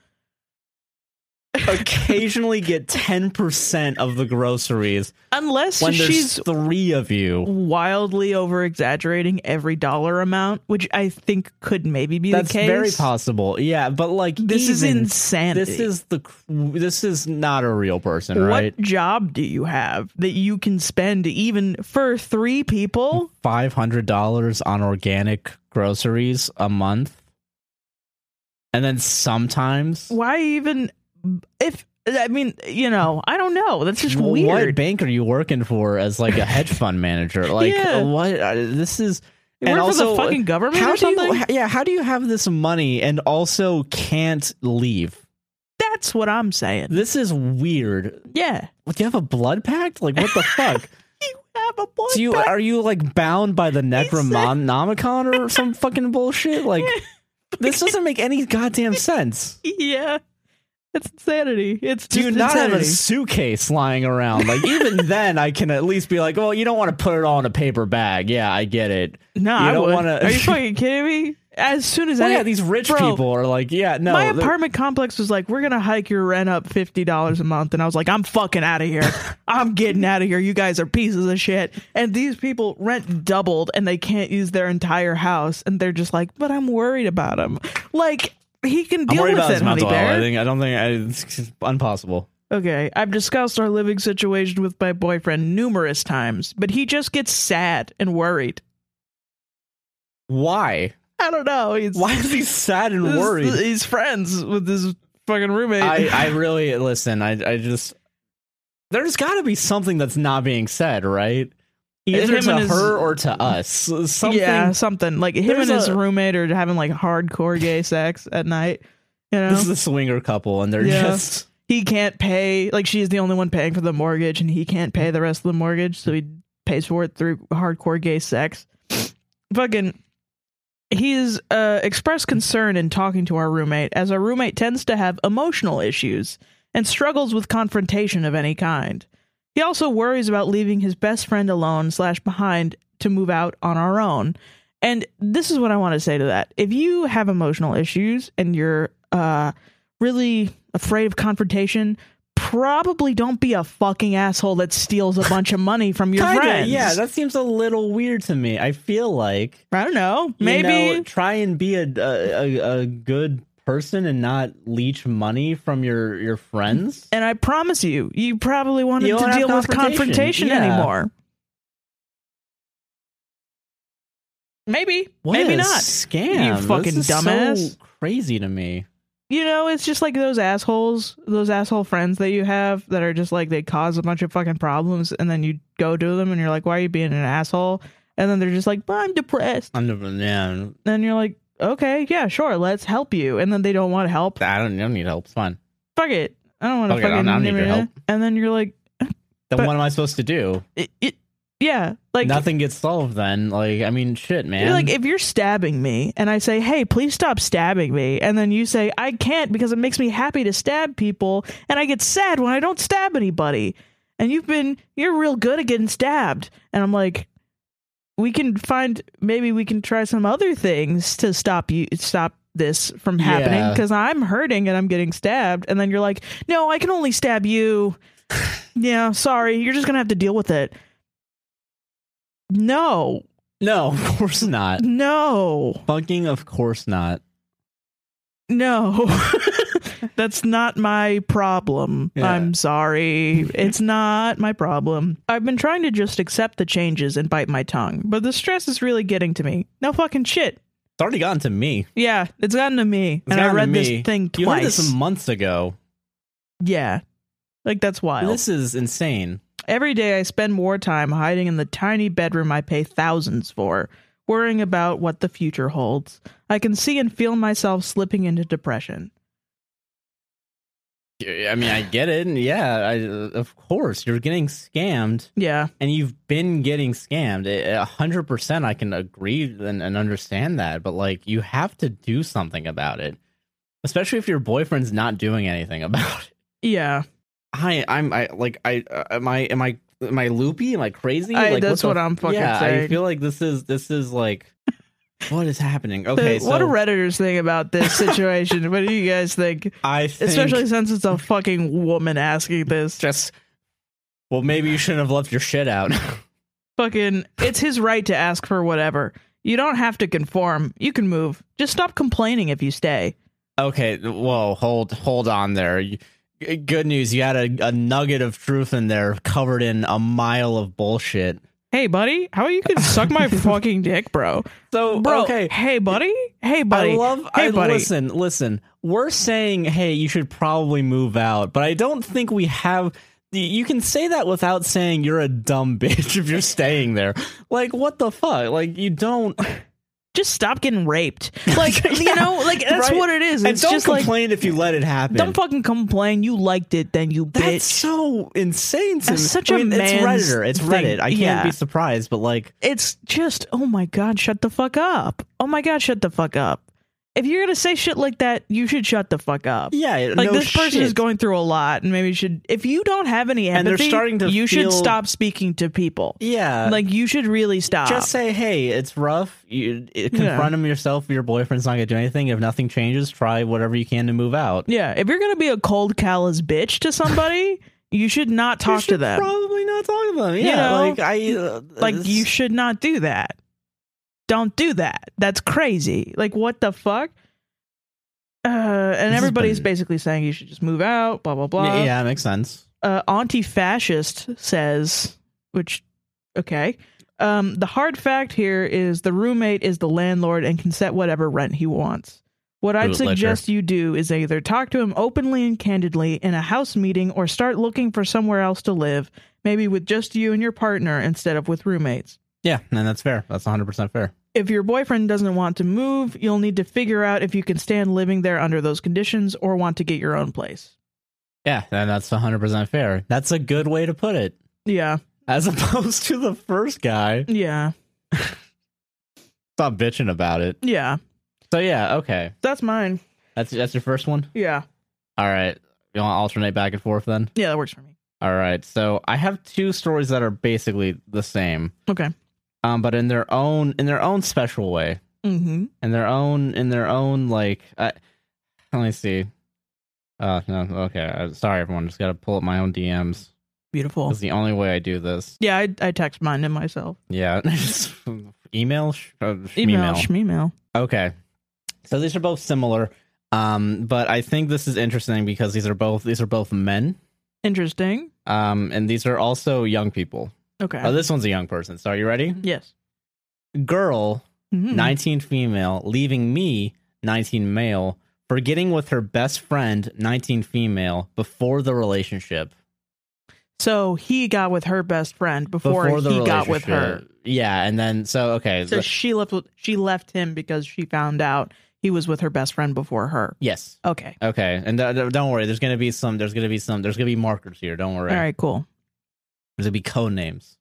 Speaker 1: occasionally get ten percent of the groceries
Speaker 2: Unless
Speaker 1: when there's
Speaker 2: she's
Speaker 1: three of you.
Speaker 2: wildly over exaggerating every dollar amount, which I think could maybe be
Speaker 1: That's
Speaker 2: the case.
Speaker 1: very possible. Yeah, but like
Speaker 2: This is
Speaker 1: even-
Speaker 2: insanity.
Speaker 1: This is the cr- this is not a real person,
Speaker 2: what
Speaker 1: right?
Speaker 2: job do you have that you can spend even for three people?
Speaker 1: Five hundred dollars on organic groceries a month, and then sometimes.
Speaker 2: Why even if I mean, you know, I don't know. That's just
Speaker 1: Wh- What
Speaker 2: weird.
Speaker 1: bank are you working for as like a hedge fund manager? Like
Speaker 2: Yeah.
Speaker 1: what? uh, This is and
Speaker 2: Work
Speaker 1: also uh,
Speaker 2: for the fucking government
Speaker 1: how
Speaker 2: or
Speaker 1: do
Speaker 2: something?
Speaker 1: you? Yeah, how do you have this money and also can't leave?
Speaker 2: That's what I'm saying.
Speaker 1: This is weird.
Speaker 2: Yeah.
Speaker 1: Do you have a blood pact? Like what the fuck?
Speaker 2: You have a blood
Speaker 1: Do you
Speaker 2: pact.
Speaker 1: are you like bound by the Necronomicon or some fucking bullshit? Like this doesn't make any goddamn sense.
Speaker 2: yeah. That's insanity. It's
Speaker 1: Do you
Speaker 2: just
Speaker 1: not have a
Speaker 2: insanity.
Speaker 1: suitcase lying around? Like even then, I can at least be like, "Well, you don't want to put it all in a paper bag." Yeah, I get it.
Speaker 2: No,
Speaker 1: you
Speaker 2: I
Speaker 1: don't
Speaker 2: would.
Speaker 1: wanna-
Speaker 2: Are you fucking kidding me? As soon as
Speaker 1: Well,
Speaker 2: I
Speaker 1: yeah, these rich
Speaker 2: Bro,
Speaker 1: people are like, "Yeah, no."
Speaker 2: my
Speaker 1: they're-
Speaker 2: apartment complex was like, we're gonna hike your rent up fifty dollars a month, and I was like, I'm fucking out of here. I'm getting out of here. You guys are pieces of shit. And these people rent doubled, and they can't use their entire house, and they're just like, but I'm worried about him. Like he can
Speaker 1: I'm
Speaker 2: deal
Speaker 1: worried
Speaker 2: with
Speaker 1: about
Speaker 2: it,
Speaker 1: his
Speaker 2: honey
Speaker 1: mental health. I
Speaker 2: bear.
Speaker 1: think I don't think I, it's impossible.
Speaker 2: Okay, I've discussed our living situation with my boyfriend numerous times, but he just gets sad and worried.
Speaker 1: Why?
Speaker 2: I don't know. He's
Speaker 1: Why is he sad and
Speaker 2: he's-
Speaker 1: worried?
Speaker 2: He's friends with his fucking roommate.
Speaker 1: I, I really listen. I, I just there's got to be something that's not being said, right? Either
Speaker 2: Him
Speaker 1: to
Speaker 2: and his-
Speaker 1: her or to us. Something.
Speaker 2: Yeah, something like him
Speaker 1: There's
Speaker 2: and his
Speaker 1: a-
Speaker 2: roommate are having like hardcore gay sex at night. You know,
Speaker 1: This is a swinger couple, and they're
Speaker 2: Yeah.
Speaker 1: just
Speaker 2: he can't pay. Like she's the only one paying for the mortgage, and he can't pay the rest of the mortgage, so he pays for it through hardcore gay sex. Fucking. He's uh, expressed concern in talking to our roommate, as our roommate tends to have emotional issues and struggles with confrontation of any kind. He also worries about leaving his best friend alone slash behind to move out on our own. And this is what I want to say to that. If you have emotional issues and you're uh, really afraid of confrontation, probably don't be a fucking asshole that steals a bunch of money from your
Speaker 1: Kinda,
Speaker 2: friends.
Speaker 1: Yeah, that seems a little weird to me. I feel like
Speaker 2: I don't know.
Speaker 1: you
Speaker 2: Maybe
Speaker 1: know, try and be a a, a a good person and not leech money from your your friends.
Speaker 2: and I promise you, you probably wanted
Speaker 1: You
Speaker 2: to
Speaker 1: don't have
Speaker 2: deal with confrontation
Speaker 1: confrontation. Yeah.
Speaker 2: anymore. Maybe,
Speaker 1: What
Speaker 2: maybe
Speaker 1: a
Speaker 2: not.
Speaker 1: scam!
Speaker 2: You fucking
Speaker 1: This is so
Speaker 2: dumbass.
Speaker 1: crazy to me.
Speaker 2: You know, it's just like those assholes, those asshole friends that you have that are just like they cause a bunch of fucking problems, and then you go to them and you're like, "Why are you being an asshole?" And then they're just like, "Well, "I'm depressed,"
Speaker 1: I'm never- yeah,
Speaker 2: and you're like, "Okay, yeah, sure, let's help you," and then they don't want to help.
Speaker 1: I don't, I don't need help. It's fine.
Speaker 2: Fuck it, I don't want to
Speaker 1: Fuck it, I
Speaker 2: fucking.
Speaker 1: don't- I don't need your help.
Speaker 2: And then you're like,
Speaker 1: Then
Speaker 2: But-
Speaker 1: what am I supposed to do?
Speaker 2: it, it, "Yeah, like
Speaker 1: Nothing gets solved. Then, like, I mean, shit, man.
Speaker 2: You're like, if you're stabbing me and I say, hey, please stop stabbing me, and then you say, I can't because it makes me happy to stab people, and I get sad when I don't stab anybody. And you've been, you're real good at getting stabbed. And I'm like, we can find, maybe we can try some other things to stop you, stop this from happening
Speaker 1: Yeah.
Speaker 2: because I'm hurting and I'm getting stabbed. And then you're like, no, I can only stab you. yeah, sorry. You're just going to have to deal with it. No,
Speaker 1: no, of course not.
Speaker 2: no.
Speaker 1: Fucking, of course not.
Speaker 2: No. That's not my problem.
Speaker 1: Yeah.
Speaker 2: I'm sorry. It's not my problem. I've been trying to just accept the changes and bite my tongue, but the stress is really getting to me. No fucking shit.
Speaker 1: It's already gotten to me.
Speaker 2: Yeah, it's gotten to me.
Speaker 1: It's
Speaker 2: and I
Speaker 1: gotten to
Speaker 2: read
Speaker 1: me.
Speaker 2: this thing
Speaker 1: You heard
Speaker 2: twice.
Speaker 1: this months ago.
Speaker 2: yeah. Like that's wild.
Speaker 1: This is insane.
Speaker 2: Every day I spend more time hiding in the tiny bedroom I pay thousands for, worrying about what the future holds. I can see and feel myself slipping into depression.
Speaker 1: I mean, I get it. and Yeah, I, of course, you're getting scammed,
Speaker 2: Yeah.
Speaker 1: and you've been getting scammed. A a hundred percent, I can agree and, and understand that. But like, you have to do something about it, especially if your boyfriend's not doing anything about it.
Speaker 2: Yeah.
Speaker 1: I, I'm, I like, I, uh, am I, am I, am I loopy? Am I crazy?
Speaker 2: I-
Speaker 1: like,
Speaker 2: that's
Speaker 1: the
Speaker 2: what
Speaker 1: f-
Speaker 2: I'm fucking
Speaker 1: yeah, I
Speaker 2: saying.
Speaker 1: feel like this is, this is like, what is happening? Okay,
Speaker 2: The-
Speaker 1: so
Speaker 2: what a redditors think about this situation. what do you guys think?
Speaker 1: I think
Speaker 2: Especially since it's a fucking woman asking this.
Speaker 1: just. Well, maybe you shouldn't have left your shit out.
Speaker 2: Fucking, it's his right to ask for whatever. You don't have to conform. You can move. Just stop complaining if you stay.
Speaker 1: Okay, whoa, hold hold on there. You- g- Good news, you had a, a nugget of truth in there, covered in a mile of bullshit.
Speaker 2: Hey, buddy, how you can suck my fucking dick, bro?
Speaker 1: So,
Speaker 2: Bro,
Speaker 1: okay,
Speaker 2: hey, buddy, hey, buddy,
Speaker 1: I love.
Speaker 2: hey,
Speaker 1: I
Speaker 2: buddy.
Speaker 1: listen, listen. We're saying, hey, you should probably move out, but I don't think we have. You can say that without saying you're a dumb bitch if you're staying there. Like, what the fuck? Like, you don't.
Speaker 2: Just stop getting raped. Like you know, like that's
Speaker 1: right.
Speaker 2: what it is.
Speaker 1: and
Speaker 2: It's
Speaker 1: don't
Speaker 2: just like
Speaker 1: complain if you let it happen.
Speaker 2: don't fucking complain. You liked it, then you bitch.
Speaker 1: That's so insane to
Speaker 2: That's
Speaker 1: me.
Speaker 2: such
Speaker 1: I
Speaker 2: a
Speaker 1: mean,
Speaker 2: man's
Speaker 1: it's Redditor. It's
Speaker 2: thing.
Speaker 1: Reddit. I can't
Speaker 2: Yeah.
Speaker 1: be surprised, but like,
Speaker 2: it's just oh my god shut the fuck up oh my god shut the fuck up if you're gonna say shit like that you should shut the fuck up
Speaker 1: yeah,
Speaker 2: like
Speaker 1: no
Speaker 2: this person
Speaker 1: shit.
Speaker 2: is going through a lot and maybe you should if you don't have any empathy
Speaker 1: And they're starting to
Speaker 2: you should
Speaker 1: feel-
Speaker 2: stop speaking to people
Speaker 1: Yeah,
Speaker 2: like you should really stop
Speaker 1: just say, hey, it's rough. You it, confront
Speaker 2: Yeah.
Speaker 1: him yourself. Your boyfriend's not gonna do anything. If nothing changes, try whatever you can to move out.
Speaker 2: yeah if you're gonna be a cold callous bitch to somebody you should not talk
Speaker 1: You should
Speaker 2: to them
Speaker 1: Probably not talk to them. Yeah,
Speaker 2: know?
Speaker 1: like I uh,
Speaker 2: like
Speaker 1: it's-
Speaker 2: you should not do that don't do that that's crazy like what the fuck uh, and
Speaker 1: has
Speaker 2: everybody's
Speaker 1: been-
Speaker 2: basically saying you should just move out blah blah blah
Speaker 1: Yeah, yeah, makes sense.
Speaker 2: uh, Auntie Fascist says, which, okay. Um, the hard fact here is the roommate is the landlord and can set whatever rent he wants. What I'd
Speaker 1: Bootlegger.
Speaker 2: suggest you do is either talk to him openly and candidly in a house meeting or start looking for somewhere else to live, maybe with just you and your partner instead of with roommates.
Speaker 1: Yeah, and that's fair. That's one hundred percent fair.
Speaker 2: If your boyfriend doesn't want to move, you'll need to figure out if you can stand living there under those conditions or want to get your own place.
Speaker 1: Yeah, and that's one hundred percent fair. That's a good way to put it,
Speaker 2: Yeah,
Speaker 1: as opposed to the first guy.
Speaker 2: yeah,
Speaker 1: Stop bitching about it.
Speaker 2: yeah.
Speaker 1: So yeah, okay.
Speaker 2: That's mine.
Speaker 1: That's that's your first one.
Speaker 2: Yeah.
Speaker 1: All right, you want to alternate back and forth then?
Speaker 2: Yeah, that works for me.
Speaker 1: All right. So I have two stories that are basically the same,
Speaker 2: Okay.
Speaker 1: um, but in their own in their own special way,
Speaker 2: Mm-hmm.
Speaker 1: in their own in their own like. I let me see. Uh, no, okay. Uh, Sorry, everyone. Just got to pull up my own DMs.
Speaker 2: Beautiful.
Speaker 1: That's the only way I do this.
Speaker 2: Yeah, I, I text mine to myself.
Speaker 1: Yeah. Email? Sh- uh,
Speaker 2: Email,
Speaker 1: email.
Speaker 2: shmemail.
Speaker 1: Okay. So these are both similar. Um, but I think this is interesting because these are both these are both men.
Speaker 2: Interesting.
Speaker 1: Um, and these are also young people.
Speaker 2: Okay.
Speaker 1: Oh, this one's a young person. So are you ready?
Speaker 2: yes.
Speaker 1: Girl,
Speaker 2: Mhm.
Speaker 1: 19 female, leaving me, 19 male, for getting with her best friend, 19 female, before the relationship.
Speaker 2: So he got with her best friend before,
Speaker 1: Before the
Speaker 2: he
Speaker 1: relationship.
Speaker 2: got with her.
Speaker 1: Yeah, and then so okay.
Speaker 2: So
Speaker 1: the-
Speaker 2: she left. With, she left him because she found out he was with her best friend before her.
Speaker 1: yes.
Speaker 2: Okay.
Speaker 1: Okay, and th- th- don't worry. There's gonna be some. There's gonna be some. There's gonna be markers here. Don't worry.
Speaker 2: All right. Cool.
Speaker 1: There's gonna be code names.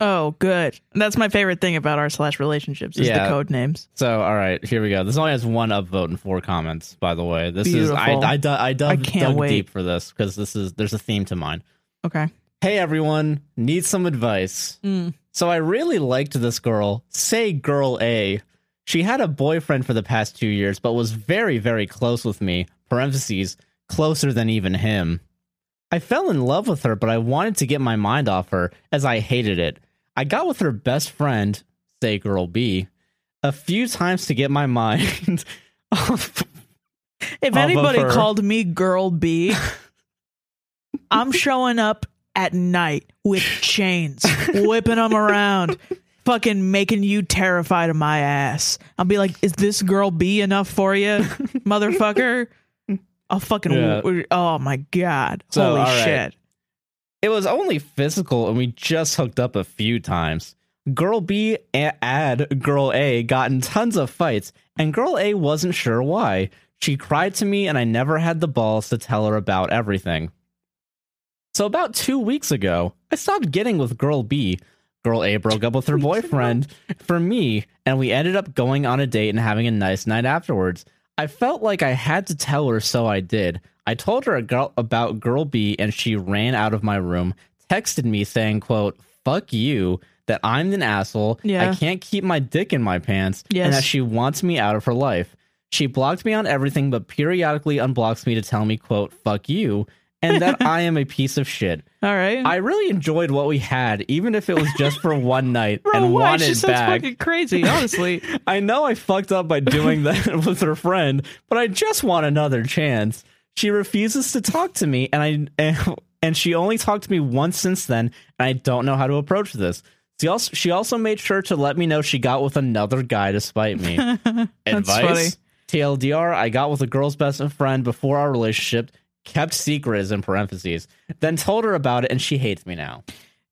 Speaker 2: Oh, good. That's my favorite thing about r slash relationships is
Speaker 1: Yeah.
Speaker 2: the code names.
Speaker 1: So, all right, here we go. This only has one upvote and four comments. By the way, this is I
Speaker 2: Beautiful.
Speaker 1: I, du- I, dug,
Speaker 2: I can't
Speaker 1: dug
Speaker 2: wait.
Speaker 1: deep for this because this is there's a theme to mine.
Speaker 2: Okay.
Speaker 1: Hey everyone, need some advice.
Speaker 2: Mm.
Speaker 1: So I really liked this girl. Say girl A. She had a boyfriend for the past two years, but was very very close with me. Parentheses closer than even him. I fell in love with her, but I wanted to get my mind off her as I hated it. I got with her best friend, say girl B, a few times to get my mind off.
Speaker 2: If
Speaker 1: Off of
Speaker 2: anybody
Speaker 1: her.
Speaker 2: called me girl B, I'm showing up at night with chains, whipping them around, fucking making you terrified of my ass. I'll be like, is this girl B enough for you, motherfucker? I'll fucking,
Speaker 1: Yeah.
Speaker 2: oh my God.
Speaker 1: So,
Speaker 2: Holy
Speaker 1: all right.
Speaker 2: shit.
Speaker 1: It was only physical, and we just hooked up a few times. Girl B a- and Girl A got in tons of fights, and Girl A wasn't sure why. She cried to me, and I never had the balls to tell her about everything. So, about two weeks ago, I stopped getting with Girl B. Girl A broke up with her
Speaker 2: Weeks ago.
Speaker 1: boyfriend for me, and we ended up going on a date and having a nice night afterwards. I felt like I had to tell her, so I did. I told her a girl about Girl B, and she ran out of my room, texted me saying, "quote Fuck you, that I'm an asshole.
Speaker 2: Yeah.
Speaker 1: I can't keep my dick in my pants,
Speaker 2: Yes.
Speaker 1: and that she wants me out of her life." She blocked me on everything, but periodically unblocks me to tell me, "quote Fuck you," and that I am a piece of shit.
Speaker 2: All right.
Speaker 1: I really enjoyed what we had, even if it was just for one night,
Speaker 2: Bro,
Speaker 1: and
Speaker 2: why?
Speaker 1: want
Speaker 2: She
Speaker 1: it
Speaker 2: sounds
Speaker 1: back.
Speaker 2: fucking crazy, honestly.
Speaker 1: I know I fucked up by doing that with her friend, but I just want another chance. She refuses to talk to me, and I and, and she only talked to me once since then, and I don't know how to approach this. She also she also made sure to let me know she got with another guy to spite me.
Speaker 2: funny.
Speaker 1: Advice. TLDR, I got with a girl's best friend before our relationship, kept secrets in parentheses, then told her about it, and she hates me now.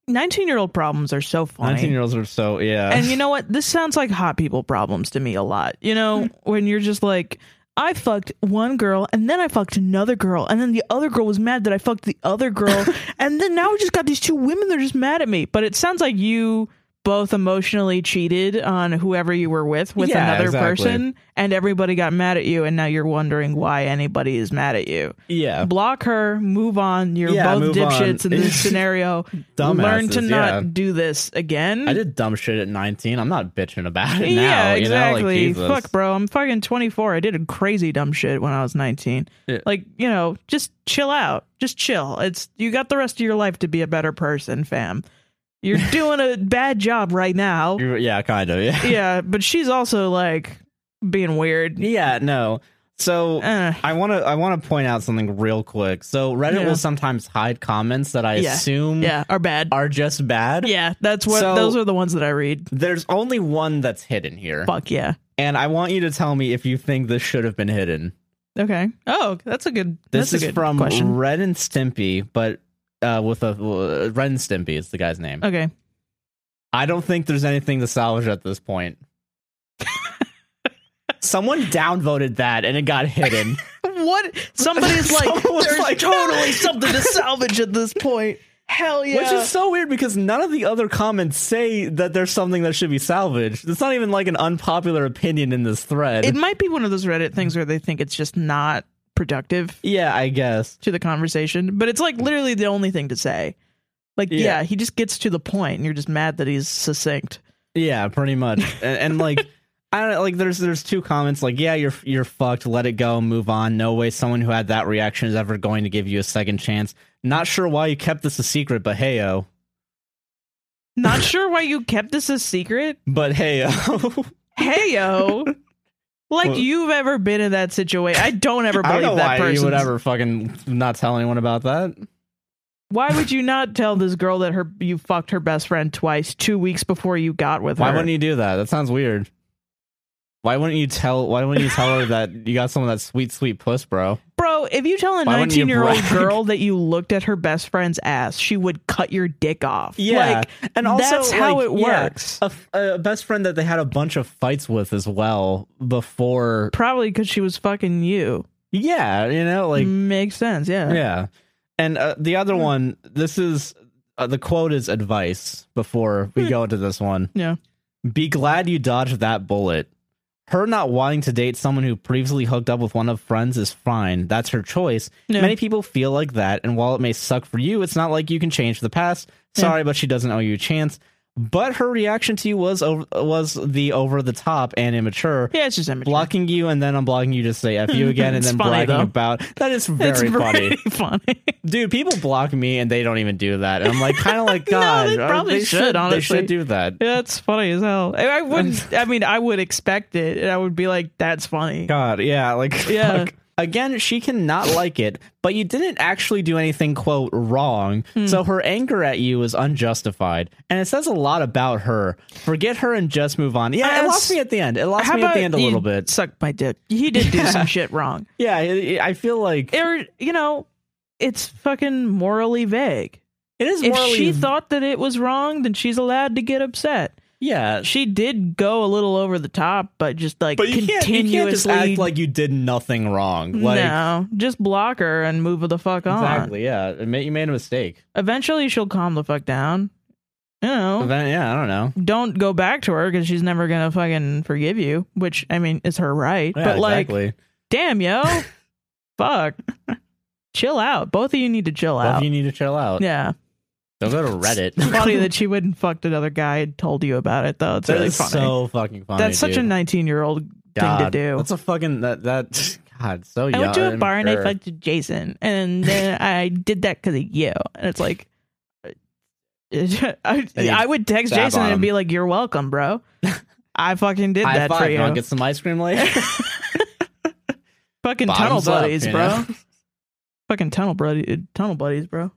Speaker 2: 19 year old problems are so funny.
Speaker 1: 19 year olds are so, yeah.
Speaker 2: And you know what? This sounds like hot people problems to me a lot. You
Speaker 1: Mm.
Speaker 2: know, when you're just like, I fucked one girl and then I fucked another girl and then the other girl was mad that I fucked the other girl and then now we just got these two women that are just mad at me. But it sounds like you both emotionally cheated on whoever you were with with
Speaker 1: Yeah,
Speaker 2: another
Speaker 1: exactly.
Speaker 2: person and everybody got mad at you and now you're wondering why anybody is mad at you.
Speaker 1: yeah.
Speaker 2: Block her, move on. You're
Speaker 1: Yeah,
Speaker 2: both
Speaker 1: move on.
Speaker 2: dipshits in this scenario. Learn to
Speaker 1: Dumbasses,
Speaker 2: not
Speaker 1: yeah.
Speaker 2: do this again.
Speaker 1: I did dumb shit at 19. I'm not bitching about it now.
Speaker 2: Yeah,
Speaker 1: you know? Like,
Speaker 2: exactly.
Speaker 1: Jesus.
Speaker 2: Fuck, bro. I'm fucking 24. I did a crazy dumb shit when I was 19.
Speaker 1: Yeah.
Speaker 2: Like, you know, just chill out. Just chill. It's you got the rest of your life to be a better person, fam. You're doing a bad job right now.
Speaker 1: You- Yeah, kind of. Yeah.
Speaker 2: yeah, but she's also like being weird.
Speaker 1: Yeah, no. So
Speaker 2: Uh,
Speaker 1: I want to I want to point out something real quick. So Reddit
Speaker 2: Yeah.
Speaker 1: will sometimes hide comments that I
Speaker 2: Yeah.
Speaker 1: assume
Speaker 2: yeah, are bad.
Speaker 1: are just bad.
Speaker 2: yeah, that's what
Speaker 1: So-
Speaker 2: those are the ones that I read.
Speaker 1: There's only one that's hidden here.
Speaker 2: Fuck yeah.
Speaker 1: And I want you to tell me if you think this should have been hidden.
Speaker 2: Okay. Oh, that's a good.
Speaker 1: This
Speaker 2: that's a
Speaker 1: is
Speaker 2: good
Speaker 1: from
Speaker 2: question.
Speaker 1: Red and Stimpy, but uh, with a uh, Red and Stimpy is the guy's name.
Speaker 2: Okay.
Speaker 1: I don't think there's anything to salvage at this point. Someone downvoted that and it got hidden.
Speaker 2: What? Somebody's like,
Speaker 1: Someone was
Speaker 2: there's
Speaker 1: like-
Speaker 2: totally something to salvage at this point. Hell yeah.
Speaker 1: Which is so weird because none of the other comments say that there's something that should be salvaged. It's not even like an unpopular opinion in this thread.
Speaker 2: it might be one of those Reddit things where they think it's just not productive
Speaker 1: yeah, I guess.
Speaker 2: to the conversation, but it's like literally the only thing to say. Like, yeah,
Speaker 1: Yeah.
Speaker 2: he just gets to the point, and you're just mad that he's succinct.
Speaker 1: Yeah, pretty much. and, and like, I don't know, like there's there's two comments like yeah you're you're fucked let it go move on no way someone who had that reaction is ever going to give you a second chance not sure why you kept this a secret but hey oh
Speaker 2: Not sure why you kept this a secret.
Speaker 1: but hey oh
Speaker 2: Heyo. Like
Speaker 1: Well-
Speaker 2: you've ever been in that situation. I don't ever
Speaker 1: I
Speaker 2: believe
Speaker 1: don't know
Speaker 2: that
Speaker 1: why you
Speaker 2: person.
Speaker 1: would ever fucking not tell anyone about that
Speaker 2: Why would you not tell this girl that her you fucked her best friend twice two weeks before you got with
Speaker 1: why
Speaker 2: her?
Speaker 1: wouldn't you do that that sounds weird why wouldn't you tell why wouldn't you tell her that you got some of that sweet sweet puss bro
Speaker 2: Bro, if you tell a
Speaker 1: Why wouldn't you
Speaker 2: 19 year old
Speaker 1: brag?
Speaker 2: girl that you looked at her best friend's ass, she would cut your dick off. Like,
Speaker 1: and also
Speaker 2: that's how
Speaker 1: like,
Speaker 2: it
Speaker 1: yeah,
Speaker 2: works.
Speaker 1: a, f- a best friend that they had a bunch of fights with as well before
Speaker 2: Probably because she was fucking you.
Speaker 1: yeah you know like
Speaker 2: Makes sense. Yeah.
Speaker 1: yeah and uh, the other
Speaker 2: Hmm.
Speaker 1: one this is uh, the quote is advice before we
Speaker 2: Hmm.
Speaker 1: go into this one
Speaker 2: Yeah.
Speaker 1: be glad you dodged that bullet her not wanting to date someone who previously hooked up with one of friends is fine that's her choice
Speaker 2: Yeah.
Speaker 1: many people feel like that and while it may suck for you it's not like you can change the past
Speaker 2: Yeah.
Speaker 1: sorry but she doesn't owe you a chance but her reaction to you was over, was the over the top and immature
Speaker 2: Yeah, it's just immature.
Speaker 1: blocking you and then unblocking you to say f you again and
Speaker 2: It's
Speaker 1: then
Speaker 2: funny,
Speaker 1: bragging
Speaker 2: though.
Speaker 1: about that is very
Speaker 2: it's
Speaker 1: funny
Speaker 2: pretty funny.
Speaker 1: dude people block me and they don't even do that and i'm like kind of like
Speaker 2: No,
Speaker 1: god
Speaker 2: they
Speaker 1: uh,
Speaker 2: probably
Speaker 1: they
Speaker 2: should, honestly.
Speaker 1: they should do that
Speaker 2: yeah, it's funny as hell. And I wouldn't. I mean, I would expect it, and I would be like, "That's funny."
Speaker 1: God, yeah, like
Speaker 2: Yeah.
Speaker 1: fuck. Again, she cannot like it, but you didn't actually do anything quote wrong,
Speaker 2: Hmm.
Speaker 1: so her anger at you is unjustified, and it says a lot about her. Forget her and just move on. Yeah, it
Speaker 2: As-
Speaker 1: lost me at the end. It lost me at the end a
Speaker 2: you
Speaker 1: little bit.
Speaker 2: Suck my dick. He did do
Speaker 1: Yeah.
Speaker 2: some shit wrong.
Speaker 1: Yeah, I I feel like
Speaker 2: Or you know, it's fucking morally vague.
Speaker 1: it is
Speaker 2: If
Speaker 1: morally.
Speaker 2: she thought that it was wrong, then she's allowed to get upset.
Speaker 1: yeah,
Speaker 2: She did go a little over the top, but just like
Speaker 1: but you can't,
Speaker 2: continuously.
Speaker 1: you can't just act like you did nothing wrong. Like
Speaker 2: no, just block her and move the fuck on.
Speaker 1: exactly, yeah, admit you made a mistake.
Speaker 2: Eventually, she'll calm the fuck down. You know,
Speaker 1: Then, yeah, I don't know.
Speaker 2: don't go back to her because she's never gonna fucking forgive you. Which I mean, is her right.
Speaker 1: Yeah,
Speaker 2: but like,
Speaker 1: exactly.
Speaker 2: damn, yo, fuck, chill out. Both of you need to chill
Speaker 1: Well, if
Speaker 2: out.
Speaker 1: you need to chill out.
Speaker 2: yeah,
Speaker 1: Don't go to Reddit.
Speaker 2: funny that she wouldn't fucked another guy and told you about it though. It's
Speaker 1: That
Speaker 2: really
Speaker 1: is
Speaker 2: funny.
Speaker 1: so fucking funny.
Speaker 2: That's such
Speaker 1: dude.
Speaker 2: a 19 year old thing to
Speaker 1: God,
Speaker 2: do.
Speaker 1: That's a fucking that that God so young.
Speaker 2: I went to a bar and I
Speaker 1: immature.
Speaker 2: fucked Jason, and then I did that because of you. And it's like, I,
Speaker 1: you
Speaker 2: I would text
Speaker 1: dab
Speaker 2: Jason
Speaker 1: on
Speaker 2: and
Speaker 1: him.
Speaker 2: be like, "You're welcome, bro. I fucking did
Speaker 1: High
Speaker 2: that
Speaker 1: five,
Speaker 2: for you.
Speaker 1: you. want to get some ice cream later.
Speaker 2: fucking tunnel
Speaker 1: Bottoms up,
Speaker 2: buddies,
Speaker 1: you
Speaker 2: bro.
Speaker 1: know?
Speaker 2: Fucking tunnel buddy, tunnel buddies, bro.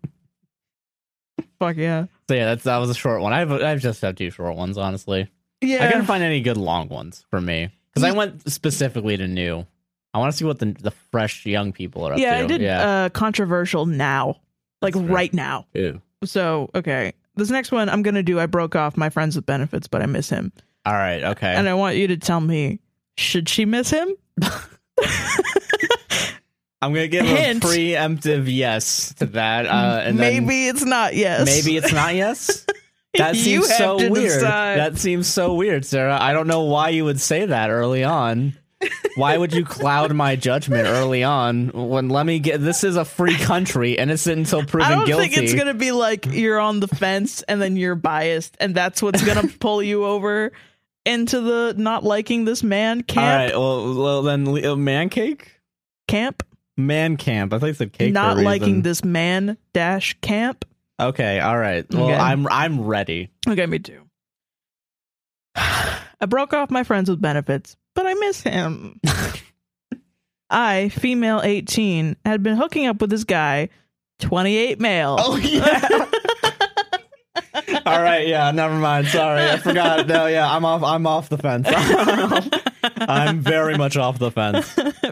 Speaker 2: Fuck yeah,
Speaker 1: so yeah, that's that was a short one. I've I've just had two short ones, honestly.
Speaker 2: yeah. Mm.
Speaker 1: I couldn't find any good long ones for me because I went specifically to new. I want to see what the the fresh young people are up
Speaker 2: yeah,
Speaker 1: to.
Speaker 2: I did
Speaker 1: Yeah,
Speaker 2: Uh, controversial now, like
Speaker 1: That's fair.
Speaker 2: right now.
Speaker 1: Ew.
Speaker 2: So okay, this next one I'm gonna do. I broke off my friends with benefits, but I miss him.
Speaker 1: All right. Okay.
Speaker 2: and I want you to tell me should she miss him?
Speaker 1: I'm gonna give
Speaker 2: Hint.
Speaker 1: a preemptive yes to that. Uh, and then
Speaker 2: maybe it's not yes.
Speaker 1: maybe it's not yes. That
Speaker 2: You
Speaker 1: seems
Speaker 2: have
Speaker 1: so
Speaker 2: to
Speaker 1: weird.
Speaker 2: decide.
Speaker 1: That seems so weird, Sarah. I don't know why you would say that early on. Why would you cloud my judgment early on when let me get this is a free country, innocent until proven
Speaker 2: I don't
Speaker 1: guilty.
Speaker 2: think it's gonna be like you're on the fence and then you're biased and that's what's gonna pull you over into the not liking this man
Speaker 1: All
Speaker 2: camp.
Speaker 1: right, well, well then le- uh, man cake?
Speaker 2: Camp,
Speaker 1: Man camp. I think it's a cake. for
Speaker 2: not
Speaker 1: a
Speaker 2: liking
Speaker 1: reason.
Speaker 2: this man dash camp.
Speaker 1: Okay, all right. Well,
Speaker 2: Okay.
Speaker 1: I'm I'm ready.
Speaker 2: Okay, me too. I broke off my friends with benefits, but I miss him. I, female 18, had been hooking up with this guy, 28 male.
Speaker 1: Oh, yeah. all right, yeah, never mind. Sorry. I forgot. No, yeah, I'm off I'm off the fence. I'm very much off the fence.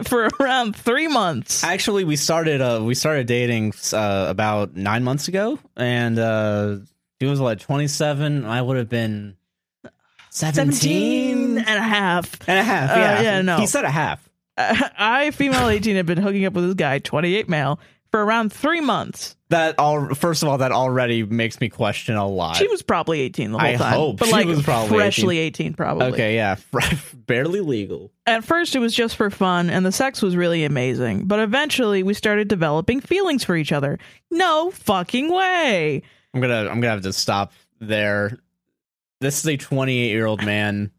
Speaker 2: for around three months.
Speaker 1: Actually, we started uh we started dating uh about nine months ago, and uh he was like twenty seven. I would have been 17,
Speaker 2: 17 and a half.
Speaker 1: and a half.
Speaker 2: Uh,
Speaker 1: Yeah,
Speaker 2: yeah, no.
Speaker 1: He said a half.
Speaker 2: Uh, I, female 18, had been hooking up with this guy, 28 male, for around three months.
Speaker 1: That all. First of all, that already makes me question a lot.
Speaker 2: She was probably 18 the whole
Speaker 1: I
Speaker 2: time.
Speaker 1: hope
Speaker 2: but
Speaker 1: she
Speaker 2: like
Speaker 1: was probably
Speaker 2: freshly 18, probably.
Speaker 1: okay, yeah, barely legal.
Speaker 2: At first, it was just for fun, and the sex was really amazing. But eventually, we started developing feelings for each other. No fucking way.
Speaker 1: I'm gonna I'm gonna have to stop there. This is a 28 year old man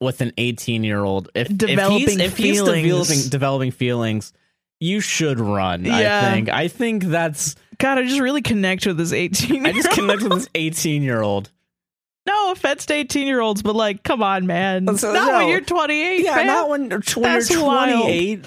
Speaker 1: with an 18 year old if if he's,
Speaker 2: Developing
Speaker 1: if he's
Speaker 2: feelings.
Speaker 1: developing developing feelings you should run i
Speaker 2: Yeah.
Speaker 1: think i think that's
Speaker 2: God, I just really connect with this 18
Speaker 1: i just connect with this 18 year old
Speaker 2: No offense to 18 year olds, but like, come on, man.
Speaker 1: So,
Speaker 2: not
Speaker 1: no.
Speaker 2: when you're 28.
Speaker 1: yeah
Speaker 2: fam.
Speaker 1: not when, you're tw- when
Speaker 2: That's
Speaker 1: you're
Speaker 2: wild.
Speaker 1: 28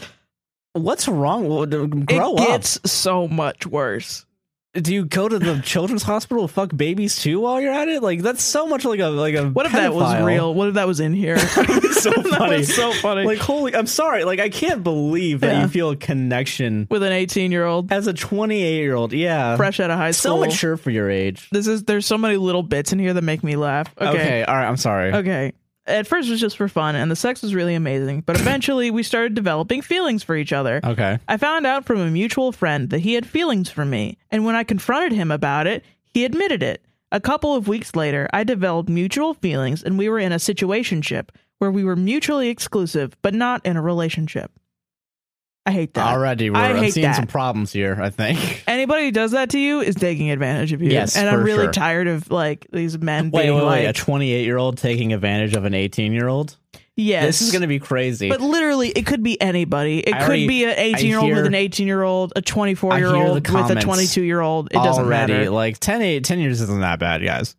Speaker 1: what's wrong well, d-
Speaker 2: it
Speaker 1: grow up
Speaker 2: gets so much worse.
Speaker 1: do you go to the children's hospital and fuck babies too while you're at it like that's so much like a like a
Speaker 2: What if that was
Speaker 1: pedophile.
Speaker 2: real? What if that was in here? so
Speaker 1: funny.
Speaker 2: so funny.
Speaker 1: like holy i'm sorry like i can't believe that
Speaker 2: Yeah.
Speaker 1: you feel a connection
Speaker 2: with an 18 year old
Speaker 1: as a 28 year old yeah
Speaker 2: fresh out of high
Speaker 1: so
Speaker 2: school.
Speaker 1: mature for your age
Speaker 2: This is there's so many little bits in here that make me laugh.
Speaker 1: Okay.
Speaker 2: Okay.
Speaker 1: all right. I'm sorry.
Speaker 2: Okay. At first it was just for fun and the sex was really amazing, but eventually we started developing feelings for each other.
Speaker 1: Okay.
Speaker 2: I found out from a mutual friend that he had feelings for me, and when I confronted him about it, he admitted it. A couple of weeks later, I developed mutual feelings and we were in a situationship where we were mutually exclusive, but not in a relationship. I hate that.
Speaker 1: Already, we're,
Speaker 2: I
Speaker 1: I'm
Speaker 2: hate
Speaker 1: seeing
Speaker 2: that.
Speaker 1: some problems here. I think.
Speaker 2: Anybody who does that to you is taking advantage of you.
Speaker 1: Yes,
Speaker 2: and I'm
Speaker 1: for
Speaker 2: really
Speaker 1: sure.
Speaker 2: tired of like these men
Speaker 1: Wait,
Speaker 2: being
Speaker 1: wait, wait. A
Speaker 2: like,
Speaker 1: 28 year old taking advantage of an 18 year old.
Speaker 2: yes,
Speaker 1: This is gonna be crazy.
Speaker 2: But literally, it could be anybody. It
Speaker 1: I
Speaker 2: could
Speaker 1: already-
Speaker 2: be an 18 year old
Speaker 1: hear-
Speaker 2: with an 18 year old, a 24 year
Speaker 1: I hear the
Speaker 2: old with a
Speaker 1: comments
Speaker 2: 22 year old. It doesn't
Speaker 1: already,
Speaker 2: matter.
Speaker 1: like 10, eight- 10 years isn't that bad, guys.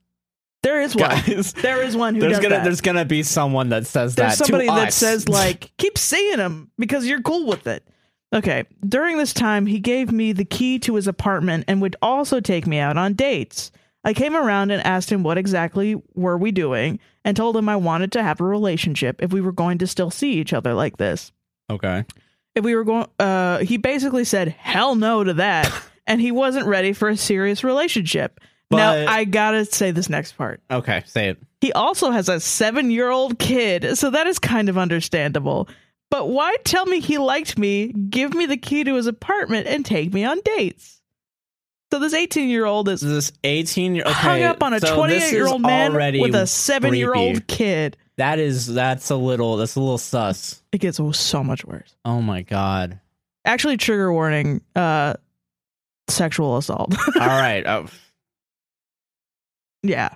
Speaker 2: There is one.
Speaker 1: Guys,
Speaker 2: There is one who
Speaker 1: there's
Speaker 2: does
Speaker 1: gonna
Speaker 2: that.
Speaker 1: there's gonna be someone that says
Speaker 2: There's
Speaker 1: that. to
Speaker 2: somebody that
Speaker 1: us.
Speaker 2: says like, keep seeing him because you're cool with it. Okay. During this time, he gave me the key to his apartment and would also take me out on dates. I came around and asked him what exactly were we doing and told him I wanted to have a relationship if we were going to still see each other like this.
Speaker 1: okay.
Speaker 2: If we were going uh he basically said hell no to that and he wasn't ready for a serious relationship.
Speaker 1: But-
Speaker 2: now I got to say this next part.
Speaker 1: Okay, say it.
Speaker 2: He also has a seven year old kid, so that is kind of understandable. But why tell me he liked me, give me the key to his apartment, and take me on dates? So this 18 year old is
Speaker 1: This 18 year okay,
Speaker 2: hung up on a
Speaker 1: so
Speaker 2: 28
Speaker 1: this is
Speaker 2: year old man
Speaker 1: already
Speaker 2: with a seven year
Speaker 1: creepy.
Speaker 2: old kid.
Speaker 1: That is that's a little that's a little sus.
Speaker 2: It gets so much worse.
Speaker 1: Oh my god.
Speaker 2: Actually, trigger warning uh, sexual assault.
Speaker 1: All right. Oh,
Speaker 2: yeah,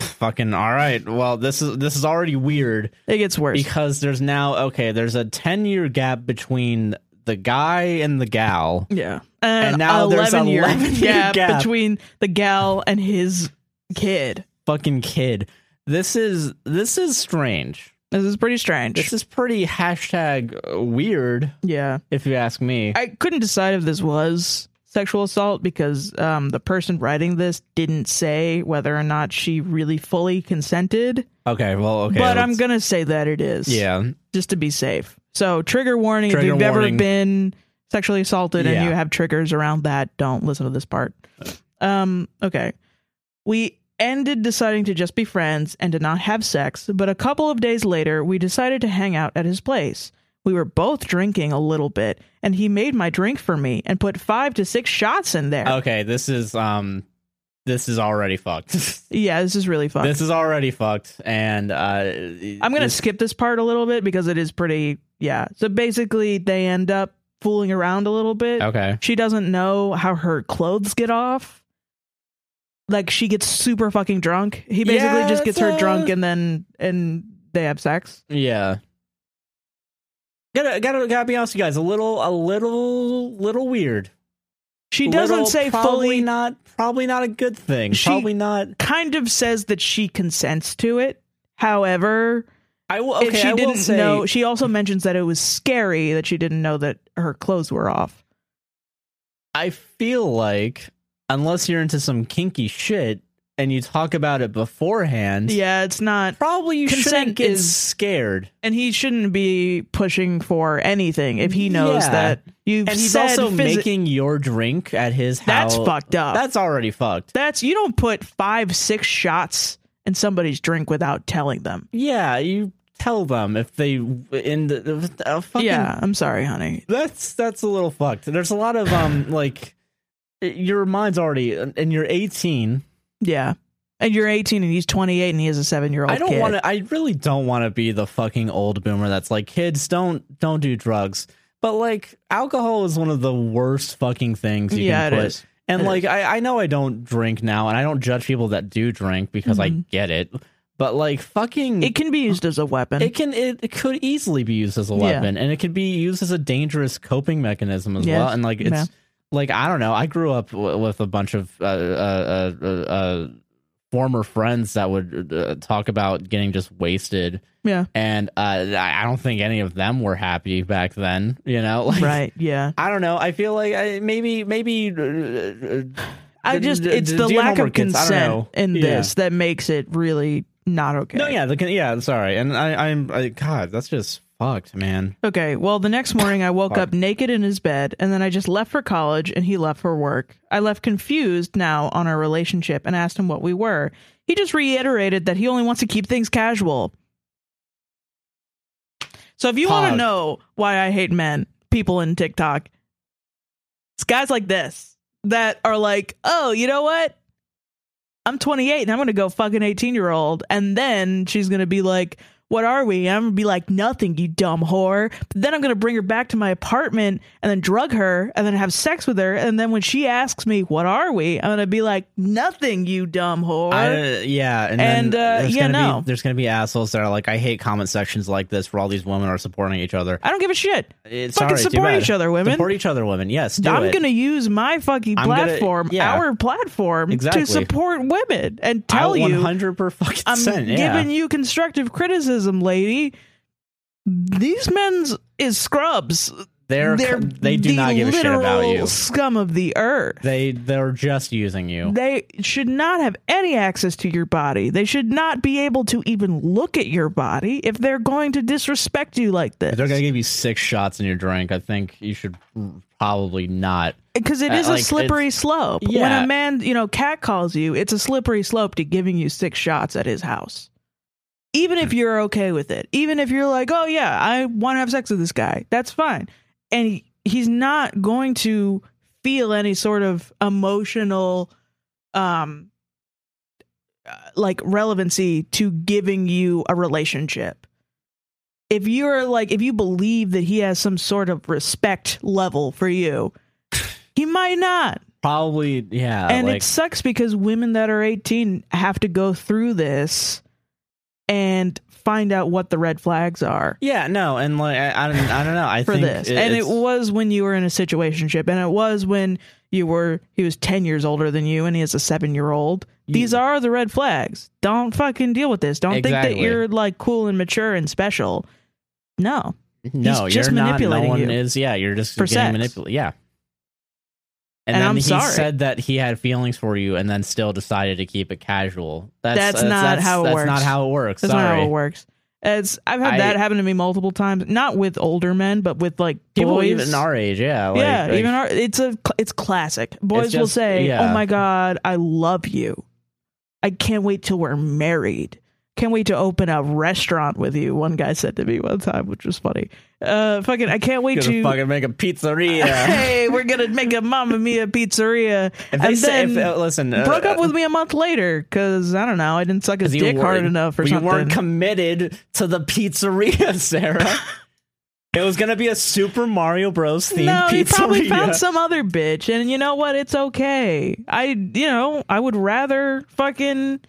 Speaker 1: fucking all right. Well, this is this is already weird.
Speaker 2: it gets worse.
Speaker 1: because there's now okay there's a 10 year gap between the guy and the gal
Speaker 2: yeah.
Speaker 1: And now there's an 11 year
Speaker 2: gap
Speaker 1: gap.
Speaker 2: between the gal and his kid.
Speaker 1: fucking kid this is this is strange
Speaker 2: This is pretty strange.
Speaker 1: this is pretty hashtag uh, weird
Speaker 2: yeah.
Speaker 1: if you ask me
Speaker 2: I couldn't decide if this was sexual assault because um, the person writing this didn't say whether or not she really fully consented.
Speaker 1: okay well okay
Speaker 2: but I'm
Speaker 1: let's-
Speaker 2: gonna say that it is,
Speaker 1: yeah
Speaker 2: just to be safe. So trigger warning: if
Speaker 1: Trigger
Speaker 2: you've
Speaker 1: warning.
Speaker 2: ever been sexually assaulted and
Speaker 1: Yeah.
Speaker 2: you have triggers around that, don't listen to this part. Um, okay, we ended deciding to just be friends and to not have sex. But a couple of days later, we decided to hang out at his place. We were both drinking a little bit, and he made my drink for me and put five to six shots in there.
Speaker 1: okay this is um this is already fucked this
Speaker 2: yeah, this is really fun.
Speaker 1: is already fucked and uh
Speaker 2: I'm gonna
Speaker 1: this-
Speaker 2: skip this part a little bit because it is pretty. Yeah. So basically, they end up fooling around a little bit.
Speaker 1: okay
Speaker 2: She doesn't know how her clothes get off. Like she gets super fucking drunk. He basically
Speaker 1: Yeah,
Speaker 2: just gets
Speaker 1: it's,
Speaker 2: her
Speaker 1: uh,
Speaker 2: drunk and then and they have sex.
Speaker 1: yeah gotta gotta gotta be honest with you guys a little a little little weird
Speaker 2: She doesn't
Speaker 1: little,
Speaker 2: say
Speaker 1: probably
Speaker 2: fully.
Speaker 1: not probably not a good thing
Speaker 2: She-
Speaker 1: probably not
Speaker 2: Kind of says that she consents to it. However,
Speaker 1: i will
Speaker 2: if
Speaker 1: okay
Speaker 2: she
Speaker 1: I will
Speaker 2: didn't
Speaker 1: say-
Speaker 2: know, she also mentions that it was scary that she didn't know that her clothes were off.
Speaker 1: i feel like unless you're into some kinky shit and you talk about it beforehand
Speaker 2: Yeah, it's not.
Speaker 1: probably you shouldn't
Speaker 2: Consent
Speaker 1: get
Speaker 2: is-
Speaker 1: scared
Speaker 2: And he shouldn't be pushing for anything if he knows
Speaker 1: Yeah.
Speaker 2: that you've
Speaker 1: and he's
Speaker 2: said
Speaker 1: also
Speaker 2: physi-
Speaker 1: making your drink at his house
Speaker 2: that's fucked up.
Speaker 1: that's already fucked
Speaker 2: That's you don't put five, six shots in somebody's drink without telling them.
Speaker 1: yeah you tell them if they in the uh, fucking
Speaker 2: yeah, I'm sorry, honey.
Speaker 1: that's that's a little fucked there's a lot of um like your mind's already and you're 18
Speaker 2: Yeah. And you're 18 and he's 28 and he has a seven year old.
Speaker 1: I don't want to. I really don't want to be the fucking old boomer that's like, kids, don't don't do drugs. But like, alcohol is one of the worst fucking things you
Speaker 2: Yeah, it
Speaker 1: can put.
Speaker 2: is.
Speaker 1: And
Speaker 2: It
Speaker 1: Mm-hmm. like, I I know I don't drink now, and I don't judge people that do drink because I get it. But like fucking
Speaker 2: It can be used as a weapon.
Speaker 1: It can it, it could easily be used as a
Speaker 2: Yeah.
Speaker 1: weapon, and it could be used as a dangerous coping mechanism as
Speaker 2: Yes.
Speaker 1: well. And like it's
Speaker 2: Yeah.
Speaker 1: like I don't know. I grew up w- with a bunch of uh, uh, uh, uh, uh, former friends that would uh, talk about getting just wasted,
Speaker 2: yeah.
Speaker 1: and uh, I I don't think any of them were happy back then. You know, like,
Speaker 2: Right. Yeah.
Speaker 1: I don't know. I feel like I, maybe maybe. uh, uh,
Speaker 2: I
Speaker 1: d-
Speaker 2: just
Speaker 1: d-
Speaker 2: it's
Speaker 1: d-
Speaker 2: the
Speaker 1: do your
Speaker 2: lack of
Speaker 1: homework, kids. I don't
Speaker 2: consent
Speaker 1: know.
Speaker 2: in
Speaker 1: Yeah.
Speaker 2: this that makes it really not okay.
Speaker 1: No, yeah, the, con- yeah. Sorry, and I, I'm I, God. That's just fucked, man.
Speaker 2: Okay. Well, the next morning I woke up naked in his bed and then I just left for college and he left for work. I left confused now on our relationship and asked him what we were. He just reiterated that he only wants to keep things casual. So if you want to
Speaker 1: Pog.
Speaker 2: know why I hate men, people in TikTok, it's guys like this that are like, "Oh, you know what? I'm 28 and I'm gonna go fucking 18 year old. And then she's gonna be like, What are we? And I'm gonna be like, Nothing, you dumb whore. But then I'm gonna bring her back to my apartment and then drug her and then have sex with her. And then when she asks me, What are we? I'm gonna be like, Nothing, you dumb whore.
Speaker 1: I, uh, yeah, and,
Speaker 2: And,
Speaker 1: then
Speaker 2: uh,
Speaker 1: there's
Speaker 2: yeah,
Speaker 1: gonna
Speaker 2: no.
Speaker 1: be, there's gonna be assholes that are like, I hate comment sections like this where all these women are supporting each other.
Speaker 2: I don't give a shit.
Speaker 1: It's sorry,
Speaker 2: Fucking
Speaker 1: too
Speaker 2: support
Speaker 1: bad.
Speaker 2: each other, women.
Speaker 1: Support each other, women. Yes, do
Speaker 2: I'm
Speaker 1: it.
Speaker 2: gonna use my fucking
Speaker 1: I'm gonna-
Speaker 2: platform,
Speaker 1: yeah.
Speaker 2: our platform,
Speaker 1: Exactly.
Speaker 2: to support women and
Speaker 1: I
Speaker 2: tell you
Speaker 1: 100 per fucking
Speaker 2: I'm
Speaker 1: cent. Yeah.
Speaker 2: giving you constructive criticism, lady. These men's is scrubs.
Speaker 1: they're,
Speaker 2: They're
Speaker 1: they do
Speaker 2: the
Speaker 1: not give a shit about
Speaker 2: literal
Speaker 1: you.
Speaker 2: Scum of the earth.
Speaker 1: They they're just using you.
Speaker 2: They should not have any access to your body. They should not be able to even look at your body if they're going to disrespect you like
Speaker 1: If they're gonna
Speaker 2: this.
Speaker 1: give you six shots in your drink, I think you should probably not.
Speaker 2: Because it is
Speaker 1: Uh,
Speaker 2: a
Speaker 1: like,
Speaker 2: slippery slope. When
Speaker 1: Yeah.
Speaker 2: a man, you know, cat calls you, it's a slippery slope to giving you six shots at his house. Even if you're okay with it, even if you're like, oh yeah, I want to have sex with this guy, that's fine. And he, he's not going to feel any sort of emotional, um, uh, like relevancy to giving you a relationship. If you're like, if you believe that he has some sort of respect level for you, he might not
Speaker 1: Probably, yeah.
Speaker 2: and
Speaker 1: like,
Speaker 2: it sucks because women that are 18 have to go through this and find out what the red flags are
Speaker 1: yeah, no, and like I, I don't, I don't know. I
Speaker 2: for
Speaker 1: think
Speaker 2: this and it
Speaker 1: it's-
Speaker 2: was when you were in a situationship and it was when you were he was 10 years older than you and he has a 7 year old
Speaker 1: You-
Speaker 2: these are the red flags don't fucking deal with this don't think
Speaker 1: Exactly.
Speaker 2: that you're like cool and mature and special no
Speaker 1: No,
Speaker 2: He's
Speaker 1: you're
Speaker 2: just
Speaker 1: not.
Speaker 2: manipulating
Speaker 1: no one
Speaker 2: you
Speaker 1: is. Yeah, you're just
Speaker 2: for
Speaker 1: getting
Speaker 2: sex.
Speaker 1: manipulated. Yeah. And,
Speaker 2: And
Speaker 1: then
Speaker 2: I'm
Speaker 1: he
Speaker 2: sorry.
Speaker 1: said that he had feelings for you, and then still decided to keep it casual. That's,
Speaker 2: That's not how it
Speaker 1: that's
Speaker 2: works.
Speaker 1: not how it works.
Speaker 2: that's not
Speaker 1: sorry,
Speaker 2: how it works it's, I've had
Speaker 1: I-
Speaker 2: that happen to me multiple times, not with older men, but with like
Speaker 1: people
Speaker 2: boys.
Speaker 1: even our age, yeah, like,
Speaker 2: yeah,
Speaker 1: like,
Speaker 2: even our it's a it's classic. Boys will
Speaker 1: just-
Speaker 2: say,
Speaker 1: yeah.
Speaker 2: "Oh my god, I love you. I can't wait till we're married. Can't wait to open a restaurant with you." One guy said to me one time, which was funny. Uh, fucking, I can't wait
Speaker 1: gonna
Speaker 2: to.
Speaker 1: fucking make a pizzeria.
Speaker 2: Hey, we're gonna make a Mamma Mia pizzeria.
Speaker 1: if they
Speaker 2: and
Speaker 1: say, if,
Speaker 2: then
Speaker 1: uh, listen, uh,
Speaker 2: broke up with me a month later because I don't know, I didn't suck his
Speaker 1: 'cause you
Speaker 2: dick hard
Speaker 1: weren't-
Speaker 2: enough or
Speaker 1: you
Speaker 2: something.
Speaker 1: weren't committed to the pizzeria, Sarah. it was gonna be a Super Mario Bros. themed
Speaker 2: no,
Speaker 1: pizzeria.
Speaker 2: he probably found some other bitch, and you know what? It's okay. I, you know, I would rather fucking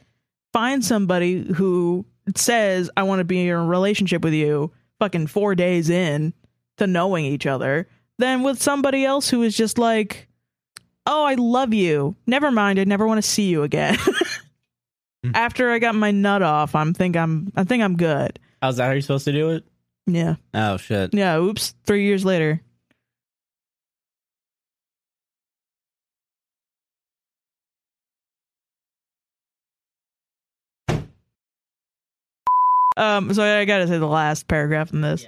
Speaker 2: find somebody who says I want to be in a relationship with you, fucking four days in to knowing each other, than with somebody else who is just like, oh, I love you. Never mind, I never want to see you again. After I got my nut off, I'm think I'm I think I'm good.
Speaker 1: How's Oh, that? How you supposed to do it?
Speaker 2: Yeah,
Speaker 1: Oh shit.
Speaker 2: yeah. Oops, three years later. Um, so I gotta say the last paragraph in this.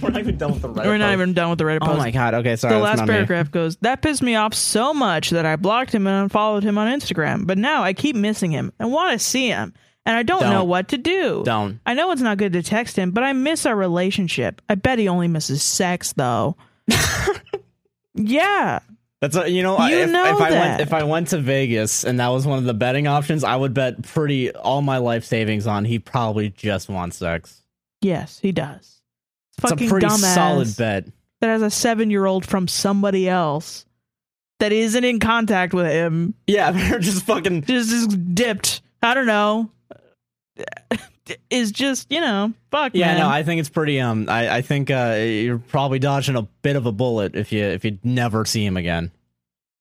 Speaker 1: We're not even done with the right.
Speaker 2: We're not even done with the Reddit
Speaker 1: Oh
Speaker 2: post.
Speaker 1: my god. Okay, sorry.
Speaker 2: the
Speaker 1: that's
Speaker 2: last
Speaker 1: not me.
Speaker 2: paragraph goes, That pissed me off so much that I blocked him and unfollowed him on Instagram, but now I keep missing him and want to see him, and I don't,
Speaker 1: Don't.
Speaker 2: know what to do.
Speaker 1: Don't.
Speaker 2: I know it's not good to text him, but I miss our relationship. I bet he only misses sex, though. yeah.
Speaker 1: That's a, you know, I-
Speaker 2: You
Speaker 1: if,
Speaker 2: know
Speaker 1: if I
Speaker 2: that.
Speaker 1: went if I went to Vegas and that was one of the betting options, I would bet pretty all my life savings on he probably just wants sex.
Speaker 2: Yes, he does.
Speaker 1: It's a
Speaker 2: Fucking
Speaker 1: pretty
Speaker 2: dumbass
Speaker 1: solid bet.
Speaker 2: that has a seven year old from somebody else that isn't in contact with him
Speaker 1: Yeah, they're just fucking
Speaker 2: just, just dipped. I don't know. is just you know fuck
Speaker 1: Yeah,
Speaker 2: man.
Speaker 1: no, I think it's pretty. Um, I, I think uh, you're probably dodging a bit of a bullet if you if you never see him again.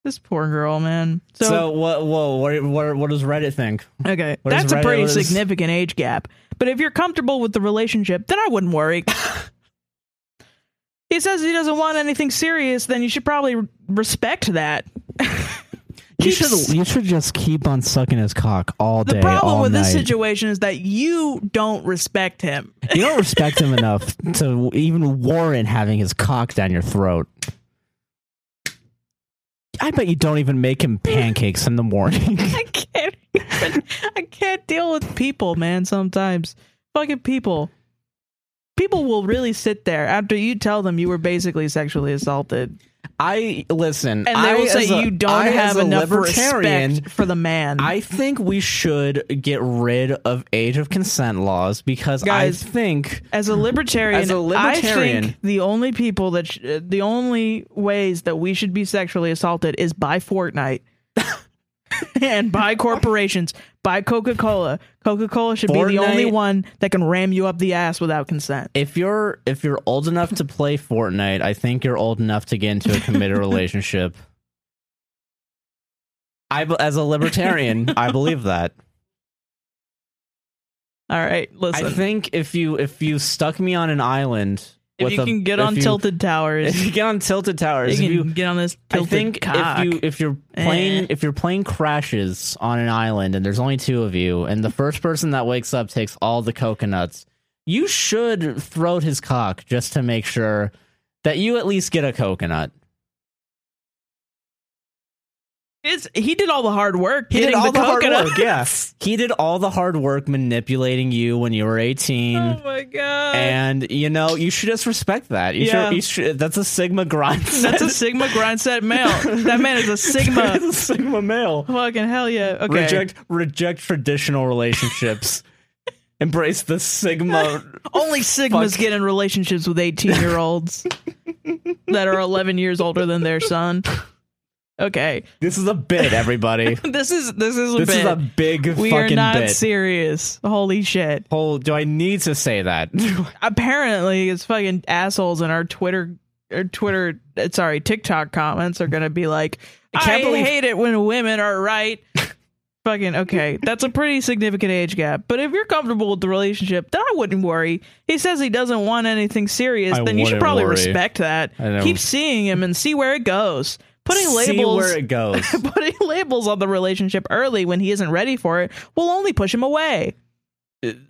Speaker 2: this poor girl man so,
Speaker 1: So, what? Whoa, what, what? What does Reddit think?
Speaker 2: okay
Speaker 1: what is
Speaker 2: that's a
Speaker 1: Reddit-
Speaker 2: pretty
Speaker 1: what is-
Speaker 2: significant age gap but if you're comfortable with the relationship then i wouldn't worry he says he doesn't want anything serious then you should probably re- respect that
Speaker 1: You
Speaker 2: Keep s-
Speaker 1: should you should just keep on sucking his cock all
Speaker 2: the
Speaker 1: day.
Speaker 2: problem
Speaker 1: all
Speaker 2: with
Speaker 1: night.
Speaker 2: this situation is that you don't respect him
Speaker 1: you don't respect him enough to even warrant having his cock down your throat. I bet you don't even make him pancakes in the morning.
Speaker 2: I can't even, I can't deal with people, man, sometimes. Fucking people. People will really sit there after you tell them you were basically sexually assaulted.
Speaker 1: I listen,
Speaker 2: And they
Speaker 1: I,
Speaker 2: will say
Speaker 1: as a-
Speaker 2: you don't
Speaker 1: I, as
Speaker 2: have
Speaker 1: a
Speaker 2: enough
Speaker 1: libertarian,
Speaker 2: respect for the man.
Speaker 1: I think we should get rid of age of consent laws because
Speaker 2: Guys,
Speaker 1: I think
Speaker 2: as a libertarian,
Speaker 1: As a
Speaker 2: I
Speaker 1: libertarian-
Speaker 2: think the only people that sh- uh, the only ways that we should be sexually assaulted is by Fortnite and by corporations, by Coca-Cola. Coca-Cola should be the only
Speaker 1: Fortnite-
Speaker 2: one that can ram you up the ass without consent.
Speaker 1: if you're if you're old enough to play Fortnite, I think you're old enough to get into a committed relationship. I be- as a libertarian, I believe that.
Speaker 2: All right, listen.
Speaker 1: I think if you if you stuck me on an island,
Speaker 2: if
Speaker 1: with
Speaker 2: you
Speaker 1: a-
Speaker 2: can get
Speaker 1: if
Speaker 2: on
Speaker 1: you-
Speaker 2: tilted towers,
Speaker 1: if you get on tilted towers,
Speaker 2: you
Speaker 1: if
Speaker 2: can
Speaker 1: you
Speaker 2: get on this
Speaker 1: I
Speaker 2: tilted
Speaker 1: think
Speaker 2: cock.
Speaker 1: if you if you're playing
Speaker 2: Eh.
Speaker 1: if you're playing crashes on an island and there's only two of you and the first person that wakes up takes all the coconuts, you should throat his cock just to make sure that you at least get a coconut.
Speaker 2: It's- he did all the hard work. getting the coconut.
Speaker 1: Yeah, he did all the hard work manipulating you when you were 18.
Speaker 2: Oh my god!
Speaker 1: And you know you should just respect that. You
Speaker 2: Yeah.
Speaker 1: should, you should. That's a Sigma grind.
Speaker 2: That's a
Speaker 1: set.
Speaker 2: Sigma grind set male. that man is a Sigma.
Speaker 1: That's a Sigma male.
Speaker 2: Fucking hell yeah! Okay.
Speaker 1: Reject reject traditional relationships. Embrace the sigma.
Speaker 2: Only Sigmas
Speaker 1: Fuck.
Speaker 2: get in relationships with eighteen-year-olds that are eleven years older than their son. Okay,
Speaker 1: This is a bit, everybody.
Speaker 2: this is this is a
Speaker 1: this
Speaker 2: bit.
Speaker 1: is a big
Speaker 2: we are
Speaker 1: fucking
Speaker 2: not
Speaker 1: bit.
Speaker 2: serious. Holy shit!
Speaker 1: Whole, do I need to say that?
Speaker 2: apparently it's fucking assholes in our Twitter or Twitter uh, sorry, TikTok comments are gonna be like I,
Speaker 1: can't believe-
Speaker 2: hate it when women are right. fucking okay. That's a pretty significant age gap. But if you're comfortable with the relationship, then I wouldn't worry. He says he doesn't want anything serious,
Speaker 1: I
Speaker 2: then you should
Speaker 1: wouldn't
Speaker 2: probably
Speaker 1: worry.
Speaker 2: respect that.
Speaker 1: I know.
Speaker 2: Keep seeing him and see where it goes. Putting
Speaker 1: See
Speaker 2: labels
Speaker 1: where it goes.
Speaker 2: putting labels on the relationship early when he isn't ready for it will only push him away.
Speaker 1: I,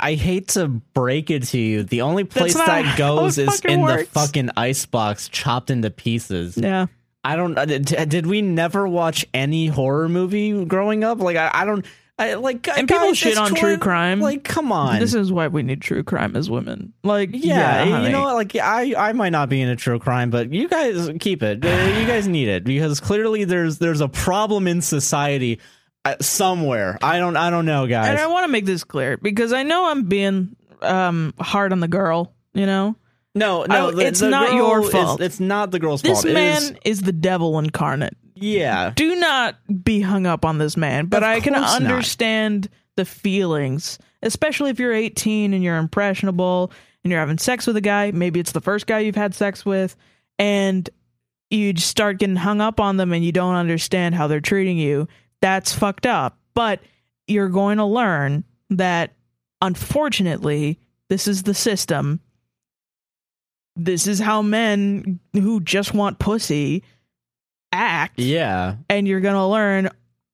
Speaker 1: I hate to break it to you. The only place
Speaker 2: not
Speaker 1: that
Speaker 2: how
Speaker 1: goes
Speaker 2: it
Speaker 1: is
Speaker 2: fucking
Speaker 1: in the
Speaker 2: works.
Speaker 1: fucking icebox, chopped into pieces.
Speaker 2: Yeah.
Speaker 1: I don't. uh, Did, did we never watch any horror movie growing up? Like I, I don't. I, like
Speaker 2: And people
Speaker 1: guys,
Speaker 2: shit
Speaker 1: it's
Speaker 2: on true crime.
Speaker 1: Like come on.
Speaker 2: This is why we need true crime as women. Like,
Speaker 1: Yeah,
Speaker 2: yeah,
Speaker 1: you
Speaker 2: honey.
Speaker 1: know, what, like I, I might not be into true crime, but you guys keep it. Uh, You guys need it because clearly there's there's a problem in society uh, somewhere. I don't I don't know,
Speaker 2: and I
Speaker 1: guys.
Speaker 2: want to make this clear because I know I'm being um hard on the girl. You know,
Speaker 1: No, no,
Speaker 2: I-
Speaker 1: the-
Speaker 2: it's
Speaker 1: the
Speaker 2: not
Speaker 1: girl
Speaker 2: your
Speaker 1: is-
Speaker 2: fault.
Speaker 1: it's not the girl's
Speaker 2: this
Speaker 1: fault. It
Speaker 2: man
Speaker 1: is-
Speaker 2: is the devil incarnate.
Speaker 1: yeah,
Speaker 2: Do not be hung up on this man, but
Speaker 1: Of
Speaker 2: I can
Speaker 1: course not.
Speaker 2: understand the feelings, especially if you're 18 and you're impressionable and you're having sex with a guy. Maybe it's the first guy you've had sex with, and you just start getting hung up on them and you don't understand how they're treating you. That's fucked up. But you're going to learn that unfortunately, this is the system. This is how men who just want pussy act
Speaker 1: yeah.
Speaker 2: and you're gonna learn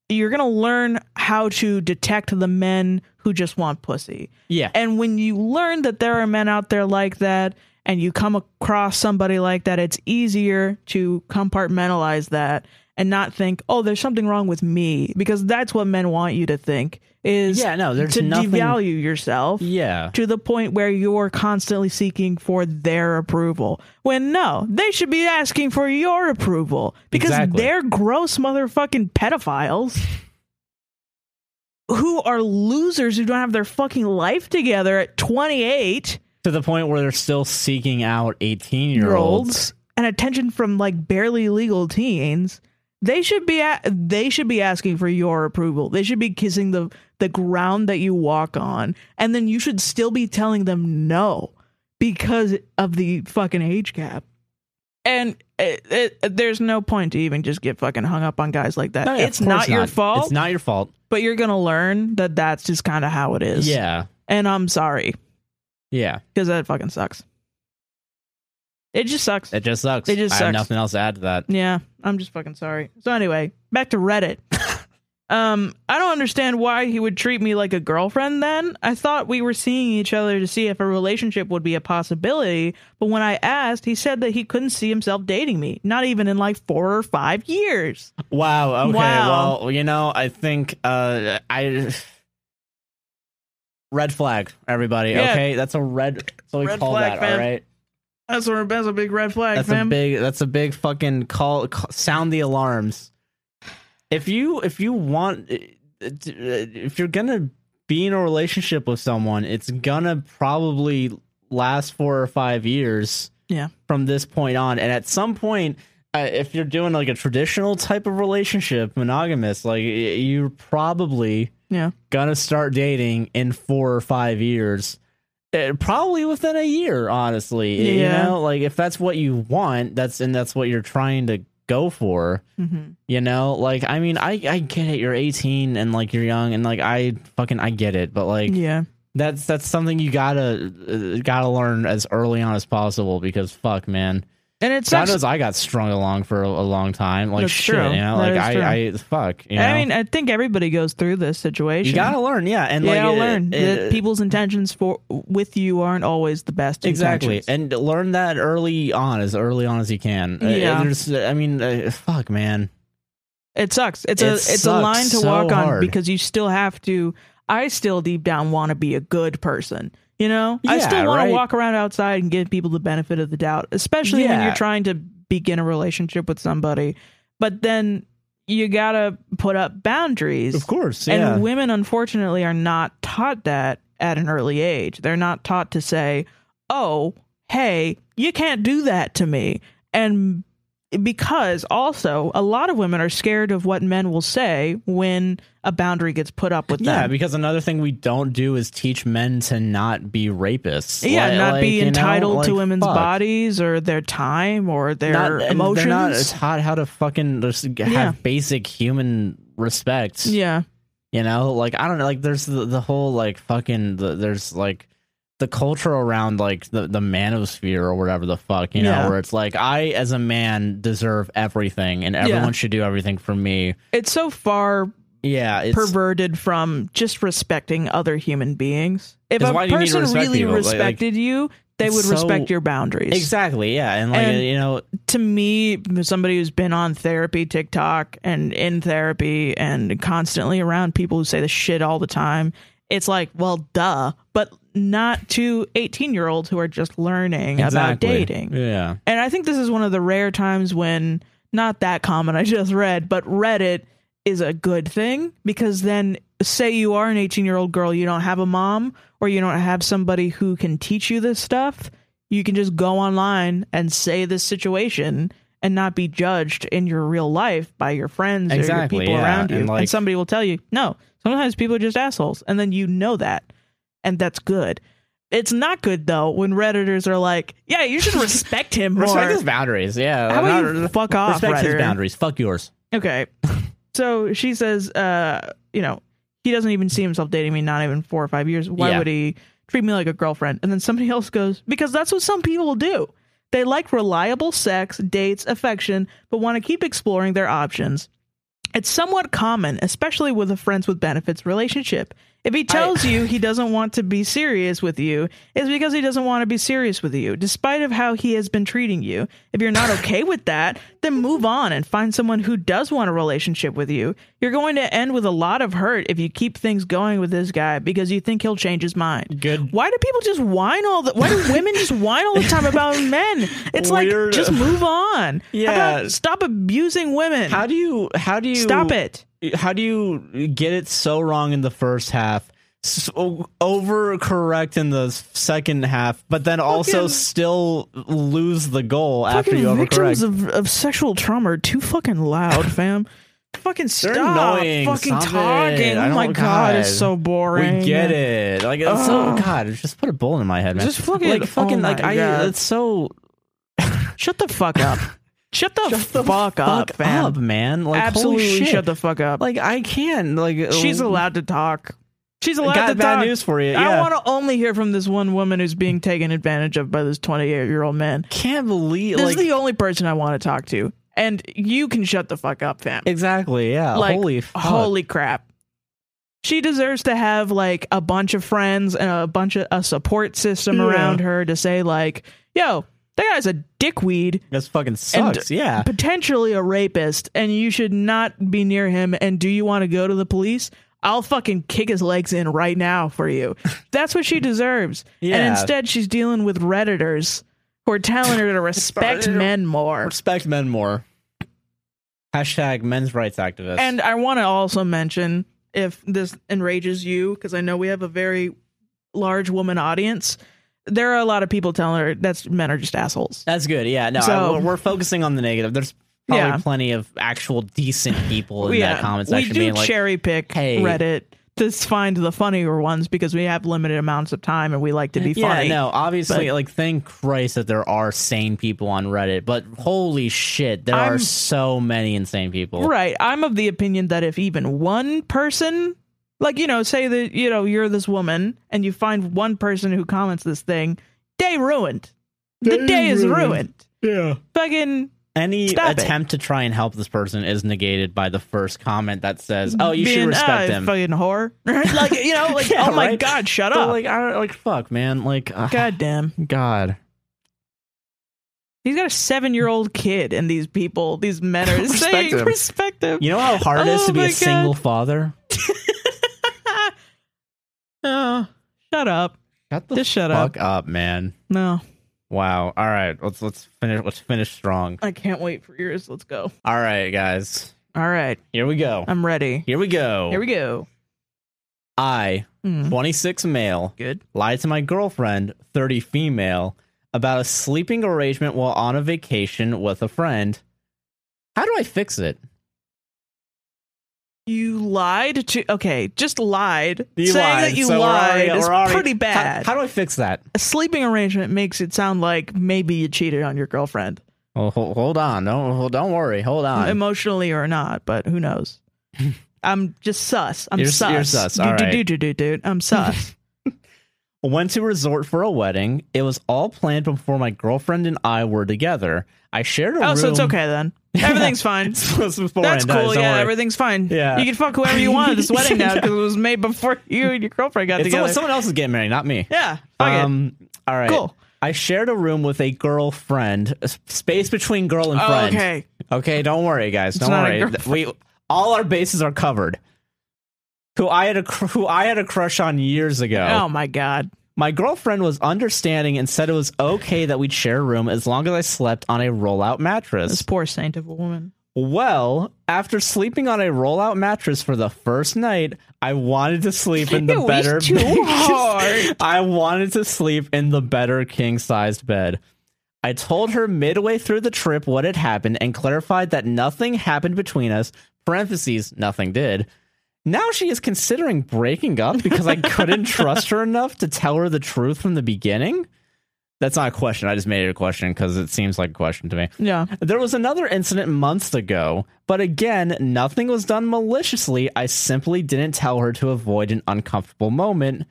Speaker 2: you're gonna learn how to detect the men who just want pussy
Speaker 1: Yeah,
Speaker 2: and when you learn that there are men out there like that and you come across somebody like that it's easier to compartmentalize that and not think oh there's something wrong with me because that's what men want you to think is
Speaker 1: yeah. No, there's
Speaker 2: to
Speaker 1: nothing.
Speaker 2: devalue yourself
Speaker 1: Yeah,
Speaker 2: to the point where you're constantly seeking for their approval. When no, they should be asking for your approval because
Speaker 1: Exactly.
Speaker 2: they're gross motherfucking pedophiles who are losers who don't have their fucking life together at 28
Speaker 1: to the point where they're still seeking out eighteen
Speaker 2: year
Speaker 1: year olds.
Speaker 2: olds and attention from like barely legal teens. They should be a- they should be asking for your approval. They should be kissing the the ground that you walk on, and then you should still be telling them no because of the fucking age cap. And it, it, there's no point to even just get fucking hung up on guys like that.
Speaker 1: No, yeah, Uh, of
Speaker 2: it's
Speaker 1: course
Speaker 2: not, your fault,
Speaker 1: It's not your fault.
Speaker 2: but you're gonna learn that that's just kind of how it is.
Speaker 1: Yeah.
Speaker 2: and I'm sorry
Speaker 1: Yeah.
Speaker 2: because that fucking sucks. It just sucks.
Speaker 1: It just sucks.
Speaker 2: It just
Speaker 1: I
Speaker 2: sucks.
Speaker 1: have nothing else to add to that.
Speaker 2: Yeah, I'm just fucking sorry. So anyway, back to Reddit. um, I don't understand why he would treat me like a girlfriend then. I thought we were seeing each other to see if a relationship would be a possibility, but when I asked, he said that he couldn't see himself dating me, not even in like 4 or 5 years.
Speaker 1: Wow. Okay.
Speaker 2: Wow.
Speaker 1: Well, you know, I think uh, I red flag, everybody.
Speaker 2: Yeah.
Speaker 1: Okay, that's a red. So we
Speaker 2: Red
Speaker 1: call
Speaker 2: flag,
Speaker 1: that.
Speaker 2: fam.
Speaker 1: All right.
Speaker 2: That's a that's a big red flag,
Speaker 1: That's a big. That's a big fucking call, call. Sound the alarms. If you if you want uh, if you're gonna be in a relationship with someone, it's gonna probably last four or five years.
Speaker 2: Yeah.
Speaker 1: From this point on, and at some point, uh, if you're doing like a traditional type of relationship, monogamous, like y- you're probably
Speaker 2: yeah.
Speaker 1: gonna start dating in four or five years Eh, probably within a year honestly you
Speaker 2: Yeah.
Speaker 1: know like if that's what you want that's and that's what you're trying to go for
Speaker 2: Mhm.
Speaker 1: you know like i mean i i get it you're 18 and like you're young and like i fucking i get it but like
Speaker 2: Yeah.
Speaker 1: that's that's something you gotta uh, gotta learn as early on as possible because fuck man
Speaker 2: And it
Speaker 1: god
Speaker 2: sucks.
Speaker 1: knows i got strung along for a, a long time like
Speaker 2: That's
Speaker 1: shit
Speaker 2: true.
Speaker 1: you know like
Speaker 2: That is
Speaker 1: i
Speaker 2: true.
Speaker 1: i fuck you know
Speaker 2: I mean, I think everybody goes through this situation.
Speaker 1: you gotta learn yeah and
Speaker 2: you
Speaker 1: like
Speaker 2: gotta
Speaker 1: it-
Speaker 2: learn
Speaker 1: it-
Speaker 2: that people's intentions for with you aren't always the best.
Speaker 1: exactly
Speaker 2: intentions.
Speaker 1: and learn that early on as early on as you can Uh,
Speaker 2: Yeah.
Speaker 1: there's- i mean uh, fuck man
Speaker 2: It sucks. It's
Speaker 1: It
Speaker 2: a it's a
Speaker 1: sucks
Speaker 2: line to
Speaker 1: so
Speaker 2: walk on
Speaker 1: hard.
Speaker 2: because you still have to. I still deep down want to be a good person. You know, I
Speaker 1: Yeah,
Speaker 2: still want to
Speaker 1: right.
Speaker 2: walk around outside and give people the benefit of the doubt, especially when
Speaker 1: Yeah.
Speaker 2: you're trying to begin a relationship with somebody. But then you gotta put up boundaries.
Speaker 1: of course
Speaker 2: And
Speaker 1: yeah
Speaker 2: women, unfortunately, are not taught that at an early age. They're not taught to say, oh, hey, you can't do that to me. And because also, a lot of women are scared of what men will say when a boundary gets put up with
Speaker 1: yeah
Speaker 2: them.
Speaker 1: because another thing we don't do is teach men to not be rapists
Speaker 2: yeah,
Speaker 1: Like-
Speaker 2: not
Speaker 1: like,
Speaker 2: be
Speaker 1: you know,
Speaker 2: entitled to
Speaker 1: like,
Speaker 2: women's
Speaker 1: fuck.
Speaker 2: bodies or their time or their
Speaker 1: Not- and
Speaker 2: emotions.
Speaker 1: they're not taught how to fucking just have
Speaker 2: Yeah.
Speaker 1: basic human respect
Speaker 2: yeah.
Speaker 1: You know, like I don't know, like there's the, the whole like fucking the, there's like the culture around like the the manosphere or whatever the fuck, you know,
Speaker 2: Yeah.
Speaker 1: where it's like I as a man deserve everything and everyone should do everything for me.
Speaker 2: It's so far
Speaker 1: Yeah, it's
Speaker 2: perverted from just respecting other human beings. If
Speaker 1: 'Cause
Speaker 2: a
Speaker 1: why do you need to
Speaker 2: person
Speaker 1: respect
Speaker 2: really
Speaker 1: people? Like- like-
Speaker 2: respected you, they
Speaker 1: It's
Speaker 2: would
Speaker 1: so-
Speaker 2: respect your boundaries.
Speaker 1: exactly yeah, and like
Speaker 2: And-
Speaker 1: you know,
Speaker 2: To me, somebody who's been on therapy, TikTok, and in therapy, and constantly around people who say this shit all the time, it's like, well, duh, but not to 18 year olds who are just learning about
Speaker 1: exactly.
Speaker 2: dating.
Speaker 1: Yeah,
Speaker 2: And I think this is one of the rare times when not that common I just read, but Reddit is a good thing because then say you are an 18-year-old girl, you don't have a mom or you don't have somebody who can teach you this stuff, you can just go online and say this situation and not be judged in your real life by your friends
Speaker 1: Exactly,
Speaker 2: or your people
Speaker 1: yeah.
Speaker 2: around you.
Speaker 1: And, like-
Speaker 2: and somebody will tell you, "No, sometimes people are just assholes." And then you know that. And that's good. It's not good though when redditors are like, "Yeah, you should respect him more."
Speaker 1: respect his boundaries. Yeah,
Speaker 2: How about
Speaker 1: Not-
Speaker 2: you fuck off,
Speaker 1: respect his
Speaker 2: redditor?
Speaker 1: boundaries. Fuck yours.
Speaker 2: Okay. So she says, uh, you know, he doesn't even see himself dating me, not even four or five years. Why
Speaker 1: Yeah.
Speaker 2: would he treat me like a girlfriend? And then somebody else goes, because that's what some people do. They like reliable sex, dates, affection, but want to keep exploring their options. It's somewhat common, especially with a friends with benefits relationship. If he tells you he doesn't want to be serious with you, it's because he doesn't want to be serious with you, despite of how he has been treating you. If you're not okay with that, then move on and find someone who does want a relationship with you. You're going to end with a lot of hurt if you keep things going with this guy because you think he'll change his mind.
Speaker 1: Good.
Speaker 2: Why do people just whine all the why do women just whine all the time about men? It's like
Speaker 1: Weird.
Speaker 2: just move on. How
Speaker 1: Yeah.
Speaker 2: about stop abusing women.
Speaker 1: How do you? How do you
Speaker 2: stop it.
Speaker 1: how do you get it so wrong in the first half so overcorrect in the second half, but then also
Speaker 2: Fucking-
Speaker 1: still lose the goal after
Speaker 2: Fucking
Speaker 1: you
Speaker 2: victims
Speaker 1: overcorrect.
Speaker 2: of, of sexual trauma are too fucking loud, fam. Fucking
Speaker 1: They're
Speaker 2: stop
Speaker 1: annoying.
Speaker 2: fucking
Speaker 1: Stop it.
Speaker 2: talking.
Speaker 1: I
Speaker 2: Oh my
Speaker 1: don't-
Speaker 2: god, it's so boring.
Speaker 1: we get it. Like it's so
Speaker 2: Ugh.
Speaker 1: God, just put a bullet in my head, man.
Speaker 2: Just fucking-
Speaker 1: like fucking
Speaker 2: oh
Speaker 1: like
Speaker 2: my
Speaker 1: I.
Speaker 2: God.
Speaker 1: It's so
Speaker 2: Shut the fuck up. shut the fuck up,
Speaker 1: fuck
Speaker 2: fam.
Speaker 1: up, man. Like
Speaker 2: Absolutely
Speaker 1: holy shit.
Speaker 2: shut the fuck up.
Speaker 1: like I can like
Speaker 2: She's
Speaker 1: uh,
Speaker 2: allowed to talk. She's allowed
Speaker 1: Got
Speaker 2: to
Speaker 1: bad
Speaker 2: talk.
Speaker 1: news for you.
Speaker 2: I
Speaker 1: yeah.
Speaker 2: want to only hear from this one woman who's being taken advantage of by this 28 year old man.
Speaker 1: can't believe
Speaker 2: This
Speaker 1: like
Speaker 2: is the only person I want to talk to. And you can shut the fuck up, fam.
Speaker 1: exactly yeah.
Speaker 2: like,
Speaker 1: holy fuck.
Speaker 2: holy crap. She deserves to have like a bunch of friends and a bunch of a support system
Speaker 1: Yeah.
Speaker 2: around her to say like, "Yo, that guy's a dickweed,
Speaker 1: This fucking sucks. yeah.
Speaker 2: potentially a rapist, and you should not be near him. And do you want to go to the police? I'll fucking kick his legs in right now for you." That's what she deserves. And
Speaker 1: Yeah.
Speaker 2: instead, she's dealing with redditors who are telling her to respect
Speaker 1: Sorry.
Speaker 2: men more.
Speaker 1: Respect men more. Hashtag men's rights activists.
Speaker 2: And I want to also mention if this enrages you, because I know we have a very large woman audience. There are a lot of people telling her that's men are just assholes.
Speaker 1: that's good. Yeah. No, I-
Speaker 2: So-
Speaker 1: we're- we're focusing on the negative. There's probably
Speaker 2: Yeah.
Speaker 1: plenty of actual decent people in that comment
Speaker 2: we
Speaker 1: section
Speaker 2: do
Speaker 1: being like,
Speaker 2: cherry pick
Speaker 1: "Hey."
Speaker 2: Reddit to find the funnier ones because we have limited amounts of time and we like to be
Speaker 1: yeah,
Speaker 2: funny.
Speaker 1: no, obviously,
Speaker 2: but-
Speaker 1: like, thank Christ that there are sane people on Reddit, but holy shit, there
Speaker 2: I'm-
Speaker 1: are so many insane people.
Speaker 2: Right. I'm of the opinion that if even one person, like, you know, say that, you know, you're this woman and you find one person who comments this thing, day ruined. the
Speaker 1: Day
Speaker 2: day is
Speaker 1: ruined.
Speaker 2: ruined.
Speaker 1: Yeah.
Speaker 2: Fucking
Speaker 1: Any
Speaker 2: Stop it.
Speaker 1: attempt to try and help this person is negated by the first comment that says, "Oh, you
Speaker 2: being,
Speaker 1: should
Speaker 2: "Ah,
Speaker 1: respect him."
Speaker 2: Fucking whore. like, you know, like,
Speaker 1: Yeah,
Speaker 2: oh my
Speaker 1: right?
Speaker 2: God, shut
Speaker 1: So,
Speaker 2: up.
Speaker 1: like, I don't, like, fuck, man, like, uh,
Speaker 2: God damn.
Speaker 1: God.
Speaker 2: He's got a seven year old kid, and these people, these men are
Speaker 1: Respect
Speaker 2: saying
Speaker 1: him.
Speaker 2: perspective.
Speaker 1: You know how hard it is
Speaker 2: Oh
Speaker 1: to be
Speaker 2: my
Speaker 1: a
Speaker 2: God.
Speaker 1: single father?
Speaker 2: shut up.
Speaker 1: Shut the
Speaker 2: Just shut up.
Speaker 1: fuck up, man.
Speaker 2: No,
Speaker 1: Wow. All right. Let's let's finish let's finish strong.
Speaker 2: I can't wait for yours. Let's go.
Speaker 1: All right, guys.
Speaker 2: All right.
Speaker 1: Here we go.
Speaker 2: I'm ready.
Speaker 1: Here we go.
Speaker 2: Here we go.
Speaker 1: I,
Speaker 2: Mm.
Speaker 1: 26 male,
Speaker 2: Good.
Speaker 1: lied to my girlfriend, 30 female, about a sleeping arrangement while on a vacation with a friend. How do I fix it?
Speaker 2: You lied to. Okay, just lied.
Speaker 1: You
Speaker 2: Saying
Speaker 1: lied,
Speaker 2: that you
Speaker 1: so we're
Speaker 2: lied
Speaker 1: already-
Speaker 2: is
Speaker 1: we're already-
Speaker 2: pretty
Speaker 1: How-
Speaker 2: bad.
Speaker 1: How, do I fix that?
Speaker 2: a sleeping arrangement makes it sound like maybe you cheated on your girlfriend,
Speaker 1: Oh, ho- hold on. Don't hold- don't worry. Hold on.
Speaker 2: emotionally or not, but who knows? I'm just sus. I'm
Speaker 1: You're-
Speaker 2: sus.
Speaker 1: you're sus,
Speaker 2: Dude,
Speaker 1: all
Speaker 2: dude,
Speaker 1: right.
Speaker 2: dude, dude, dude, dude. I'm sus.
Speaker 1: Went to a resort for a wedding. It was all planned before my girlfriend and I were together. I shared a
Speaker 2: oh,
Speaker 1: room.
Speaker 2: so it's okay then. Everything's fine.
Speaker 1: That's
Speaker 2: That's cool. Yeah, everything's fine.
Speaker 1: Yeah.
Speaker 2: You can fuck whoever you want at this wedding now because it was made before you and your girlfriend got
Speaker 1: It's
Speaker 2: together.
Speaker 1: someone, someone else is getting married, not me.
Speaker 2: yeah. Fuck it.
Speaker 1: um. All right.
Speaker 2: Cool.
Speaker 1: I shared a room with a girlfriend. a s- Space between girl and
Speaker 2: Oh,
Speaker 1: friend.
Speaker 2: okay.
Speaker 1: Okay, Don't worry, guys. Don't
Speaker 2: not a
Speaker 1: worry. Th- We all our bases are covered. Who I had a cr- who I had a crush on years ago.
Speaker 2: Oh my god.
Speaker 1: My girlfriend was understanding and said it was okay that we'd share a room as long as I slept on a rollout mattress.
Speaker 2: This poor saint of a woman.
Speaker 1: Well, after sleeping on a rollout mattress for the first night, I wanted to sleep in the
Speaker 2: It was
Speaker 1: better
Speaker 2: too hard.
Speaker 1: I wanted to sleep in the better king-sized bed. I told her midway through the trip what had happened and clarified that nothing happened between us. Parentheses, nothing did. Now she is considering breaking up because I couldn't trust her enough to tell her the truth from the beginning. That's not a question. I just made it a question because it seems like a question to me.
Speaker 2: Yeah.
Speaker 1: There was another incident months ago, but again, nothing was done maliciously. I simply didn't tell her to avoid an uncomfortable moment,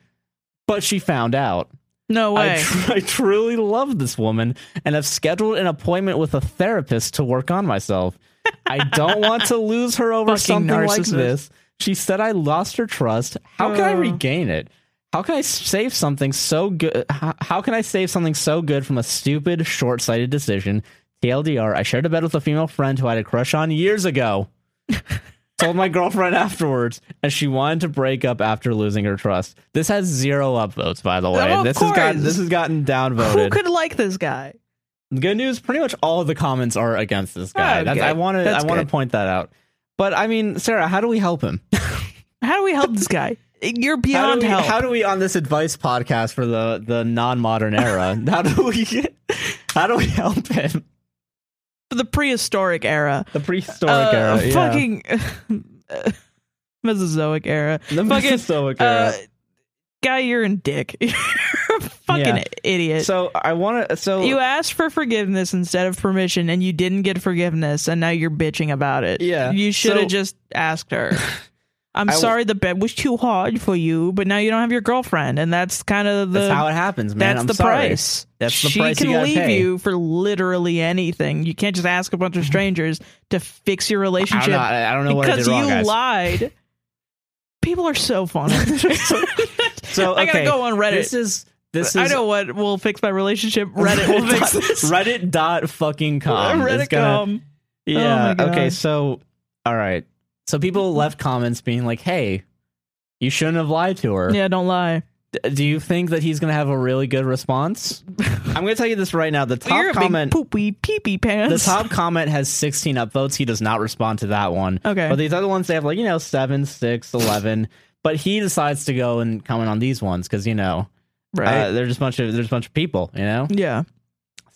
Speaker 1: but she found out.
Speaker 2: No
Speaker 1: I,
Speaker 2: way.
Speaker 1: tr- I truly love this woman and have scheduled an appointment with a therapist to work on myself. I don't want to lose her over
Speaker 2: Fucking
Speaker 1: something like
Speaker 2: narcissist.
Speaker 1: this. She said I lost her trust. How can I
Speaker 2: Oh.
Speaker 1: regain it? How can I save something so good? How, how can I save something so good from a stupid, short-sighted decision? TLDR, I shared a bed with a female friend who I had a crush on years ago. Told my girlfriend afterwards, and she wanted to break up after losing her trust. This has zero upvotes, by the way.
Speaker 2: of
Speaker 1: this has gotten
Speaker 2: course.
Speaker 1: this has gotten
Speaker 2: Who
Speaker 1: downvoted.
Speaker 2: could like this guy?
Speaker 1: Good news, pretty much all of the comments are against this guy.
Speaker 2: Oh,
Speaker 1: That's,
Speaker 2: good.
Speaker 1: I want to I
Speaker 2: That's
Speaker 1: want to
Speaker 2: good.
Speaker 1: point that out. But I mean, Sarah, how do we help him?
Speaker 2: How do we help this guy?
Speaker 1: How
Speaker 2: You're
Speaker 1: do,
Speaker 2: beyond
Speaker 1: we,
Speaker 2: help.
Speaker 1: how do we on this advice podcast for the, the non modern era? how do we how do we help him?
Speaker 2: For the prehistoric era.
Speaker 1: The prehistoric
Speaker 2: Uh,
Speaker 1: era, yeah.
Speaker 2: Fucking uh, Mesozoic era.
Speaker 1: the
Speaker 2: fucking,
Speaker 1: prehistoric
Speaker 2: Uh,
Speaker 1: era.
Speaker 2: guy, you're in dick. you're a fucking
Speaker 1: Yeah.
Speaker 2: idiot.
Speaker 1: so I want to. So
Speaker 2: you asked for forgiveness instead of permission, and you didn't get forgiveness, and now you're bitching about it.
Speaker 1: Yeah.
Speaker 2: you should have
Speaker 1: So-
Speaker 2: just asked her. I'm
Speaker 1: I w-
Speaker 2: sorry, the bed was too hard for you, but now you don't have your girlfriend, and that's kind of the
Speaker 1: that's how it happens, man.
Speaker 2: that's
Speaker 1: I'm
Speaker 2: the
Speaker 1: sorry.
Speaker 2: price.
Speaker 1: That's the
Speaker 2: she
Speaker 1: price you
Speaker 2: can
Speaker 1: gotta
Speaker 2: leave
Speaker 1: pay.
Speaker 2: you for literally anything. You can't just ask a bunch of strangers to fix your
Speaker 1: I
Speaker 2: relationship
Speaker 1: don't know. I I don't know what I
Speaker 2: because
Speaker 1: did wrong,
Speaker 2: you
Speaker 1: guys.
Speaker 2: lied. People are so funny.
Speaker 1: So- so
Speaker 2: I gotta
Speaker 1: okay,
Speaker 2: go on Reddit.
Speaker 1: This is this is
Speaker 2: I know what will fix my relationship. Reddit will fix this.
Speaker 1: Reddit dot fucking com. It's
Speaker 2: Reddit
Speaker 1: gonna-
Speaker 2: com. Oh
Speaker 1: Yeah.
Speaker 2: my
Speaker 1: okay.
Speaker 2: God.
Speaker 1: So, all right. So people left comments being like, "Hey, you shouldn't have lied to her."
Speaker 2: Yeah, don't lie.
Speaker 1: D- Do you think that he's gonna have a really good response? I'm gonna tell you this right now. The top
Speaker 2: You're a big
Speaker 1: comment.
Speaker 2: poopy pee pee
Speaker 1: The
Speaker 2: pants.
Speaker 1: top comment has 16 upvotes. He does not respond to that one.
Speaker 2: Okay.
Speaker 1: But these other ones, they have like, you know, 7, 6, 11. but he decides to go and comment on these ones because, you know,
Speaker 2: right.
Speaker 1: uh, there's a bunch of there's a bunch of people, you know.
Speaker 2: yeah.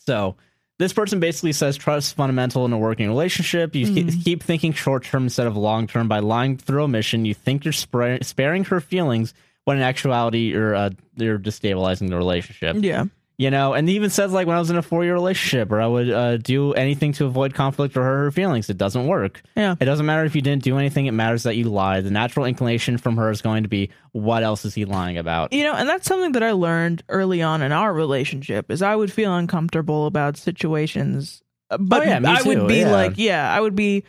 Speaker 1: So this person basically says trust is fundamental in a working relationship. You ke-
Speaker 2: Mhm.
Speaker 1: keep thinking short term instead of long term by lying through omission. You think you're spar- sparing her feelings when in actuality you're uh, you're destabilizing the relationship.
Speaker 2: Yeah.
Speaker 1: You know, and he even says like when I was in a four year relationship, or I would uh, do anything to avoid conflict or hurt her feelings. It doesn't work.
Speaker 2: Yeah.
Speaker 1: It doesn't matter if you didn't do anything. It matters that you lied. The natural inclination from her is going to be what else is he lying about?
Speaker 2: You know, and that's something that I learned early on in our relationship is I would feel uncomfortable about situations, uh, but
Speaker 1: Oh, yeah, me
Speaker 2: I would
Speaker 1: too,
Speaker 2: be
Speaker 1: yeah.
Speaker 2: like, yeah, I would be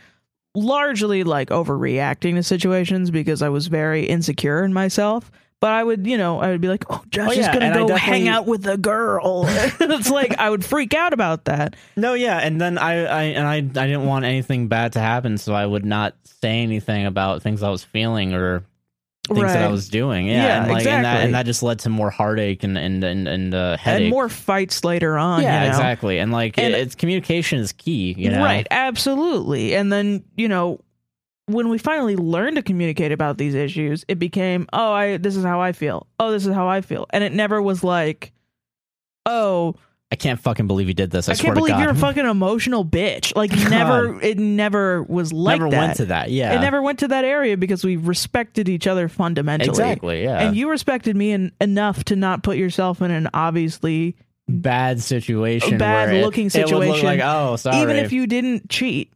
Speaker 2: largely like overreacting to situations because I was very insecure in myself. But I would, you know, I would be like, oh, Josh
Speaker 1: Oh,
Speaker 2: is
Speaker 1: yeah,
Speaker 2: gonna
Speaker 1: and I
Speaker 2: go hang
Speaker 1: definitely-
Speaker 2: out with a girl. it's like I would freak out about that.
Speaker 1: No, yeah, and then I, I and I, I didn't want anything bad to happen, so I would not say anything about things I was feeling or things that I
Speaker 2: Right.
Speaker 1: was doing. Yeah,
Speaker 2: Yeah,
Speaker 1: and, like, and that
Speaker 2: exactly.
Speaker 1: and that just led to more heartache and and and, and uh, headache.
Speaker 2: and more fights later on.
Speaker 1: yeah,
Speaker 2: you know?
Speaker 1: exactly. And like
Speaker 2: And-
Speaker 1: it, it's communication is key. You know,
Speaker 2: Right, absolutely. And then, you know, when we finally learned to communicate about these issues, it became, "Oh, I this is how I feel. Oh, this is how I feel." And it never was like, "Oh,
Speaker 1: I can't fucking believe you did this. I,
Speaker 2: I
Speaker 1: swear
Speaker 2: can't believe
Speaker 1: to God.
Speaker 2: you're a fucking emotional bitch." Like
Speaker 1: God.
Speaker 2: never it never was like
Speaker 1: never
Speaker 2: that.
Speaker 1: went to that. Yeah,
Speaker 2: It never went to that area because we respected each other fundamentally.
Speaker 1: exactly. Yeah,
Speaker 2: And you respected me en- enough to not put yourself in an obviously
Speaker 1: bad situation,
Speaker 2: bad
Speaker 1: where it-
Speaker 2: looking
Speaker 1: it would look
Speaker 2: situation.
Speaker 1: like oh, sorry.
Speaker 2: even if you didn't cheat.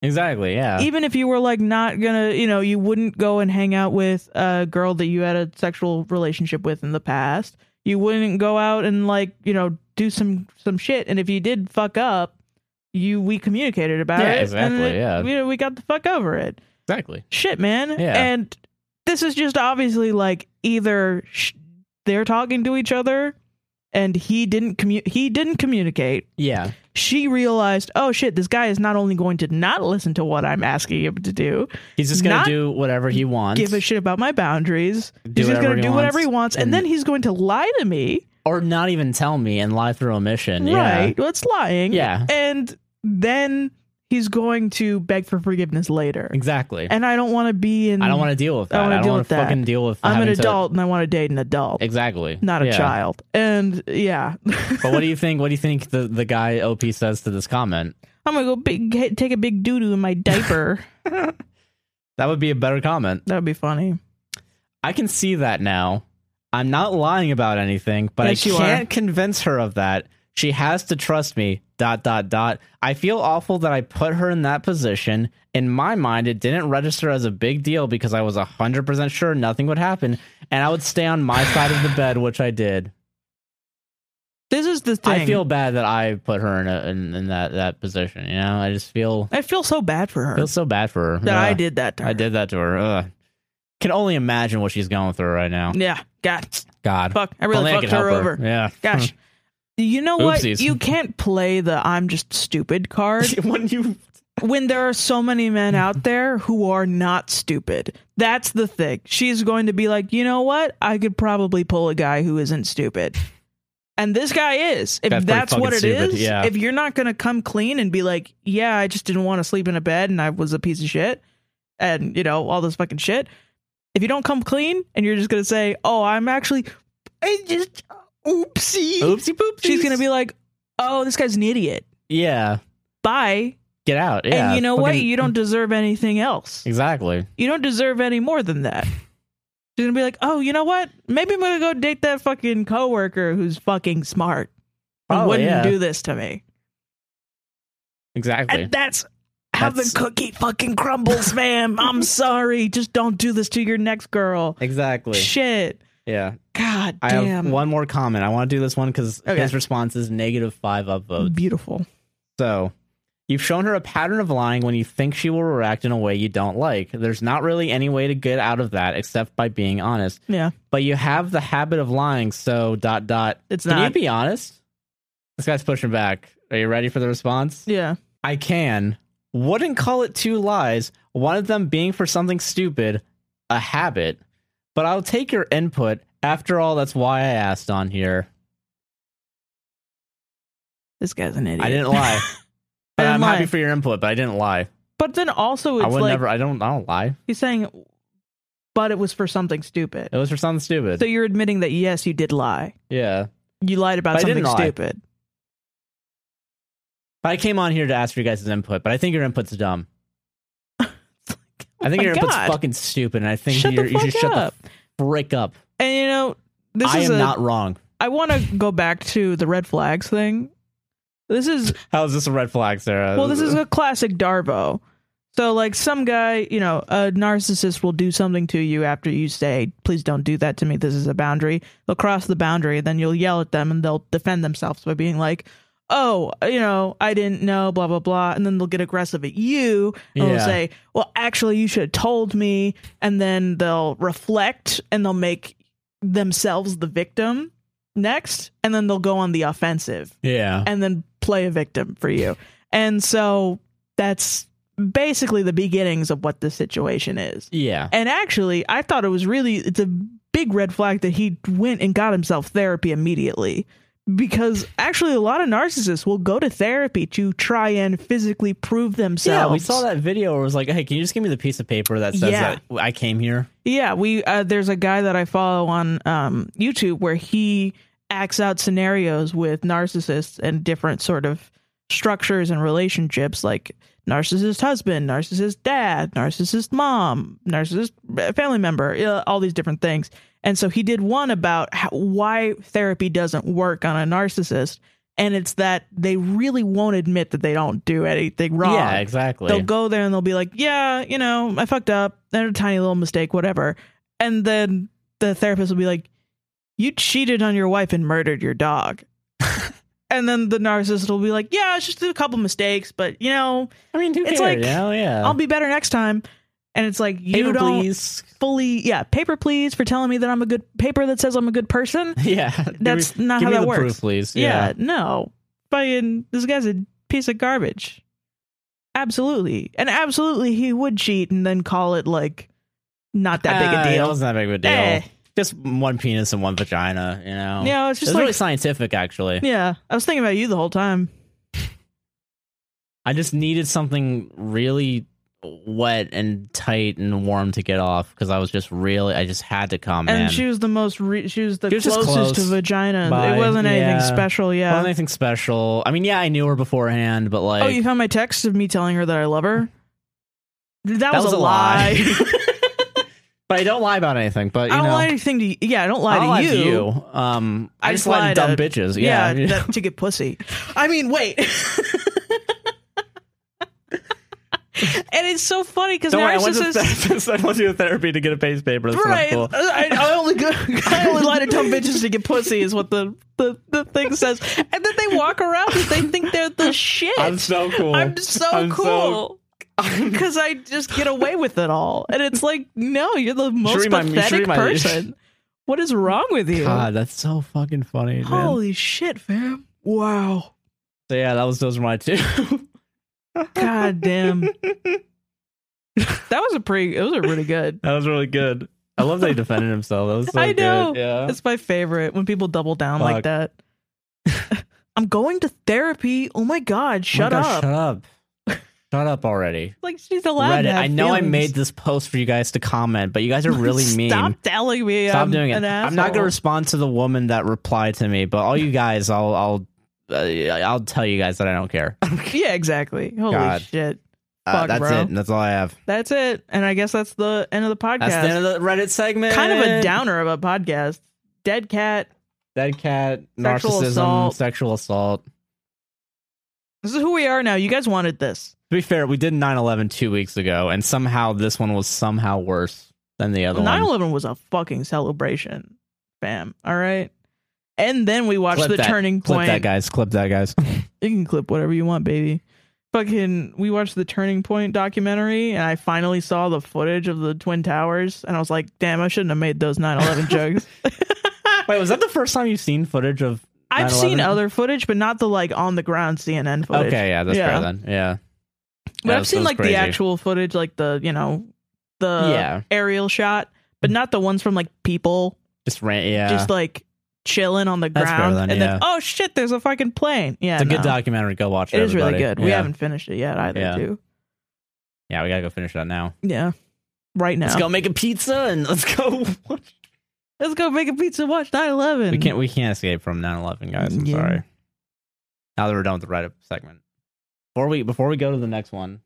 Speaker 1: exactly, yeah,
Speaker 2: even if you were like not gonna you know you wouldn't go and hang out with a girl that you had a sexual relationship with in the past you wouldn't go out and like you know do some some shit and if you did fuck up you we communicated about
Speaker 1: Yeah,
Speaker 2: it
Speaker 1: exactly,
Speaker 2: and it-
Speaker 1: yeah.
Speaker 2: we, we got the fuck over it
Speaker 1: exactly.
Speaker 2: shit man
Speaker 1: Yeah.
Speaker 2: and this is just obviously like either sh- they're talking to each other and he didn't commu- he didn't communicate
Speaker 1: Yeah,
Speaker 2: she realized, oh shit, this guy is not only going to not listen to what I'm asking him to do,
Speaker 1: he's just gonna
Speaker 2: Not
Speaker 1: do whatever he wants.
Speaker 2: give a shit about my boundaries,
Speaker 1: Do
Speaker 2: he's just
Speaker 1: whatever
Speaker 2: going to
Speaker 1: he
Speaker 2: do whatever he wants, and,
Speaker 1: and-
Speaker 2: then he's going to lie to me.
Speaker 1: or not even tell me and lie through omission.
Speaker 2: Right. Well, it's lying.
Speaker 1: Yeah.
Speaker 2: And then he's going to beg for forgiveness later.
Speaker 1: Yeah, exactly.
Speaker 2: And I don't want to be in.
Speaker 1: I don't want to deal with
Speaker 2: I
Speaker 1: that.
Speaker 2: wanna
Speaker 1: I
Speaker 2: deal
Speaker 1: don't want
Speaker 2: with
Speaker 1: to
Speaker 2: that.
Speaker 1: fucking deal with.
Speaker 2: I'm an
Speaker 1: having to-
Speaker 2: adult and I want to date an adult,
Speaker 1: Exactly.
Speaker 2: not a
Speaker 1: Yeah.
Speaker 2: child. And yeah,
Speaker 1: But what do you think? What do you think the, the guy OP says to this comment?
Speaker 2: I'm going to go big, take a big doo doo in my diaper.
Speaker 1: That would be a better comment.
Speaker 2: that would be funny.
Speaker 1: I can see that now. I'm not lying about anything, but
Speaker 2: Yes,
Speaker 1: I
Speaker 2: you are.
Speaker 1: can't convince her of that. She has to trust me. Dot dot dot. I feel awful that I put her in that position. In my mind, it didn't register as a big deal because I was hundred percent sure nothing would happen, and I would stay on my side of the bed, which I did.
Speaker 2: This is the thing.
Speaker 1: I feel bad that I put her in a, in, in that that position. You know, I just feel
Speaker 2: I feel so bad for her.
Speaker 1: feel so bad for her
Speaker 2: that I
Speaker 1: Ugh.
Speaker 2: did that to her.
Speaker 1: I did that to her. Ugh. Can only imagine what she's going through right now.
Speaker 2: Yeah. God.
Speaker 1: God,
Speaker 2: Fuck. I
Speaker 1: Only
Speaker 2: really
Speaker 1: I
Speaker 2: fucked
Speaker 1: could
Speaker 2: her,
Speaker 1: help
Speaker 2: over.
Speaker 1: Yeah.
Speaker 2: Gosh. You know what?
Speaker 1: Oopsies.
Speaker 2: You can't play the I'm just stupid card
Speaker 1: when you
Speaker 2: when there are so many men
Speaker 1: Mm-hmm.
Speaker 2: out there who are not stupid. That's the thing. She's going to be like, you know what? I could probably pull a guy who isn't stupid. And this guy is. If
Speaker 1: That's
Speaker 2: that's,
Speaker 1: pretty
Speaker 2: what
Speaker 1: fucking
Speaker 2: it is,
Speaker 1: stupid, yeah.
Speaker 2: if you're not going to come clean and be like, yeah, I just didn't want to sleep in a bed and I was a piece of shit and, you know, all this fucking shit, If you don't come clean and you're just gonna say, "Oh, I'm actually, I just oopsie,"
Speaker 1: Oopsie poopsie.
Speaker 2: she's gonna be like, "Oh, this guy's an idiot.
Speaker 1: yeah,
Speaker 2: Bye."
Speaker 1: get out. Yeah,
Speaker 2: and you know what?
Speaker 1: fucking-
Speaker 2: You don't deserve anything else.
Speaker 1: exactly.
Speaker 2: You don't deserve any more than that. She's gonna be like, "Oh, you know what? Maybe I'm gonna go date that fucking coworker who's fucking smart and
Speaker 1: Probably,
Speaker 2: wouldn't
Speaker 1: Oh, yeah.
Speaker 2: do this to me."
Speaker 1: Exactly.
Speaker 2: And that's how
Speaker 1: That's-
Speaker 2: the cookie fucking crumbles, ma'am. I'm sorry. Just don't do this to your next girl.
Speaker 1: exactly.
Speaker 2: Shit.
Speaker 1: Yeah.
Speaker 2: God
Speaker 1: I have
Speaker 2: damn.
Speaker 1: one more comment. I want to do this one because
Speaker 2: Okay.
Speaker 1: his response is negative five upvotes.
Speaker 2: Beautiful.
Speaker 1: So, you've shown her a pattern of lying when you think she will react in a way you don't like. There's not really any way to get out of that except by being honest.
Speaker 2: Yeah.
Speaker 1: But you have the habit of lying, so dot dot.
Speaker 2: It's
Speaker 1: Can you
Speaker 2: not.
Speaker 1: be honest? This guy's pushing back. Are you ready for the response?
Speaker 2: yeah.
Speaker 1: I can. Wouldn't call it two lies, one of them being for something stupid, a habit. But I'll take your input. After all, that's why I asked on here.
Speaker 2: This guy's an idiot.
Speaker 1: I didn't lie. but
Speaker 2: didn't
Speaker 1: I'm
Speaker 2: lie.
Speaker 1: happy for your input, but I didn't lie.
Speaker 2: But then also, it's
Speaker 1: I would
Speaker 2: like
Speaker 1: never I don't I don't lie.
Speaker 2: he's saying, but it was for something stupid.
Speaker 1: It was for something stupid.
Speaker 2: So you're admitting that yes, you did lie.
Speaker 1: yeah.
Speaker 2: You lied about
Speaker 1: I
Speaker 2: something
Speaker 1: didn't lie.
Speaker 2: stupid.
Speaker 1: But I came on here to ask for you guys' input, but I think your input's dumb. I think
Speaker 2: oh my
Speaker 1: your input's
Speaker 2: God.
Speaker 1: fucking stupid, and I think
Speaker 2: Shut
Speaker 1: you're,
Speaker 2: the
Speaker 1: you
Speaker 2: fuck
Speaker 1: should shut
Speaker 2: up.
Speaker 1: the frick up.
Speaker 2: and you know, this
Speaker 1: I
Speaker 2: is
Speaker 1: am
Speaker 2: a.
Speaker 1: not wrong.
Speaker 2: I want to go back to the red flags thing. This is
Speaker 1: How is this a red flag, Sarah?
Speaker 2: Well, this is a classic Darbo. So, like, some guy, you know, a narcissist will do something to you after you say, please don't do that to me. This is a boundary. They'll cross the boundary, then you'll yell at them and they'll defend themselves by being like, oh, you know, I didn't know, blah, blah, blah. And then they'll get aggressive at you
Speaker 1: Yeah.
Speaker 2: and they'll say, well, actually, you should have told me. And then they'll reflect and they'll make themselves the victim next. And then they'll go on the offensive
Speaker 1: Yeah.
Speaker 2: and then play a victim for you. And so that's basically the beginnings of what this situation is.
Speaker 1: Yeah.
Speaker 2: And actually, I thought it was really it's a big red flag that he went and got himself therapy immediately because actually a lot of narcissists will go to therapy to try and physically prove themselves.
Speaker 1: Yeah, we saw that video where it was like, hey, can you just give me the piece of paper that says
Speaker 2: Yeah.
Speaker 1: that I came here?
Speaker 2: Yeah, we uh, there's a guy that I follow on um, YouTube where he acts out scenarios with narcissists and different sort of structures and relationships, like narcissist husband, narcissist dad, narcissist mom, narcissist uh, family member, you know, all these different things. And so he did one about how, why therapy doesn't work on a narcissist, and it's that they really won't admit that they don't do anything wrong.
Speaker 1: Yeah, exactly.
Speaker 2: They'll go there and they'll be like, "Yeah, you know, I fucked up. I had a tiny little mistake, whatever." And then the therapist will be like, "You cheated on your wife and murdered your dog." and then the narcissist will be like, "Yeah, it's just a couple mistakes, but you know,
Speaker 1: I mean, who
Speaker 2: it's
Speaker 1: cares?
Speaker 2: like,
Speaker 1: you know? Yeah.
Speaker 2: I'll be better next time." And it's like you
Speaker 1: Paper,
Speaker 2: don't
Speaker 1: please.
Speaker 2: fully, yeah, paper please for telling me that I'm a good paper that says I'm a good person.
Speaker 1: Yeah. Give me-
Speaker 2: That's not
Speaker 1: give
Speaker 2: how
Speaker 1: me
Speaker 2: that
Speaker 1: the
Speaker 2: works.
Speaker 1: Proof, please.
Speaker 2: Yeah, no. Fucking this guy's a piece of garbage. Absolutely. And absolutely he would cheat and then call it like not that big
Speaker 1: Uh,
Speaker 2: a
Speaker 1: It
Speaker 2: deal.
Speaker 1: wasn't that big of a deal.
Speaker 2: Eh.
Speaker 1: Just one penis and one vagina, you know?
Speaker 2: Yeah, it's
Speaker 1: It's
Speaker 2: just like
Speaker 1: really scientific, actually.
Speaker 2: Yeah. I was thinking about you the whole time.
Speaker 1: I just needed something really wet and tight and warm to get off because I was just really, I just had to come,
Speaker 2: and
Speaker 1: man.
Speaker 2: she was the most re- she was the
Speaker 1: She was just
Speaker 2: closest to
Speaker 1: close
Speaker 2: vagina.
Speaker 1: by,
Speaker 2: it wasn't
Speaker 1: yeah.
Speaker 2: anything special, yeah.
Speaker 1: Wasn't anything special. I mean, yeah, I knew her beforehand, but like,
Speaker 2: oh, you found my text of me telling her that I love her? That, was, a lie.
Speaker 1: but I don't lie about anything. But you
Speaker 2: I don't
Speaker 1: know,
Speaker 2: lie anything to you. Yeah, I don't lie,
Speaker 1: I don't lie
Speaker 2: to, you.
Speaker 1: Um, I,
Speaker 2: I
Speaker 1: just
Speaker 2: just
Speaker 1: lie to
Speaker 2: lie
Speaker 1: dumb
Speaker 2: to-
Speaker 1: bitches. Yeah,
Speaker 2: Yeah, that, to get pussy. I mean, wait. and it's so funny because
Speaker 1: don't worry. I went, to
Speaker 2: narcissists.
Speaker 1: therapist. I went to therapy to get a pace paper. That's
Speaker 2: Right,
Speaker 1: not cool.
Speaker 2: I, I only go, I only lie to dumb bitches to get pussy is what the, the, the thing says, and then they walk around and they think they're the shit.
Speaker 1: I'm so cool.
Speaker 2: I'm so
Speaker 1: I'm so-
Speaker 2: cool because I just get away with it all, and it's like, no, you're the most
Speaker 1: remind me- you should
Speaker 2: pathetic
Speaker 1: remind me.
Speaker 2: person. What is wrong with you?
Speaker 1: God, that's so fucking funny, man.
Speaker 2: Holy shit, fam! Wow.
Speaker 1: So yeah, that was those were my two.
Speaker 2: God damn. that was a pretty it was a really good.
Speaker 1: That was really good. I love that he defended himself. That was so
Speaker 2: I know.
Speaker 1: good. Yeah.
Speaker 2: It's my favorite when people double down
Speaker 1: Fuck.
Speaker 2: like that. I'm going to therapy. Oh my god,
Speaker 1: Oh my
Speaker 2: shut
Speaker 1: God,
Speaker 2: up.
Speaker 1: Shut up. Shut up already.
Speaker 2: Like she's allowed.
Speaker 1: Reddit.
Speaker 2: to have
Speaker 1: I know I
Speaker 2: feelings.
Speaker 1: made this post for you guys to comment, but you guys are really mean.
Speaker 2: Stop telling me.
Speaker 1: Stop
Speaker 2: I'm
Speaker 1: doing it.
Speaker 2: An
Speaker 1: I'm not
Speaker 2: asshole.
Speaker 1: gonna respond to the woman that replied to me, but all you guys, I'll I'll uh, I'll tell you guys that I don't care.
Speaker 2: yeah, exactly. Holy
Speaker 1: God.
Speaker 2: shit.
Speaker 1: Uh,
Speaker 2: Fuck,
Speaker 1: that's
Speaker 2: bro.
Speaker 1: it. That's all I have.
Speaker 2: That's it. And I guess that's the end of the podcast.
Speaker 1: That's the end of the Reddit segment.
Speaker 2: kind of a downer of a podcast. Dead cat.
Speaker 1: dead cat,
Speaker 2: Sexual
Speaker 1: narcissism,
Speaker 2: assault.
Speaker 1: sexual assault.
Speaker 2: This is who we are now. You guys wanted this.
Speaker 1: To be fair, we did 9/11 two weeks ago, and somehow this one was somehow worse than the other one.
Speaker 2: 9 11 was a fucking celebration, fam. All right. And then we watched
Speaker 1: Clip
Speaker 2: the
Speaker 1: that.
Speaker 2: turning
Speaker 1: Clip
Speaker 2: point.
Speaker 1: that, guys. Clip that, guys.
Speaker 2: You can clip whatever you want, baby. Fucking, we watched the Turning Point documentary, and I finally saw the footage of the Twin Towers, and I was like, damn, I shouldn't have made those 9 11 jokes.
Speaker 1: Wait, was that the first time you've seen footage of?
Speaker 2: I've seen
Speaker 1: 9/11?
Speaker 2: other footage, but not the like on the ground CNN footage.
Speaker 1: Okay, yeah, that's
Speaker 2: Yeah.
Speaker 1: fair then. Yeah,
Speaker 2: But
Speaker 1: Yeah,
Speaker 2: I've
Speaker 1: this
Speaker 2: seen
Speaker 1: was
Speaker 2: like
Speaker 1: crazy.
Speaker 2: the actual footage, like the you know, the
Speaker 1: Yeah.
Speaker 2: aerial shot, but not the ones from like people
Speaker 1: just ran. Yeah,
Speaker 2: just like chilling on the
Speaker 1: That's fair
Speaker 2: ground,
Speaker 1: then,
Speaker 2: and
Speaker 1: yeah.
Speaker 2: then oh shit, there's a fucking plane. Yeah,
Speaker 1: it's a good
Speaker 2: no.
Speaker 1: documentary. Go watch it.
Speaker 2: It is really
Speaker 1: everybody.
Speaker 2: good. We
Speaker 1: Yeah.
Speaker 2: haven't finished it yet either.
Speaker 1: Yeah.
Speaker 2: Too.
Speaker 1: Yeah, we gotta go finish that now.
Speaker 2: Yeah. Right now,
Speaker 1: Let's go make a pizza and let's go.
Speaker 2: Let's go make a pizza. and Watch 9/11.
Speaker 1: we can't. We can't escape from 9-11, guys. I'm
Speaker 2: Yeah.
Speaker 1: sorry. Now that we're done with the write-up segment, before we before we go to the next one,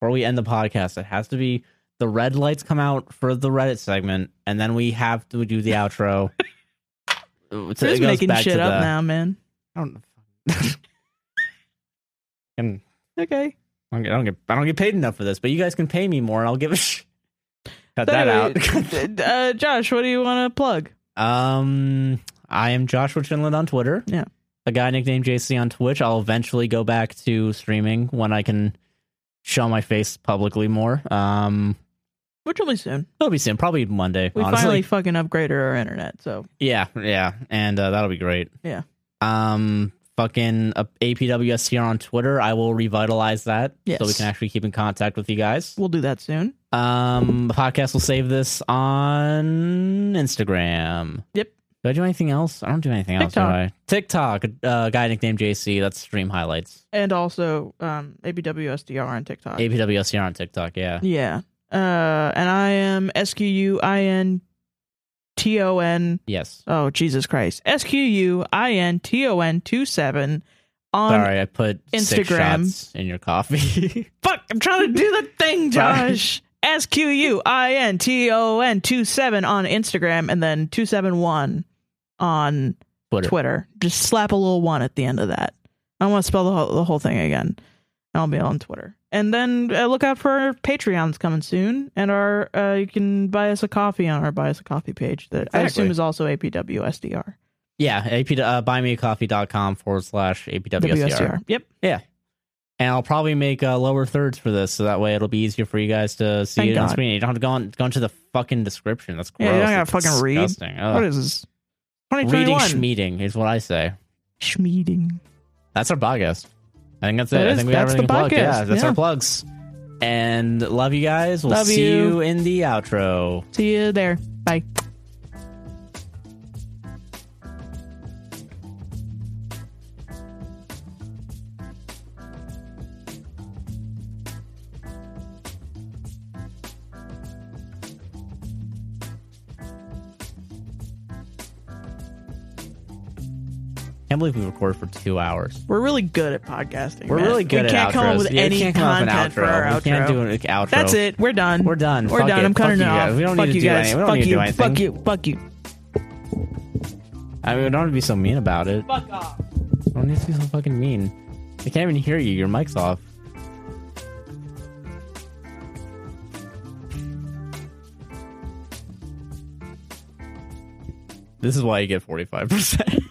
Speaker 1: before we end the podcast, it has to be the red lights come out for the Reddit segment, and then we have to do the outro. So
Speaker 2: We're
Speaker 1: it
Speaker 2: just
Speaker 1: goes
Speaker 2: making
Speaker 1: back to
Speaker 2: shit up
Speaker 1: the-
Speaker 2: now, man.
Speaker 1: I don't. and
Speaker 2: Okay.
Speaker 1: I don't, get, I don't get I don't get paid enough for this, but you guys can pay me more, and I'll give a sh- cut
Speaker 2: So
Speaker 1: that
Speaker 2: anyway, uh, Josh, what do you want to plug?
Speaker 1: out. um, I am Joshua Chinlund on Twitter.
Speaker 2: Yeah.
Speaker 1: a guy nicknamed JC on Twitch. I'll eventually go back to streaming when I can show my face publicly more. Um,
Speaker 2: Which will be soon.
Speaker 1: it'll be soon, probably Monday.
Speaker 2: We
Speaker 1: honestly,
Speaker 2: finally fucking upgraded our internet, so
Speaker 1: yeah, yeah, and uh, that'll be great.
Speaker 2: Yeah.
Speaker 1: Um. Fucking uh, APWSTR on Twitter. I will revitalize that
Speaker 2: Yes.
Speaker 1: so we can actually keep in contact with you guys.
Speaker 2: we'll do that soon.
Speaker 1: Um, the podcast will save this on Instagram.
Speaker 2: Yep.
Speaker 1: Do I do anything else? I don't do anything else. do
Speaker 2: TikTok.
Speaker 1: I? TikTok. Uh, guy nicknamed JC. That's stream highlights.
Speaker 2: and also um ABWSDR on TikTok.
Speaker 1: APWSCR on TikTok. Yeah.
Speaker 2: yeah. Uh and I am S Q U I N T O N
Speaker 1: Yes.
Speaker 2: Oh Jesus Christ. S Q U I N T O N 27 on
Speaker 1: Sorry, I put six
Speaker 2: Instagram.
Speaker 1: shots in your coffee.
Speaker 2: Fuck, I'm trying to do the thing,
Speaker 1: Sorry.
Speaker 2: Josh. S Q U I N T O N 27 on Instagram and then 271 on
Speaker 1: Twitter.
Speaker 2: Twitter. Just slap a little one at the end of that. I want to spell the whole, the whole thing again. I'll be on Twitter. And then uh, look out for our Patreons coming soon. And our uh, you can buy us a coffee on our buy us a coffee page that I
Speaker 1: Exactly.
Speaker 2: assume is also APWSDR.
Speaker 1: yeah. AP, uh, buymeacoffee.com forward slash APWSCR.
Speaker 2: WSDR. Yep.
Speaker 1: And I'll probably make uh, lower thirds for this, so that way it'll be easier for you guys to see
Speaker 2: Thank
Speaker 1: it on
Speaker 2: God.
Speaker 1: screen. You don't have to go, on, go into the fucking description. That's
Speaker 2: Yeah,
Speaker 1: gross.
Speaker 2: you don't
Speaker 1: That's
Speaker 2: gotta fucking read.
Speaker 1: disgusting. Ugh.
Speaker 2: What is this?
Speaker 1: Uh, Reading
Speaker 2: 2021.
Speaker 1: schmeeting is what I say.
Speaker 2: Schmeeting.
Speaker 1: That's our podcast. I think that's it.
Speaker 2: That
Speaker 1: I
Speaker 2: is-
Speaker 1: think we
Speaker 2: that's
Speaker 1: have
Speaker 2: the
Speaker 1: everything plugged. Yeah,
Speaker 2: podcast.
Speaker 1: that's
Speaker 2: Yeah.
Speaker 1: our plugs. And love you guys. We'll
Speaker 2: Love
Speaker 1: see
Speaker 2: you.
Speaker 1: you in the outro.
Speaker 2: See you there. Bye.
Speaker 1: Can't believe we recorded for two hours.
Speaker 2: We're really good at podcasting.
Speaker 1: We're
Speaker 2: man.
Speaker 1: really good
Speaker 2: We
Speaker 1: at
Speaker 2: can't
Speaker 1: outros.
Speaker 2: come up with
Speaker 1: Yeah, we
Speaker 2: any
Speaker 1: can't come up with
Speaker 2: content
Speaker 1: an
Speaker 2: for our
Speaker 1: outro.
Speaker 2: outro.
Speaker 1: We can't do an outro.
Speaker 2: That's it. We're done.
Speaker 1: We're done.
Speaker 2: We're
Speaker 1: Fuck
Speaker 2: done.
Speaker 1: it.
Speaker 2: I'm
Speaker 1: Fuck
Speaker 2: cutting
Speaker 1: you
Speaker 2: it
Speaker 1: guys.
Speaker 2: off.
Speaker 1: We don't
Speaker 2: Fuck
Speaker 1: need to
Speaker 2: you
Speaker 1: do
Speaker 2: guys.
Speaker 1: any- we don't
Speaker 2: Fuck
Speaker 1: need to
Speaker 2: you.
Speaker 1: do anything.
Speaker 2: Fuck you. Fuck you.
Speaker 1: I mean, we don't have to be so mean about it.
Speaker 2: Fuck off.
Speaker 1: We don't need to be so fucking mean. They can't even hear you. Your mic's off. This is why you get 45%.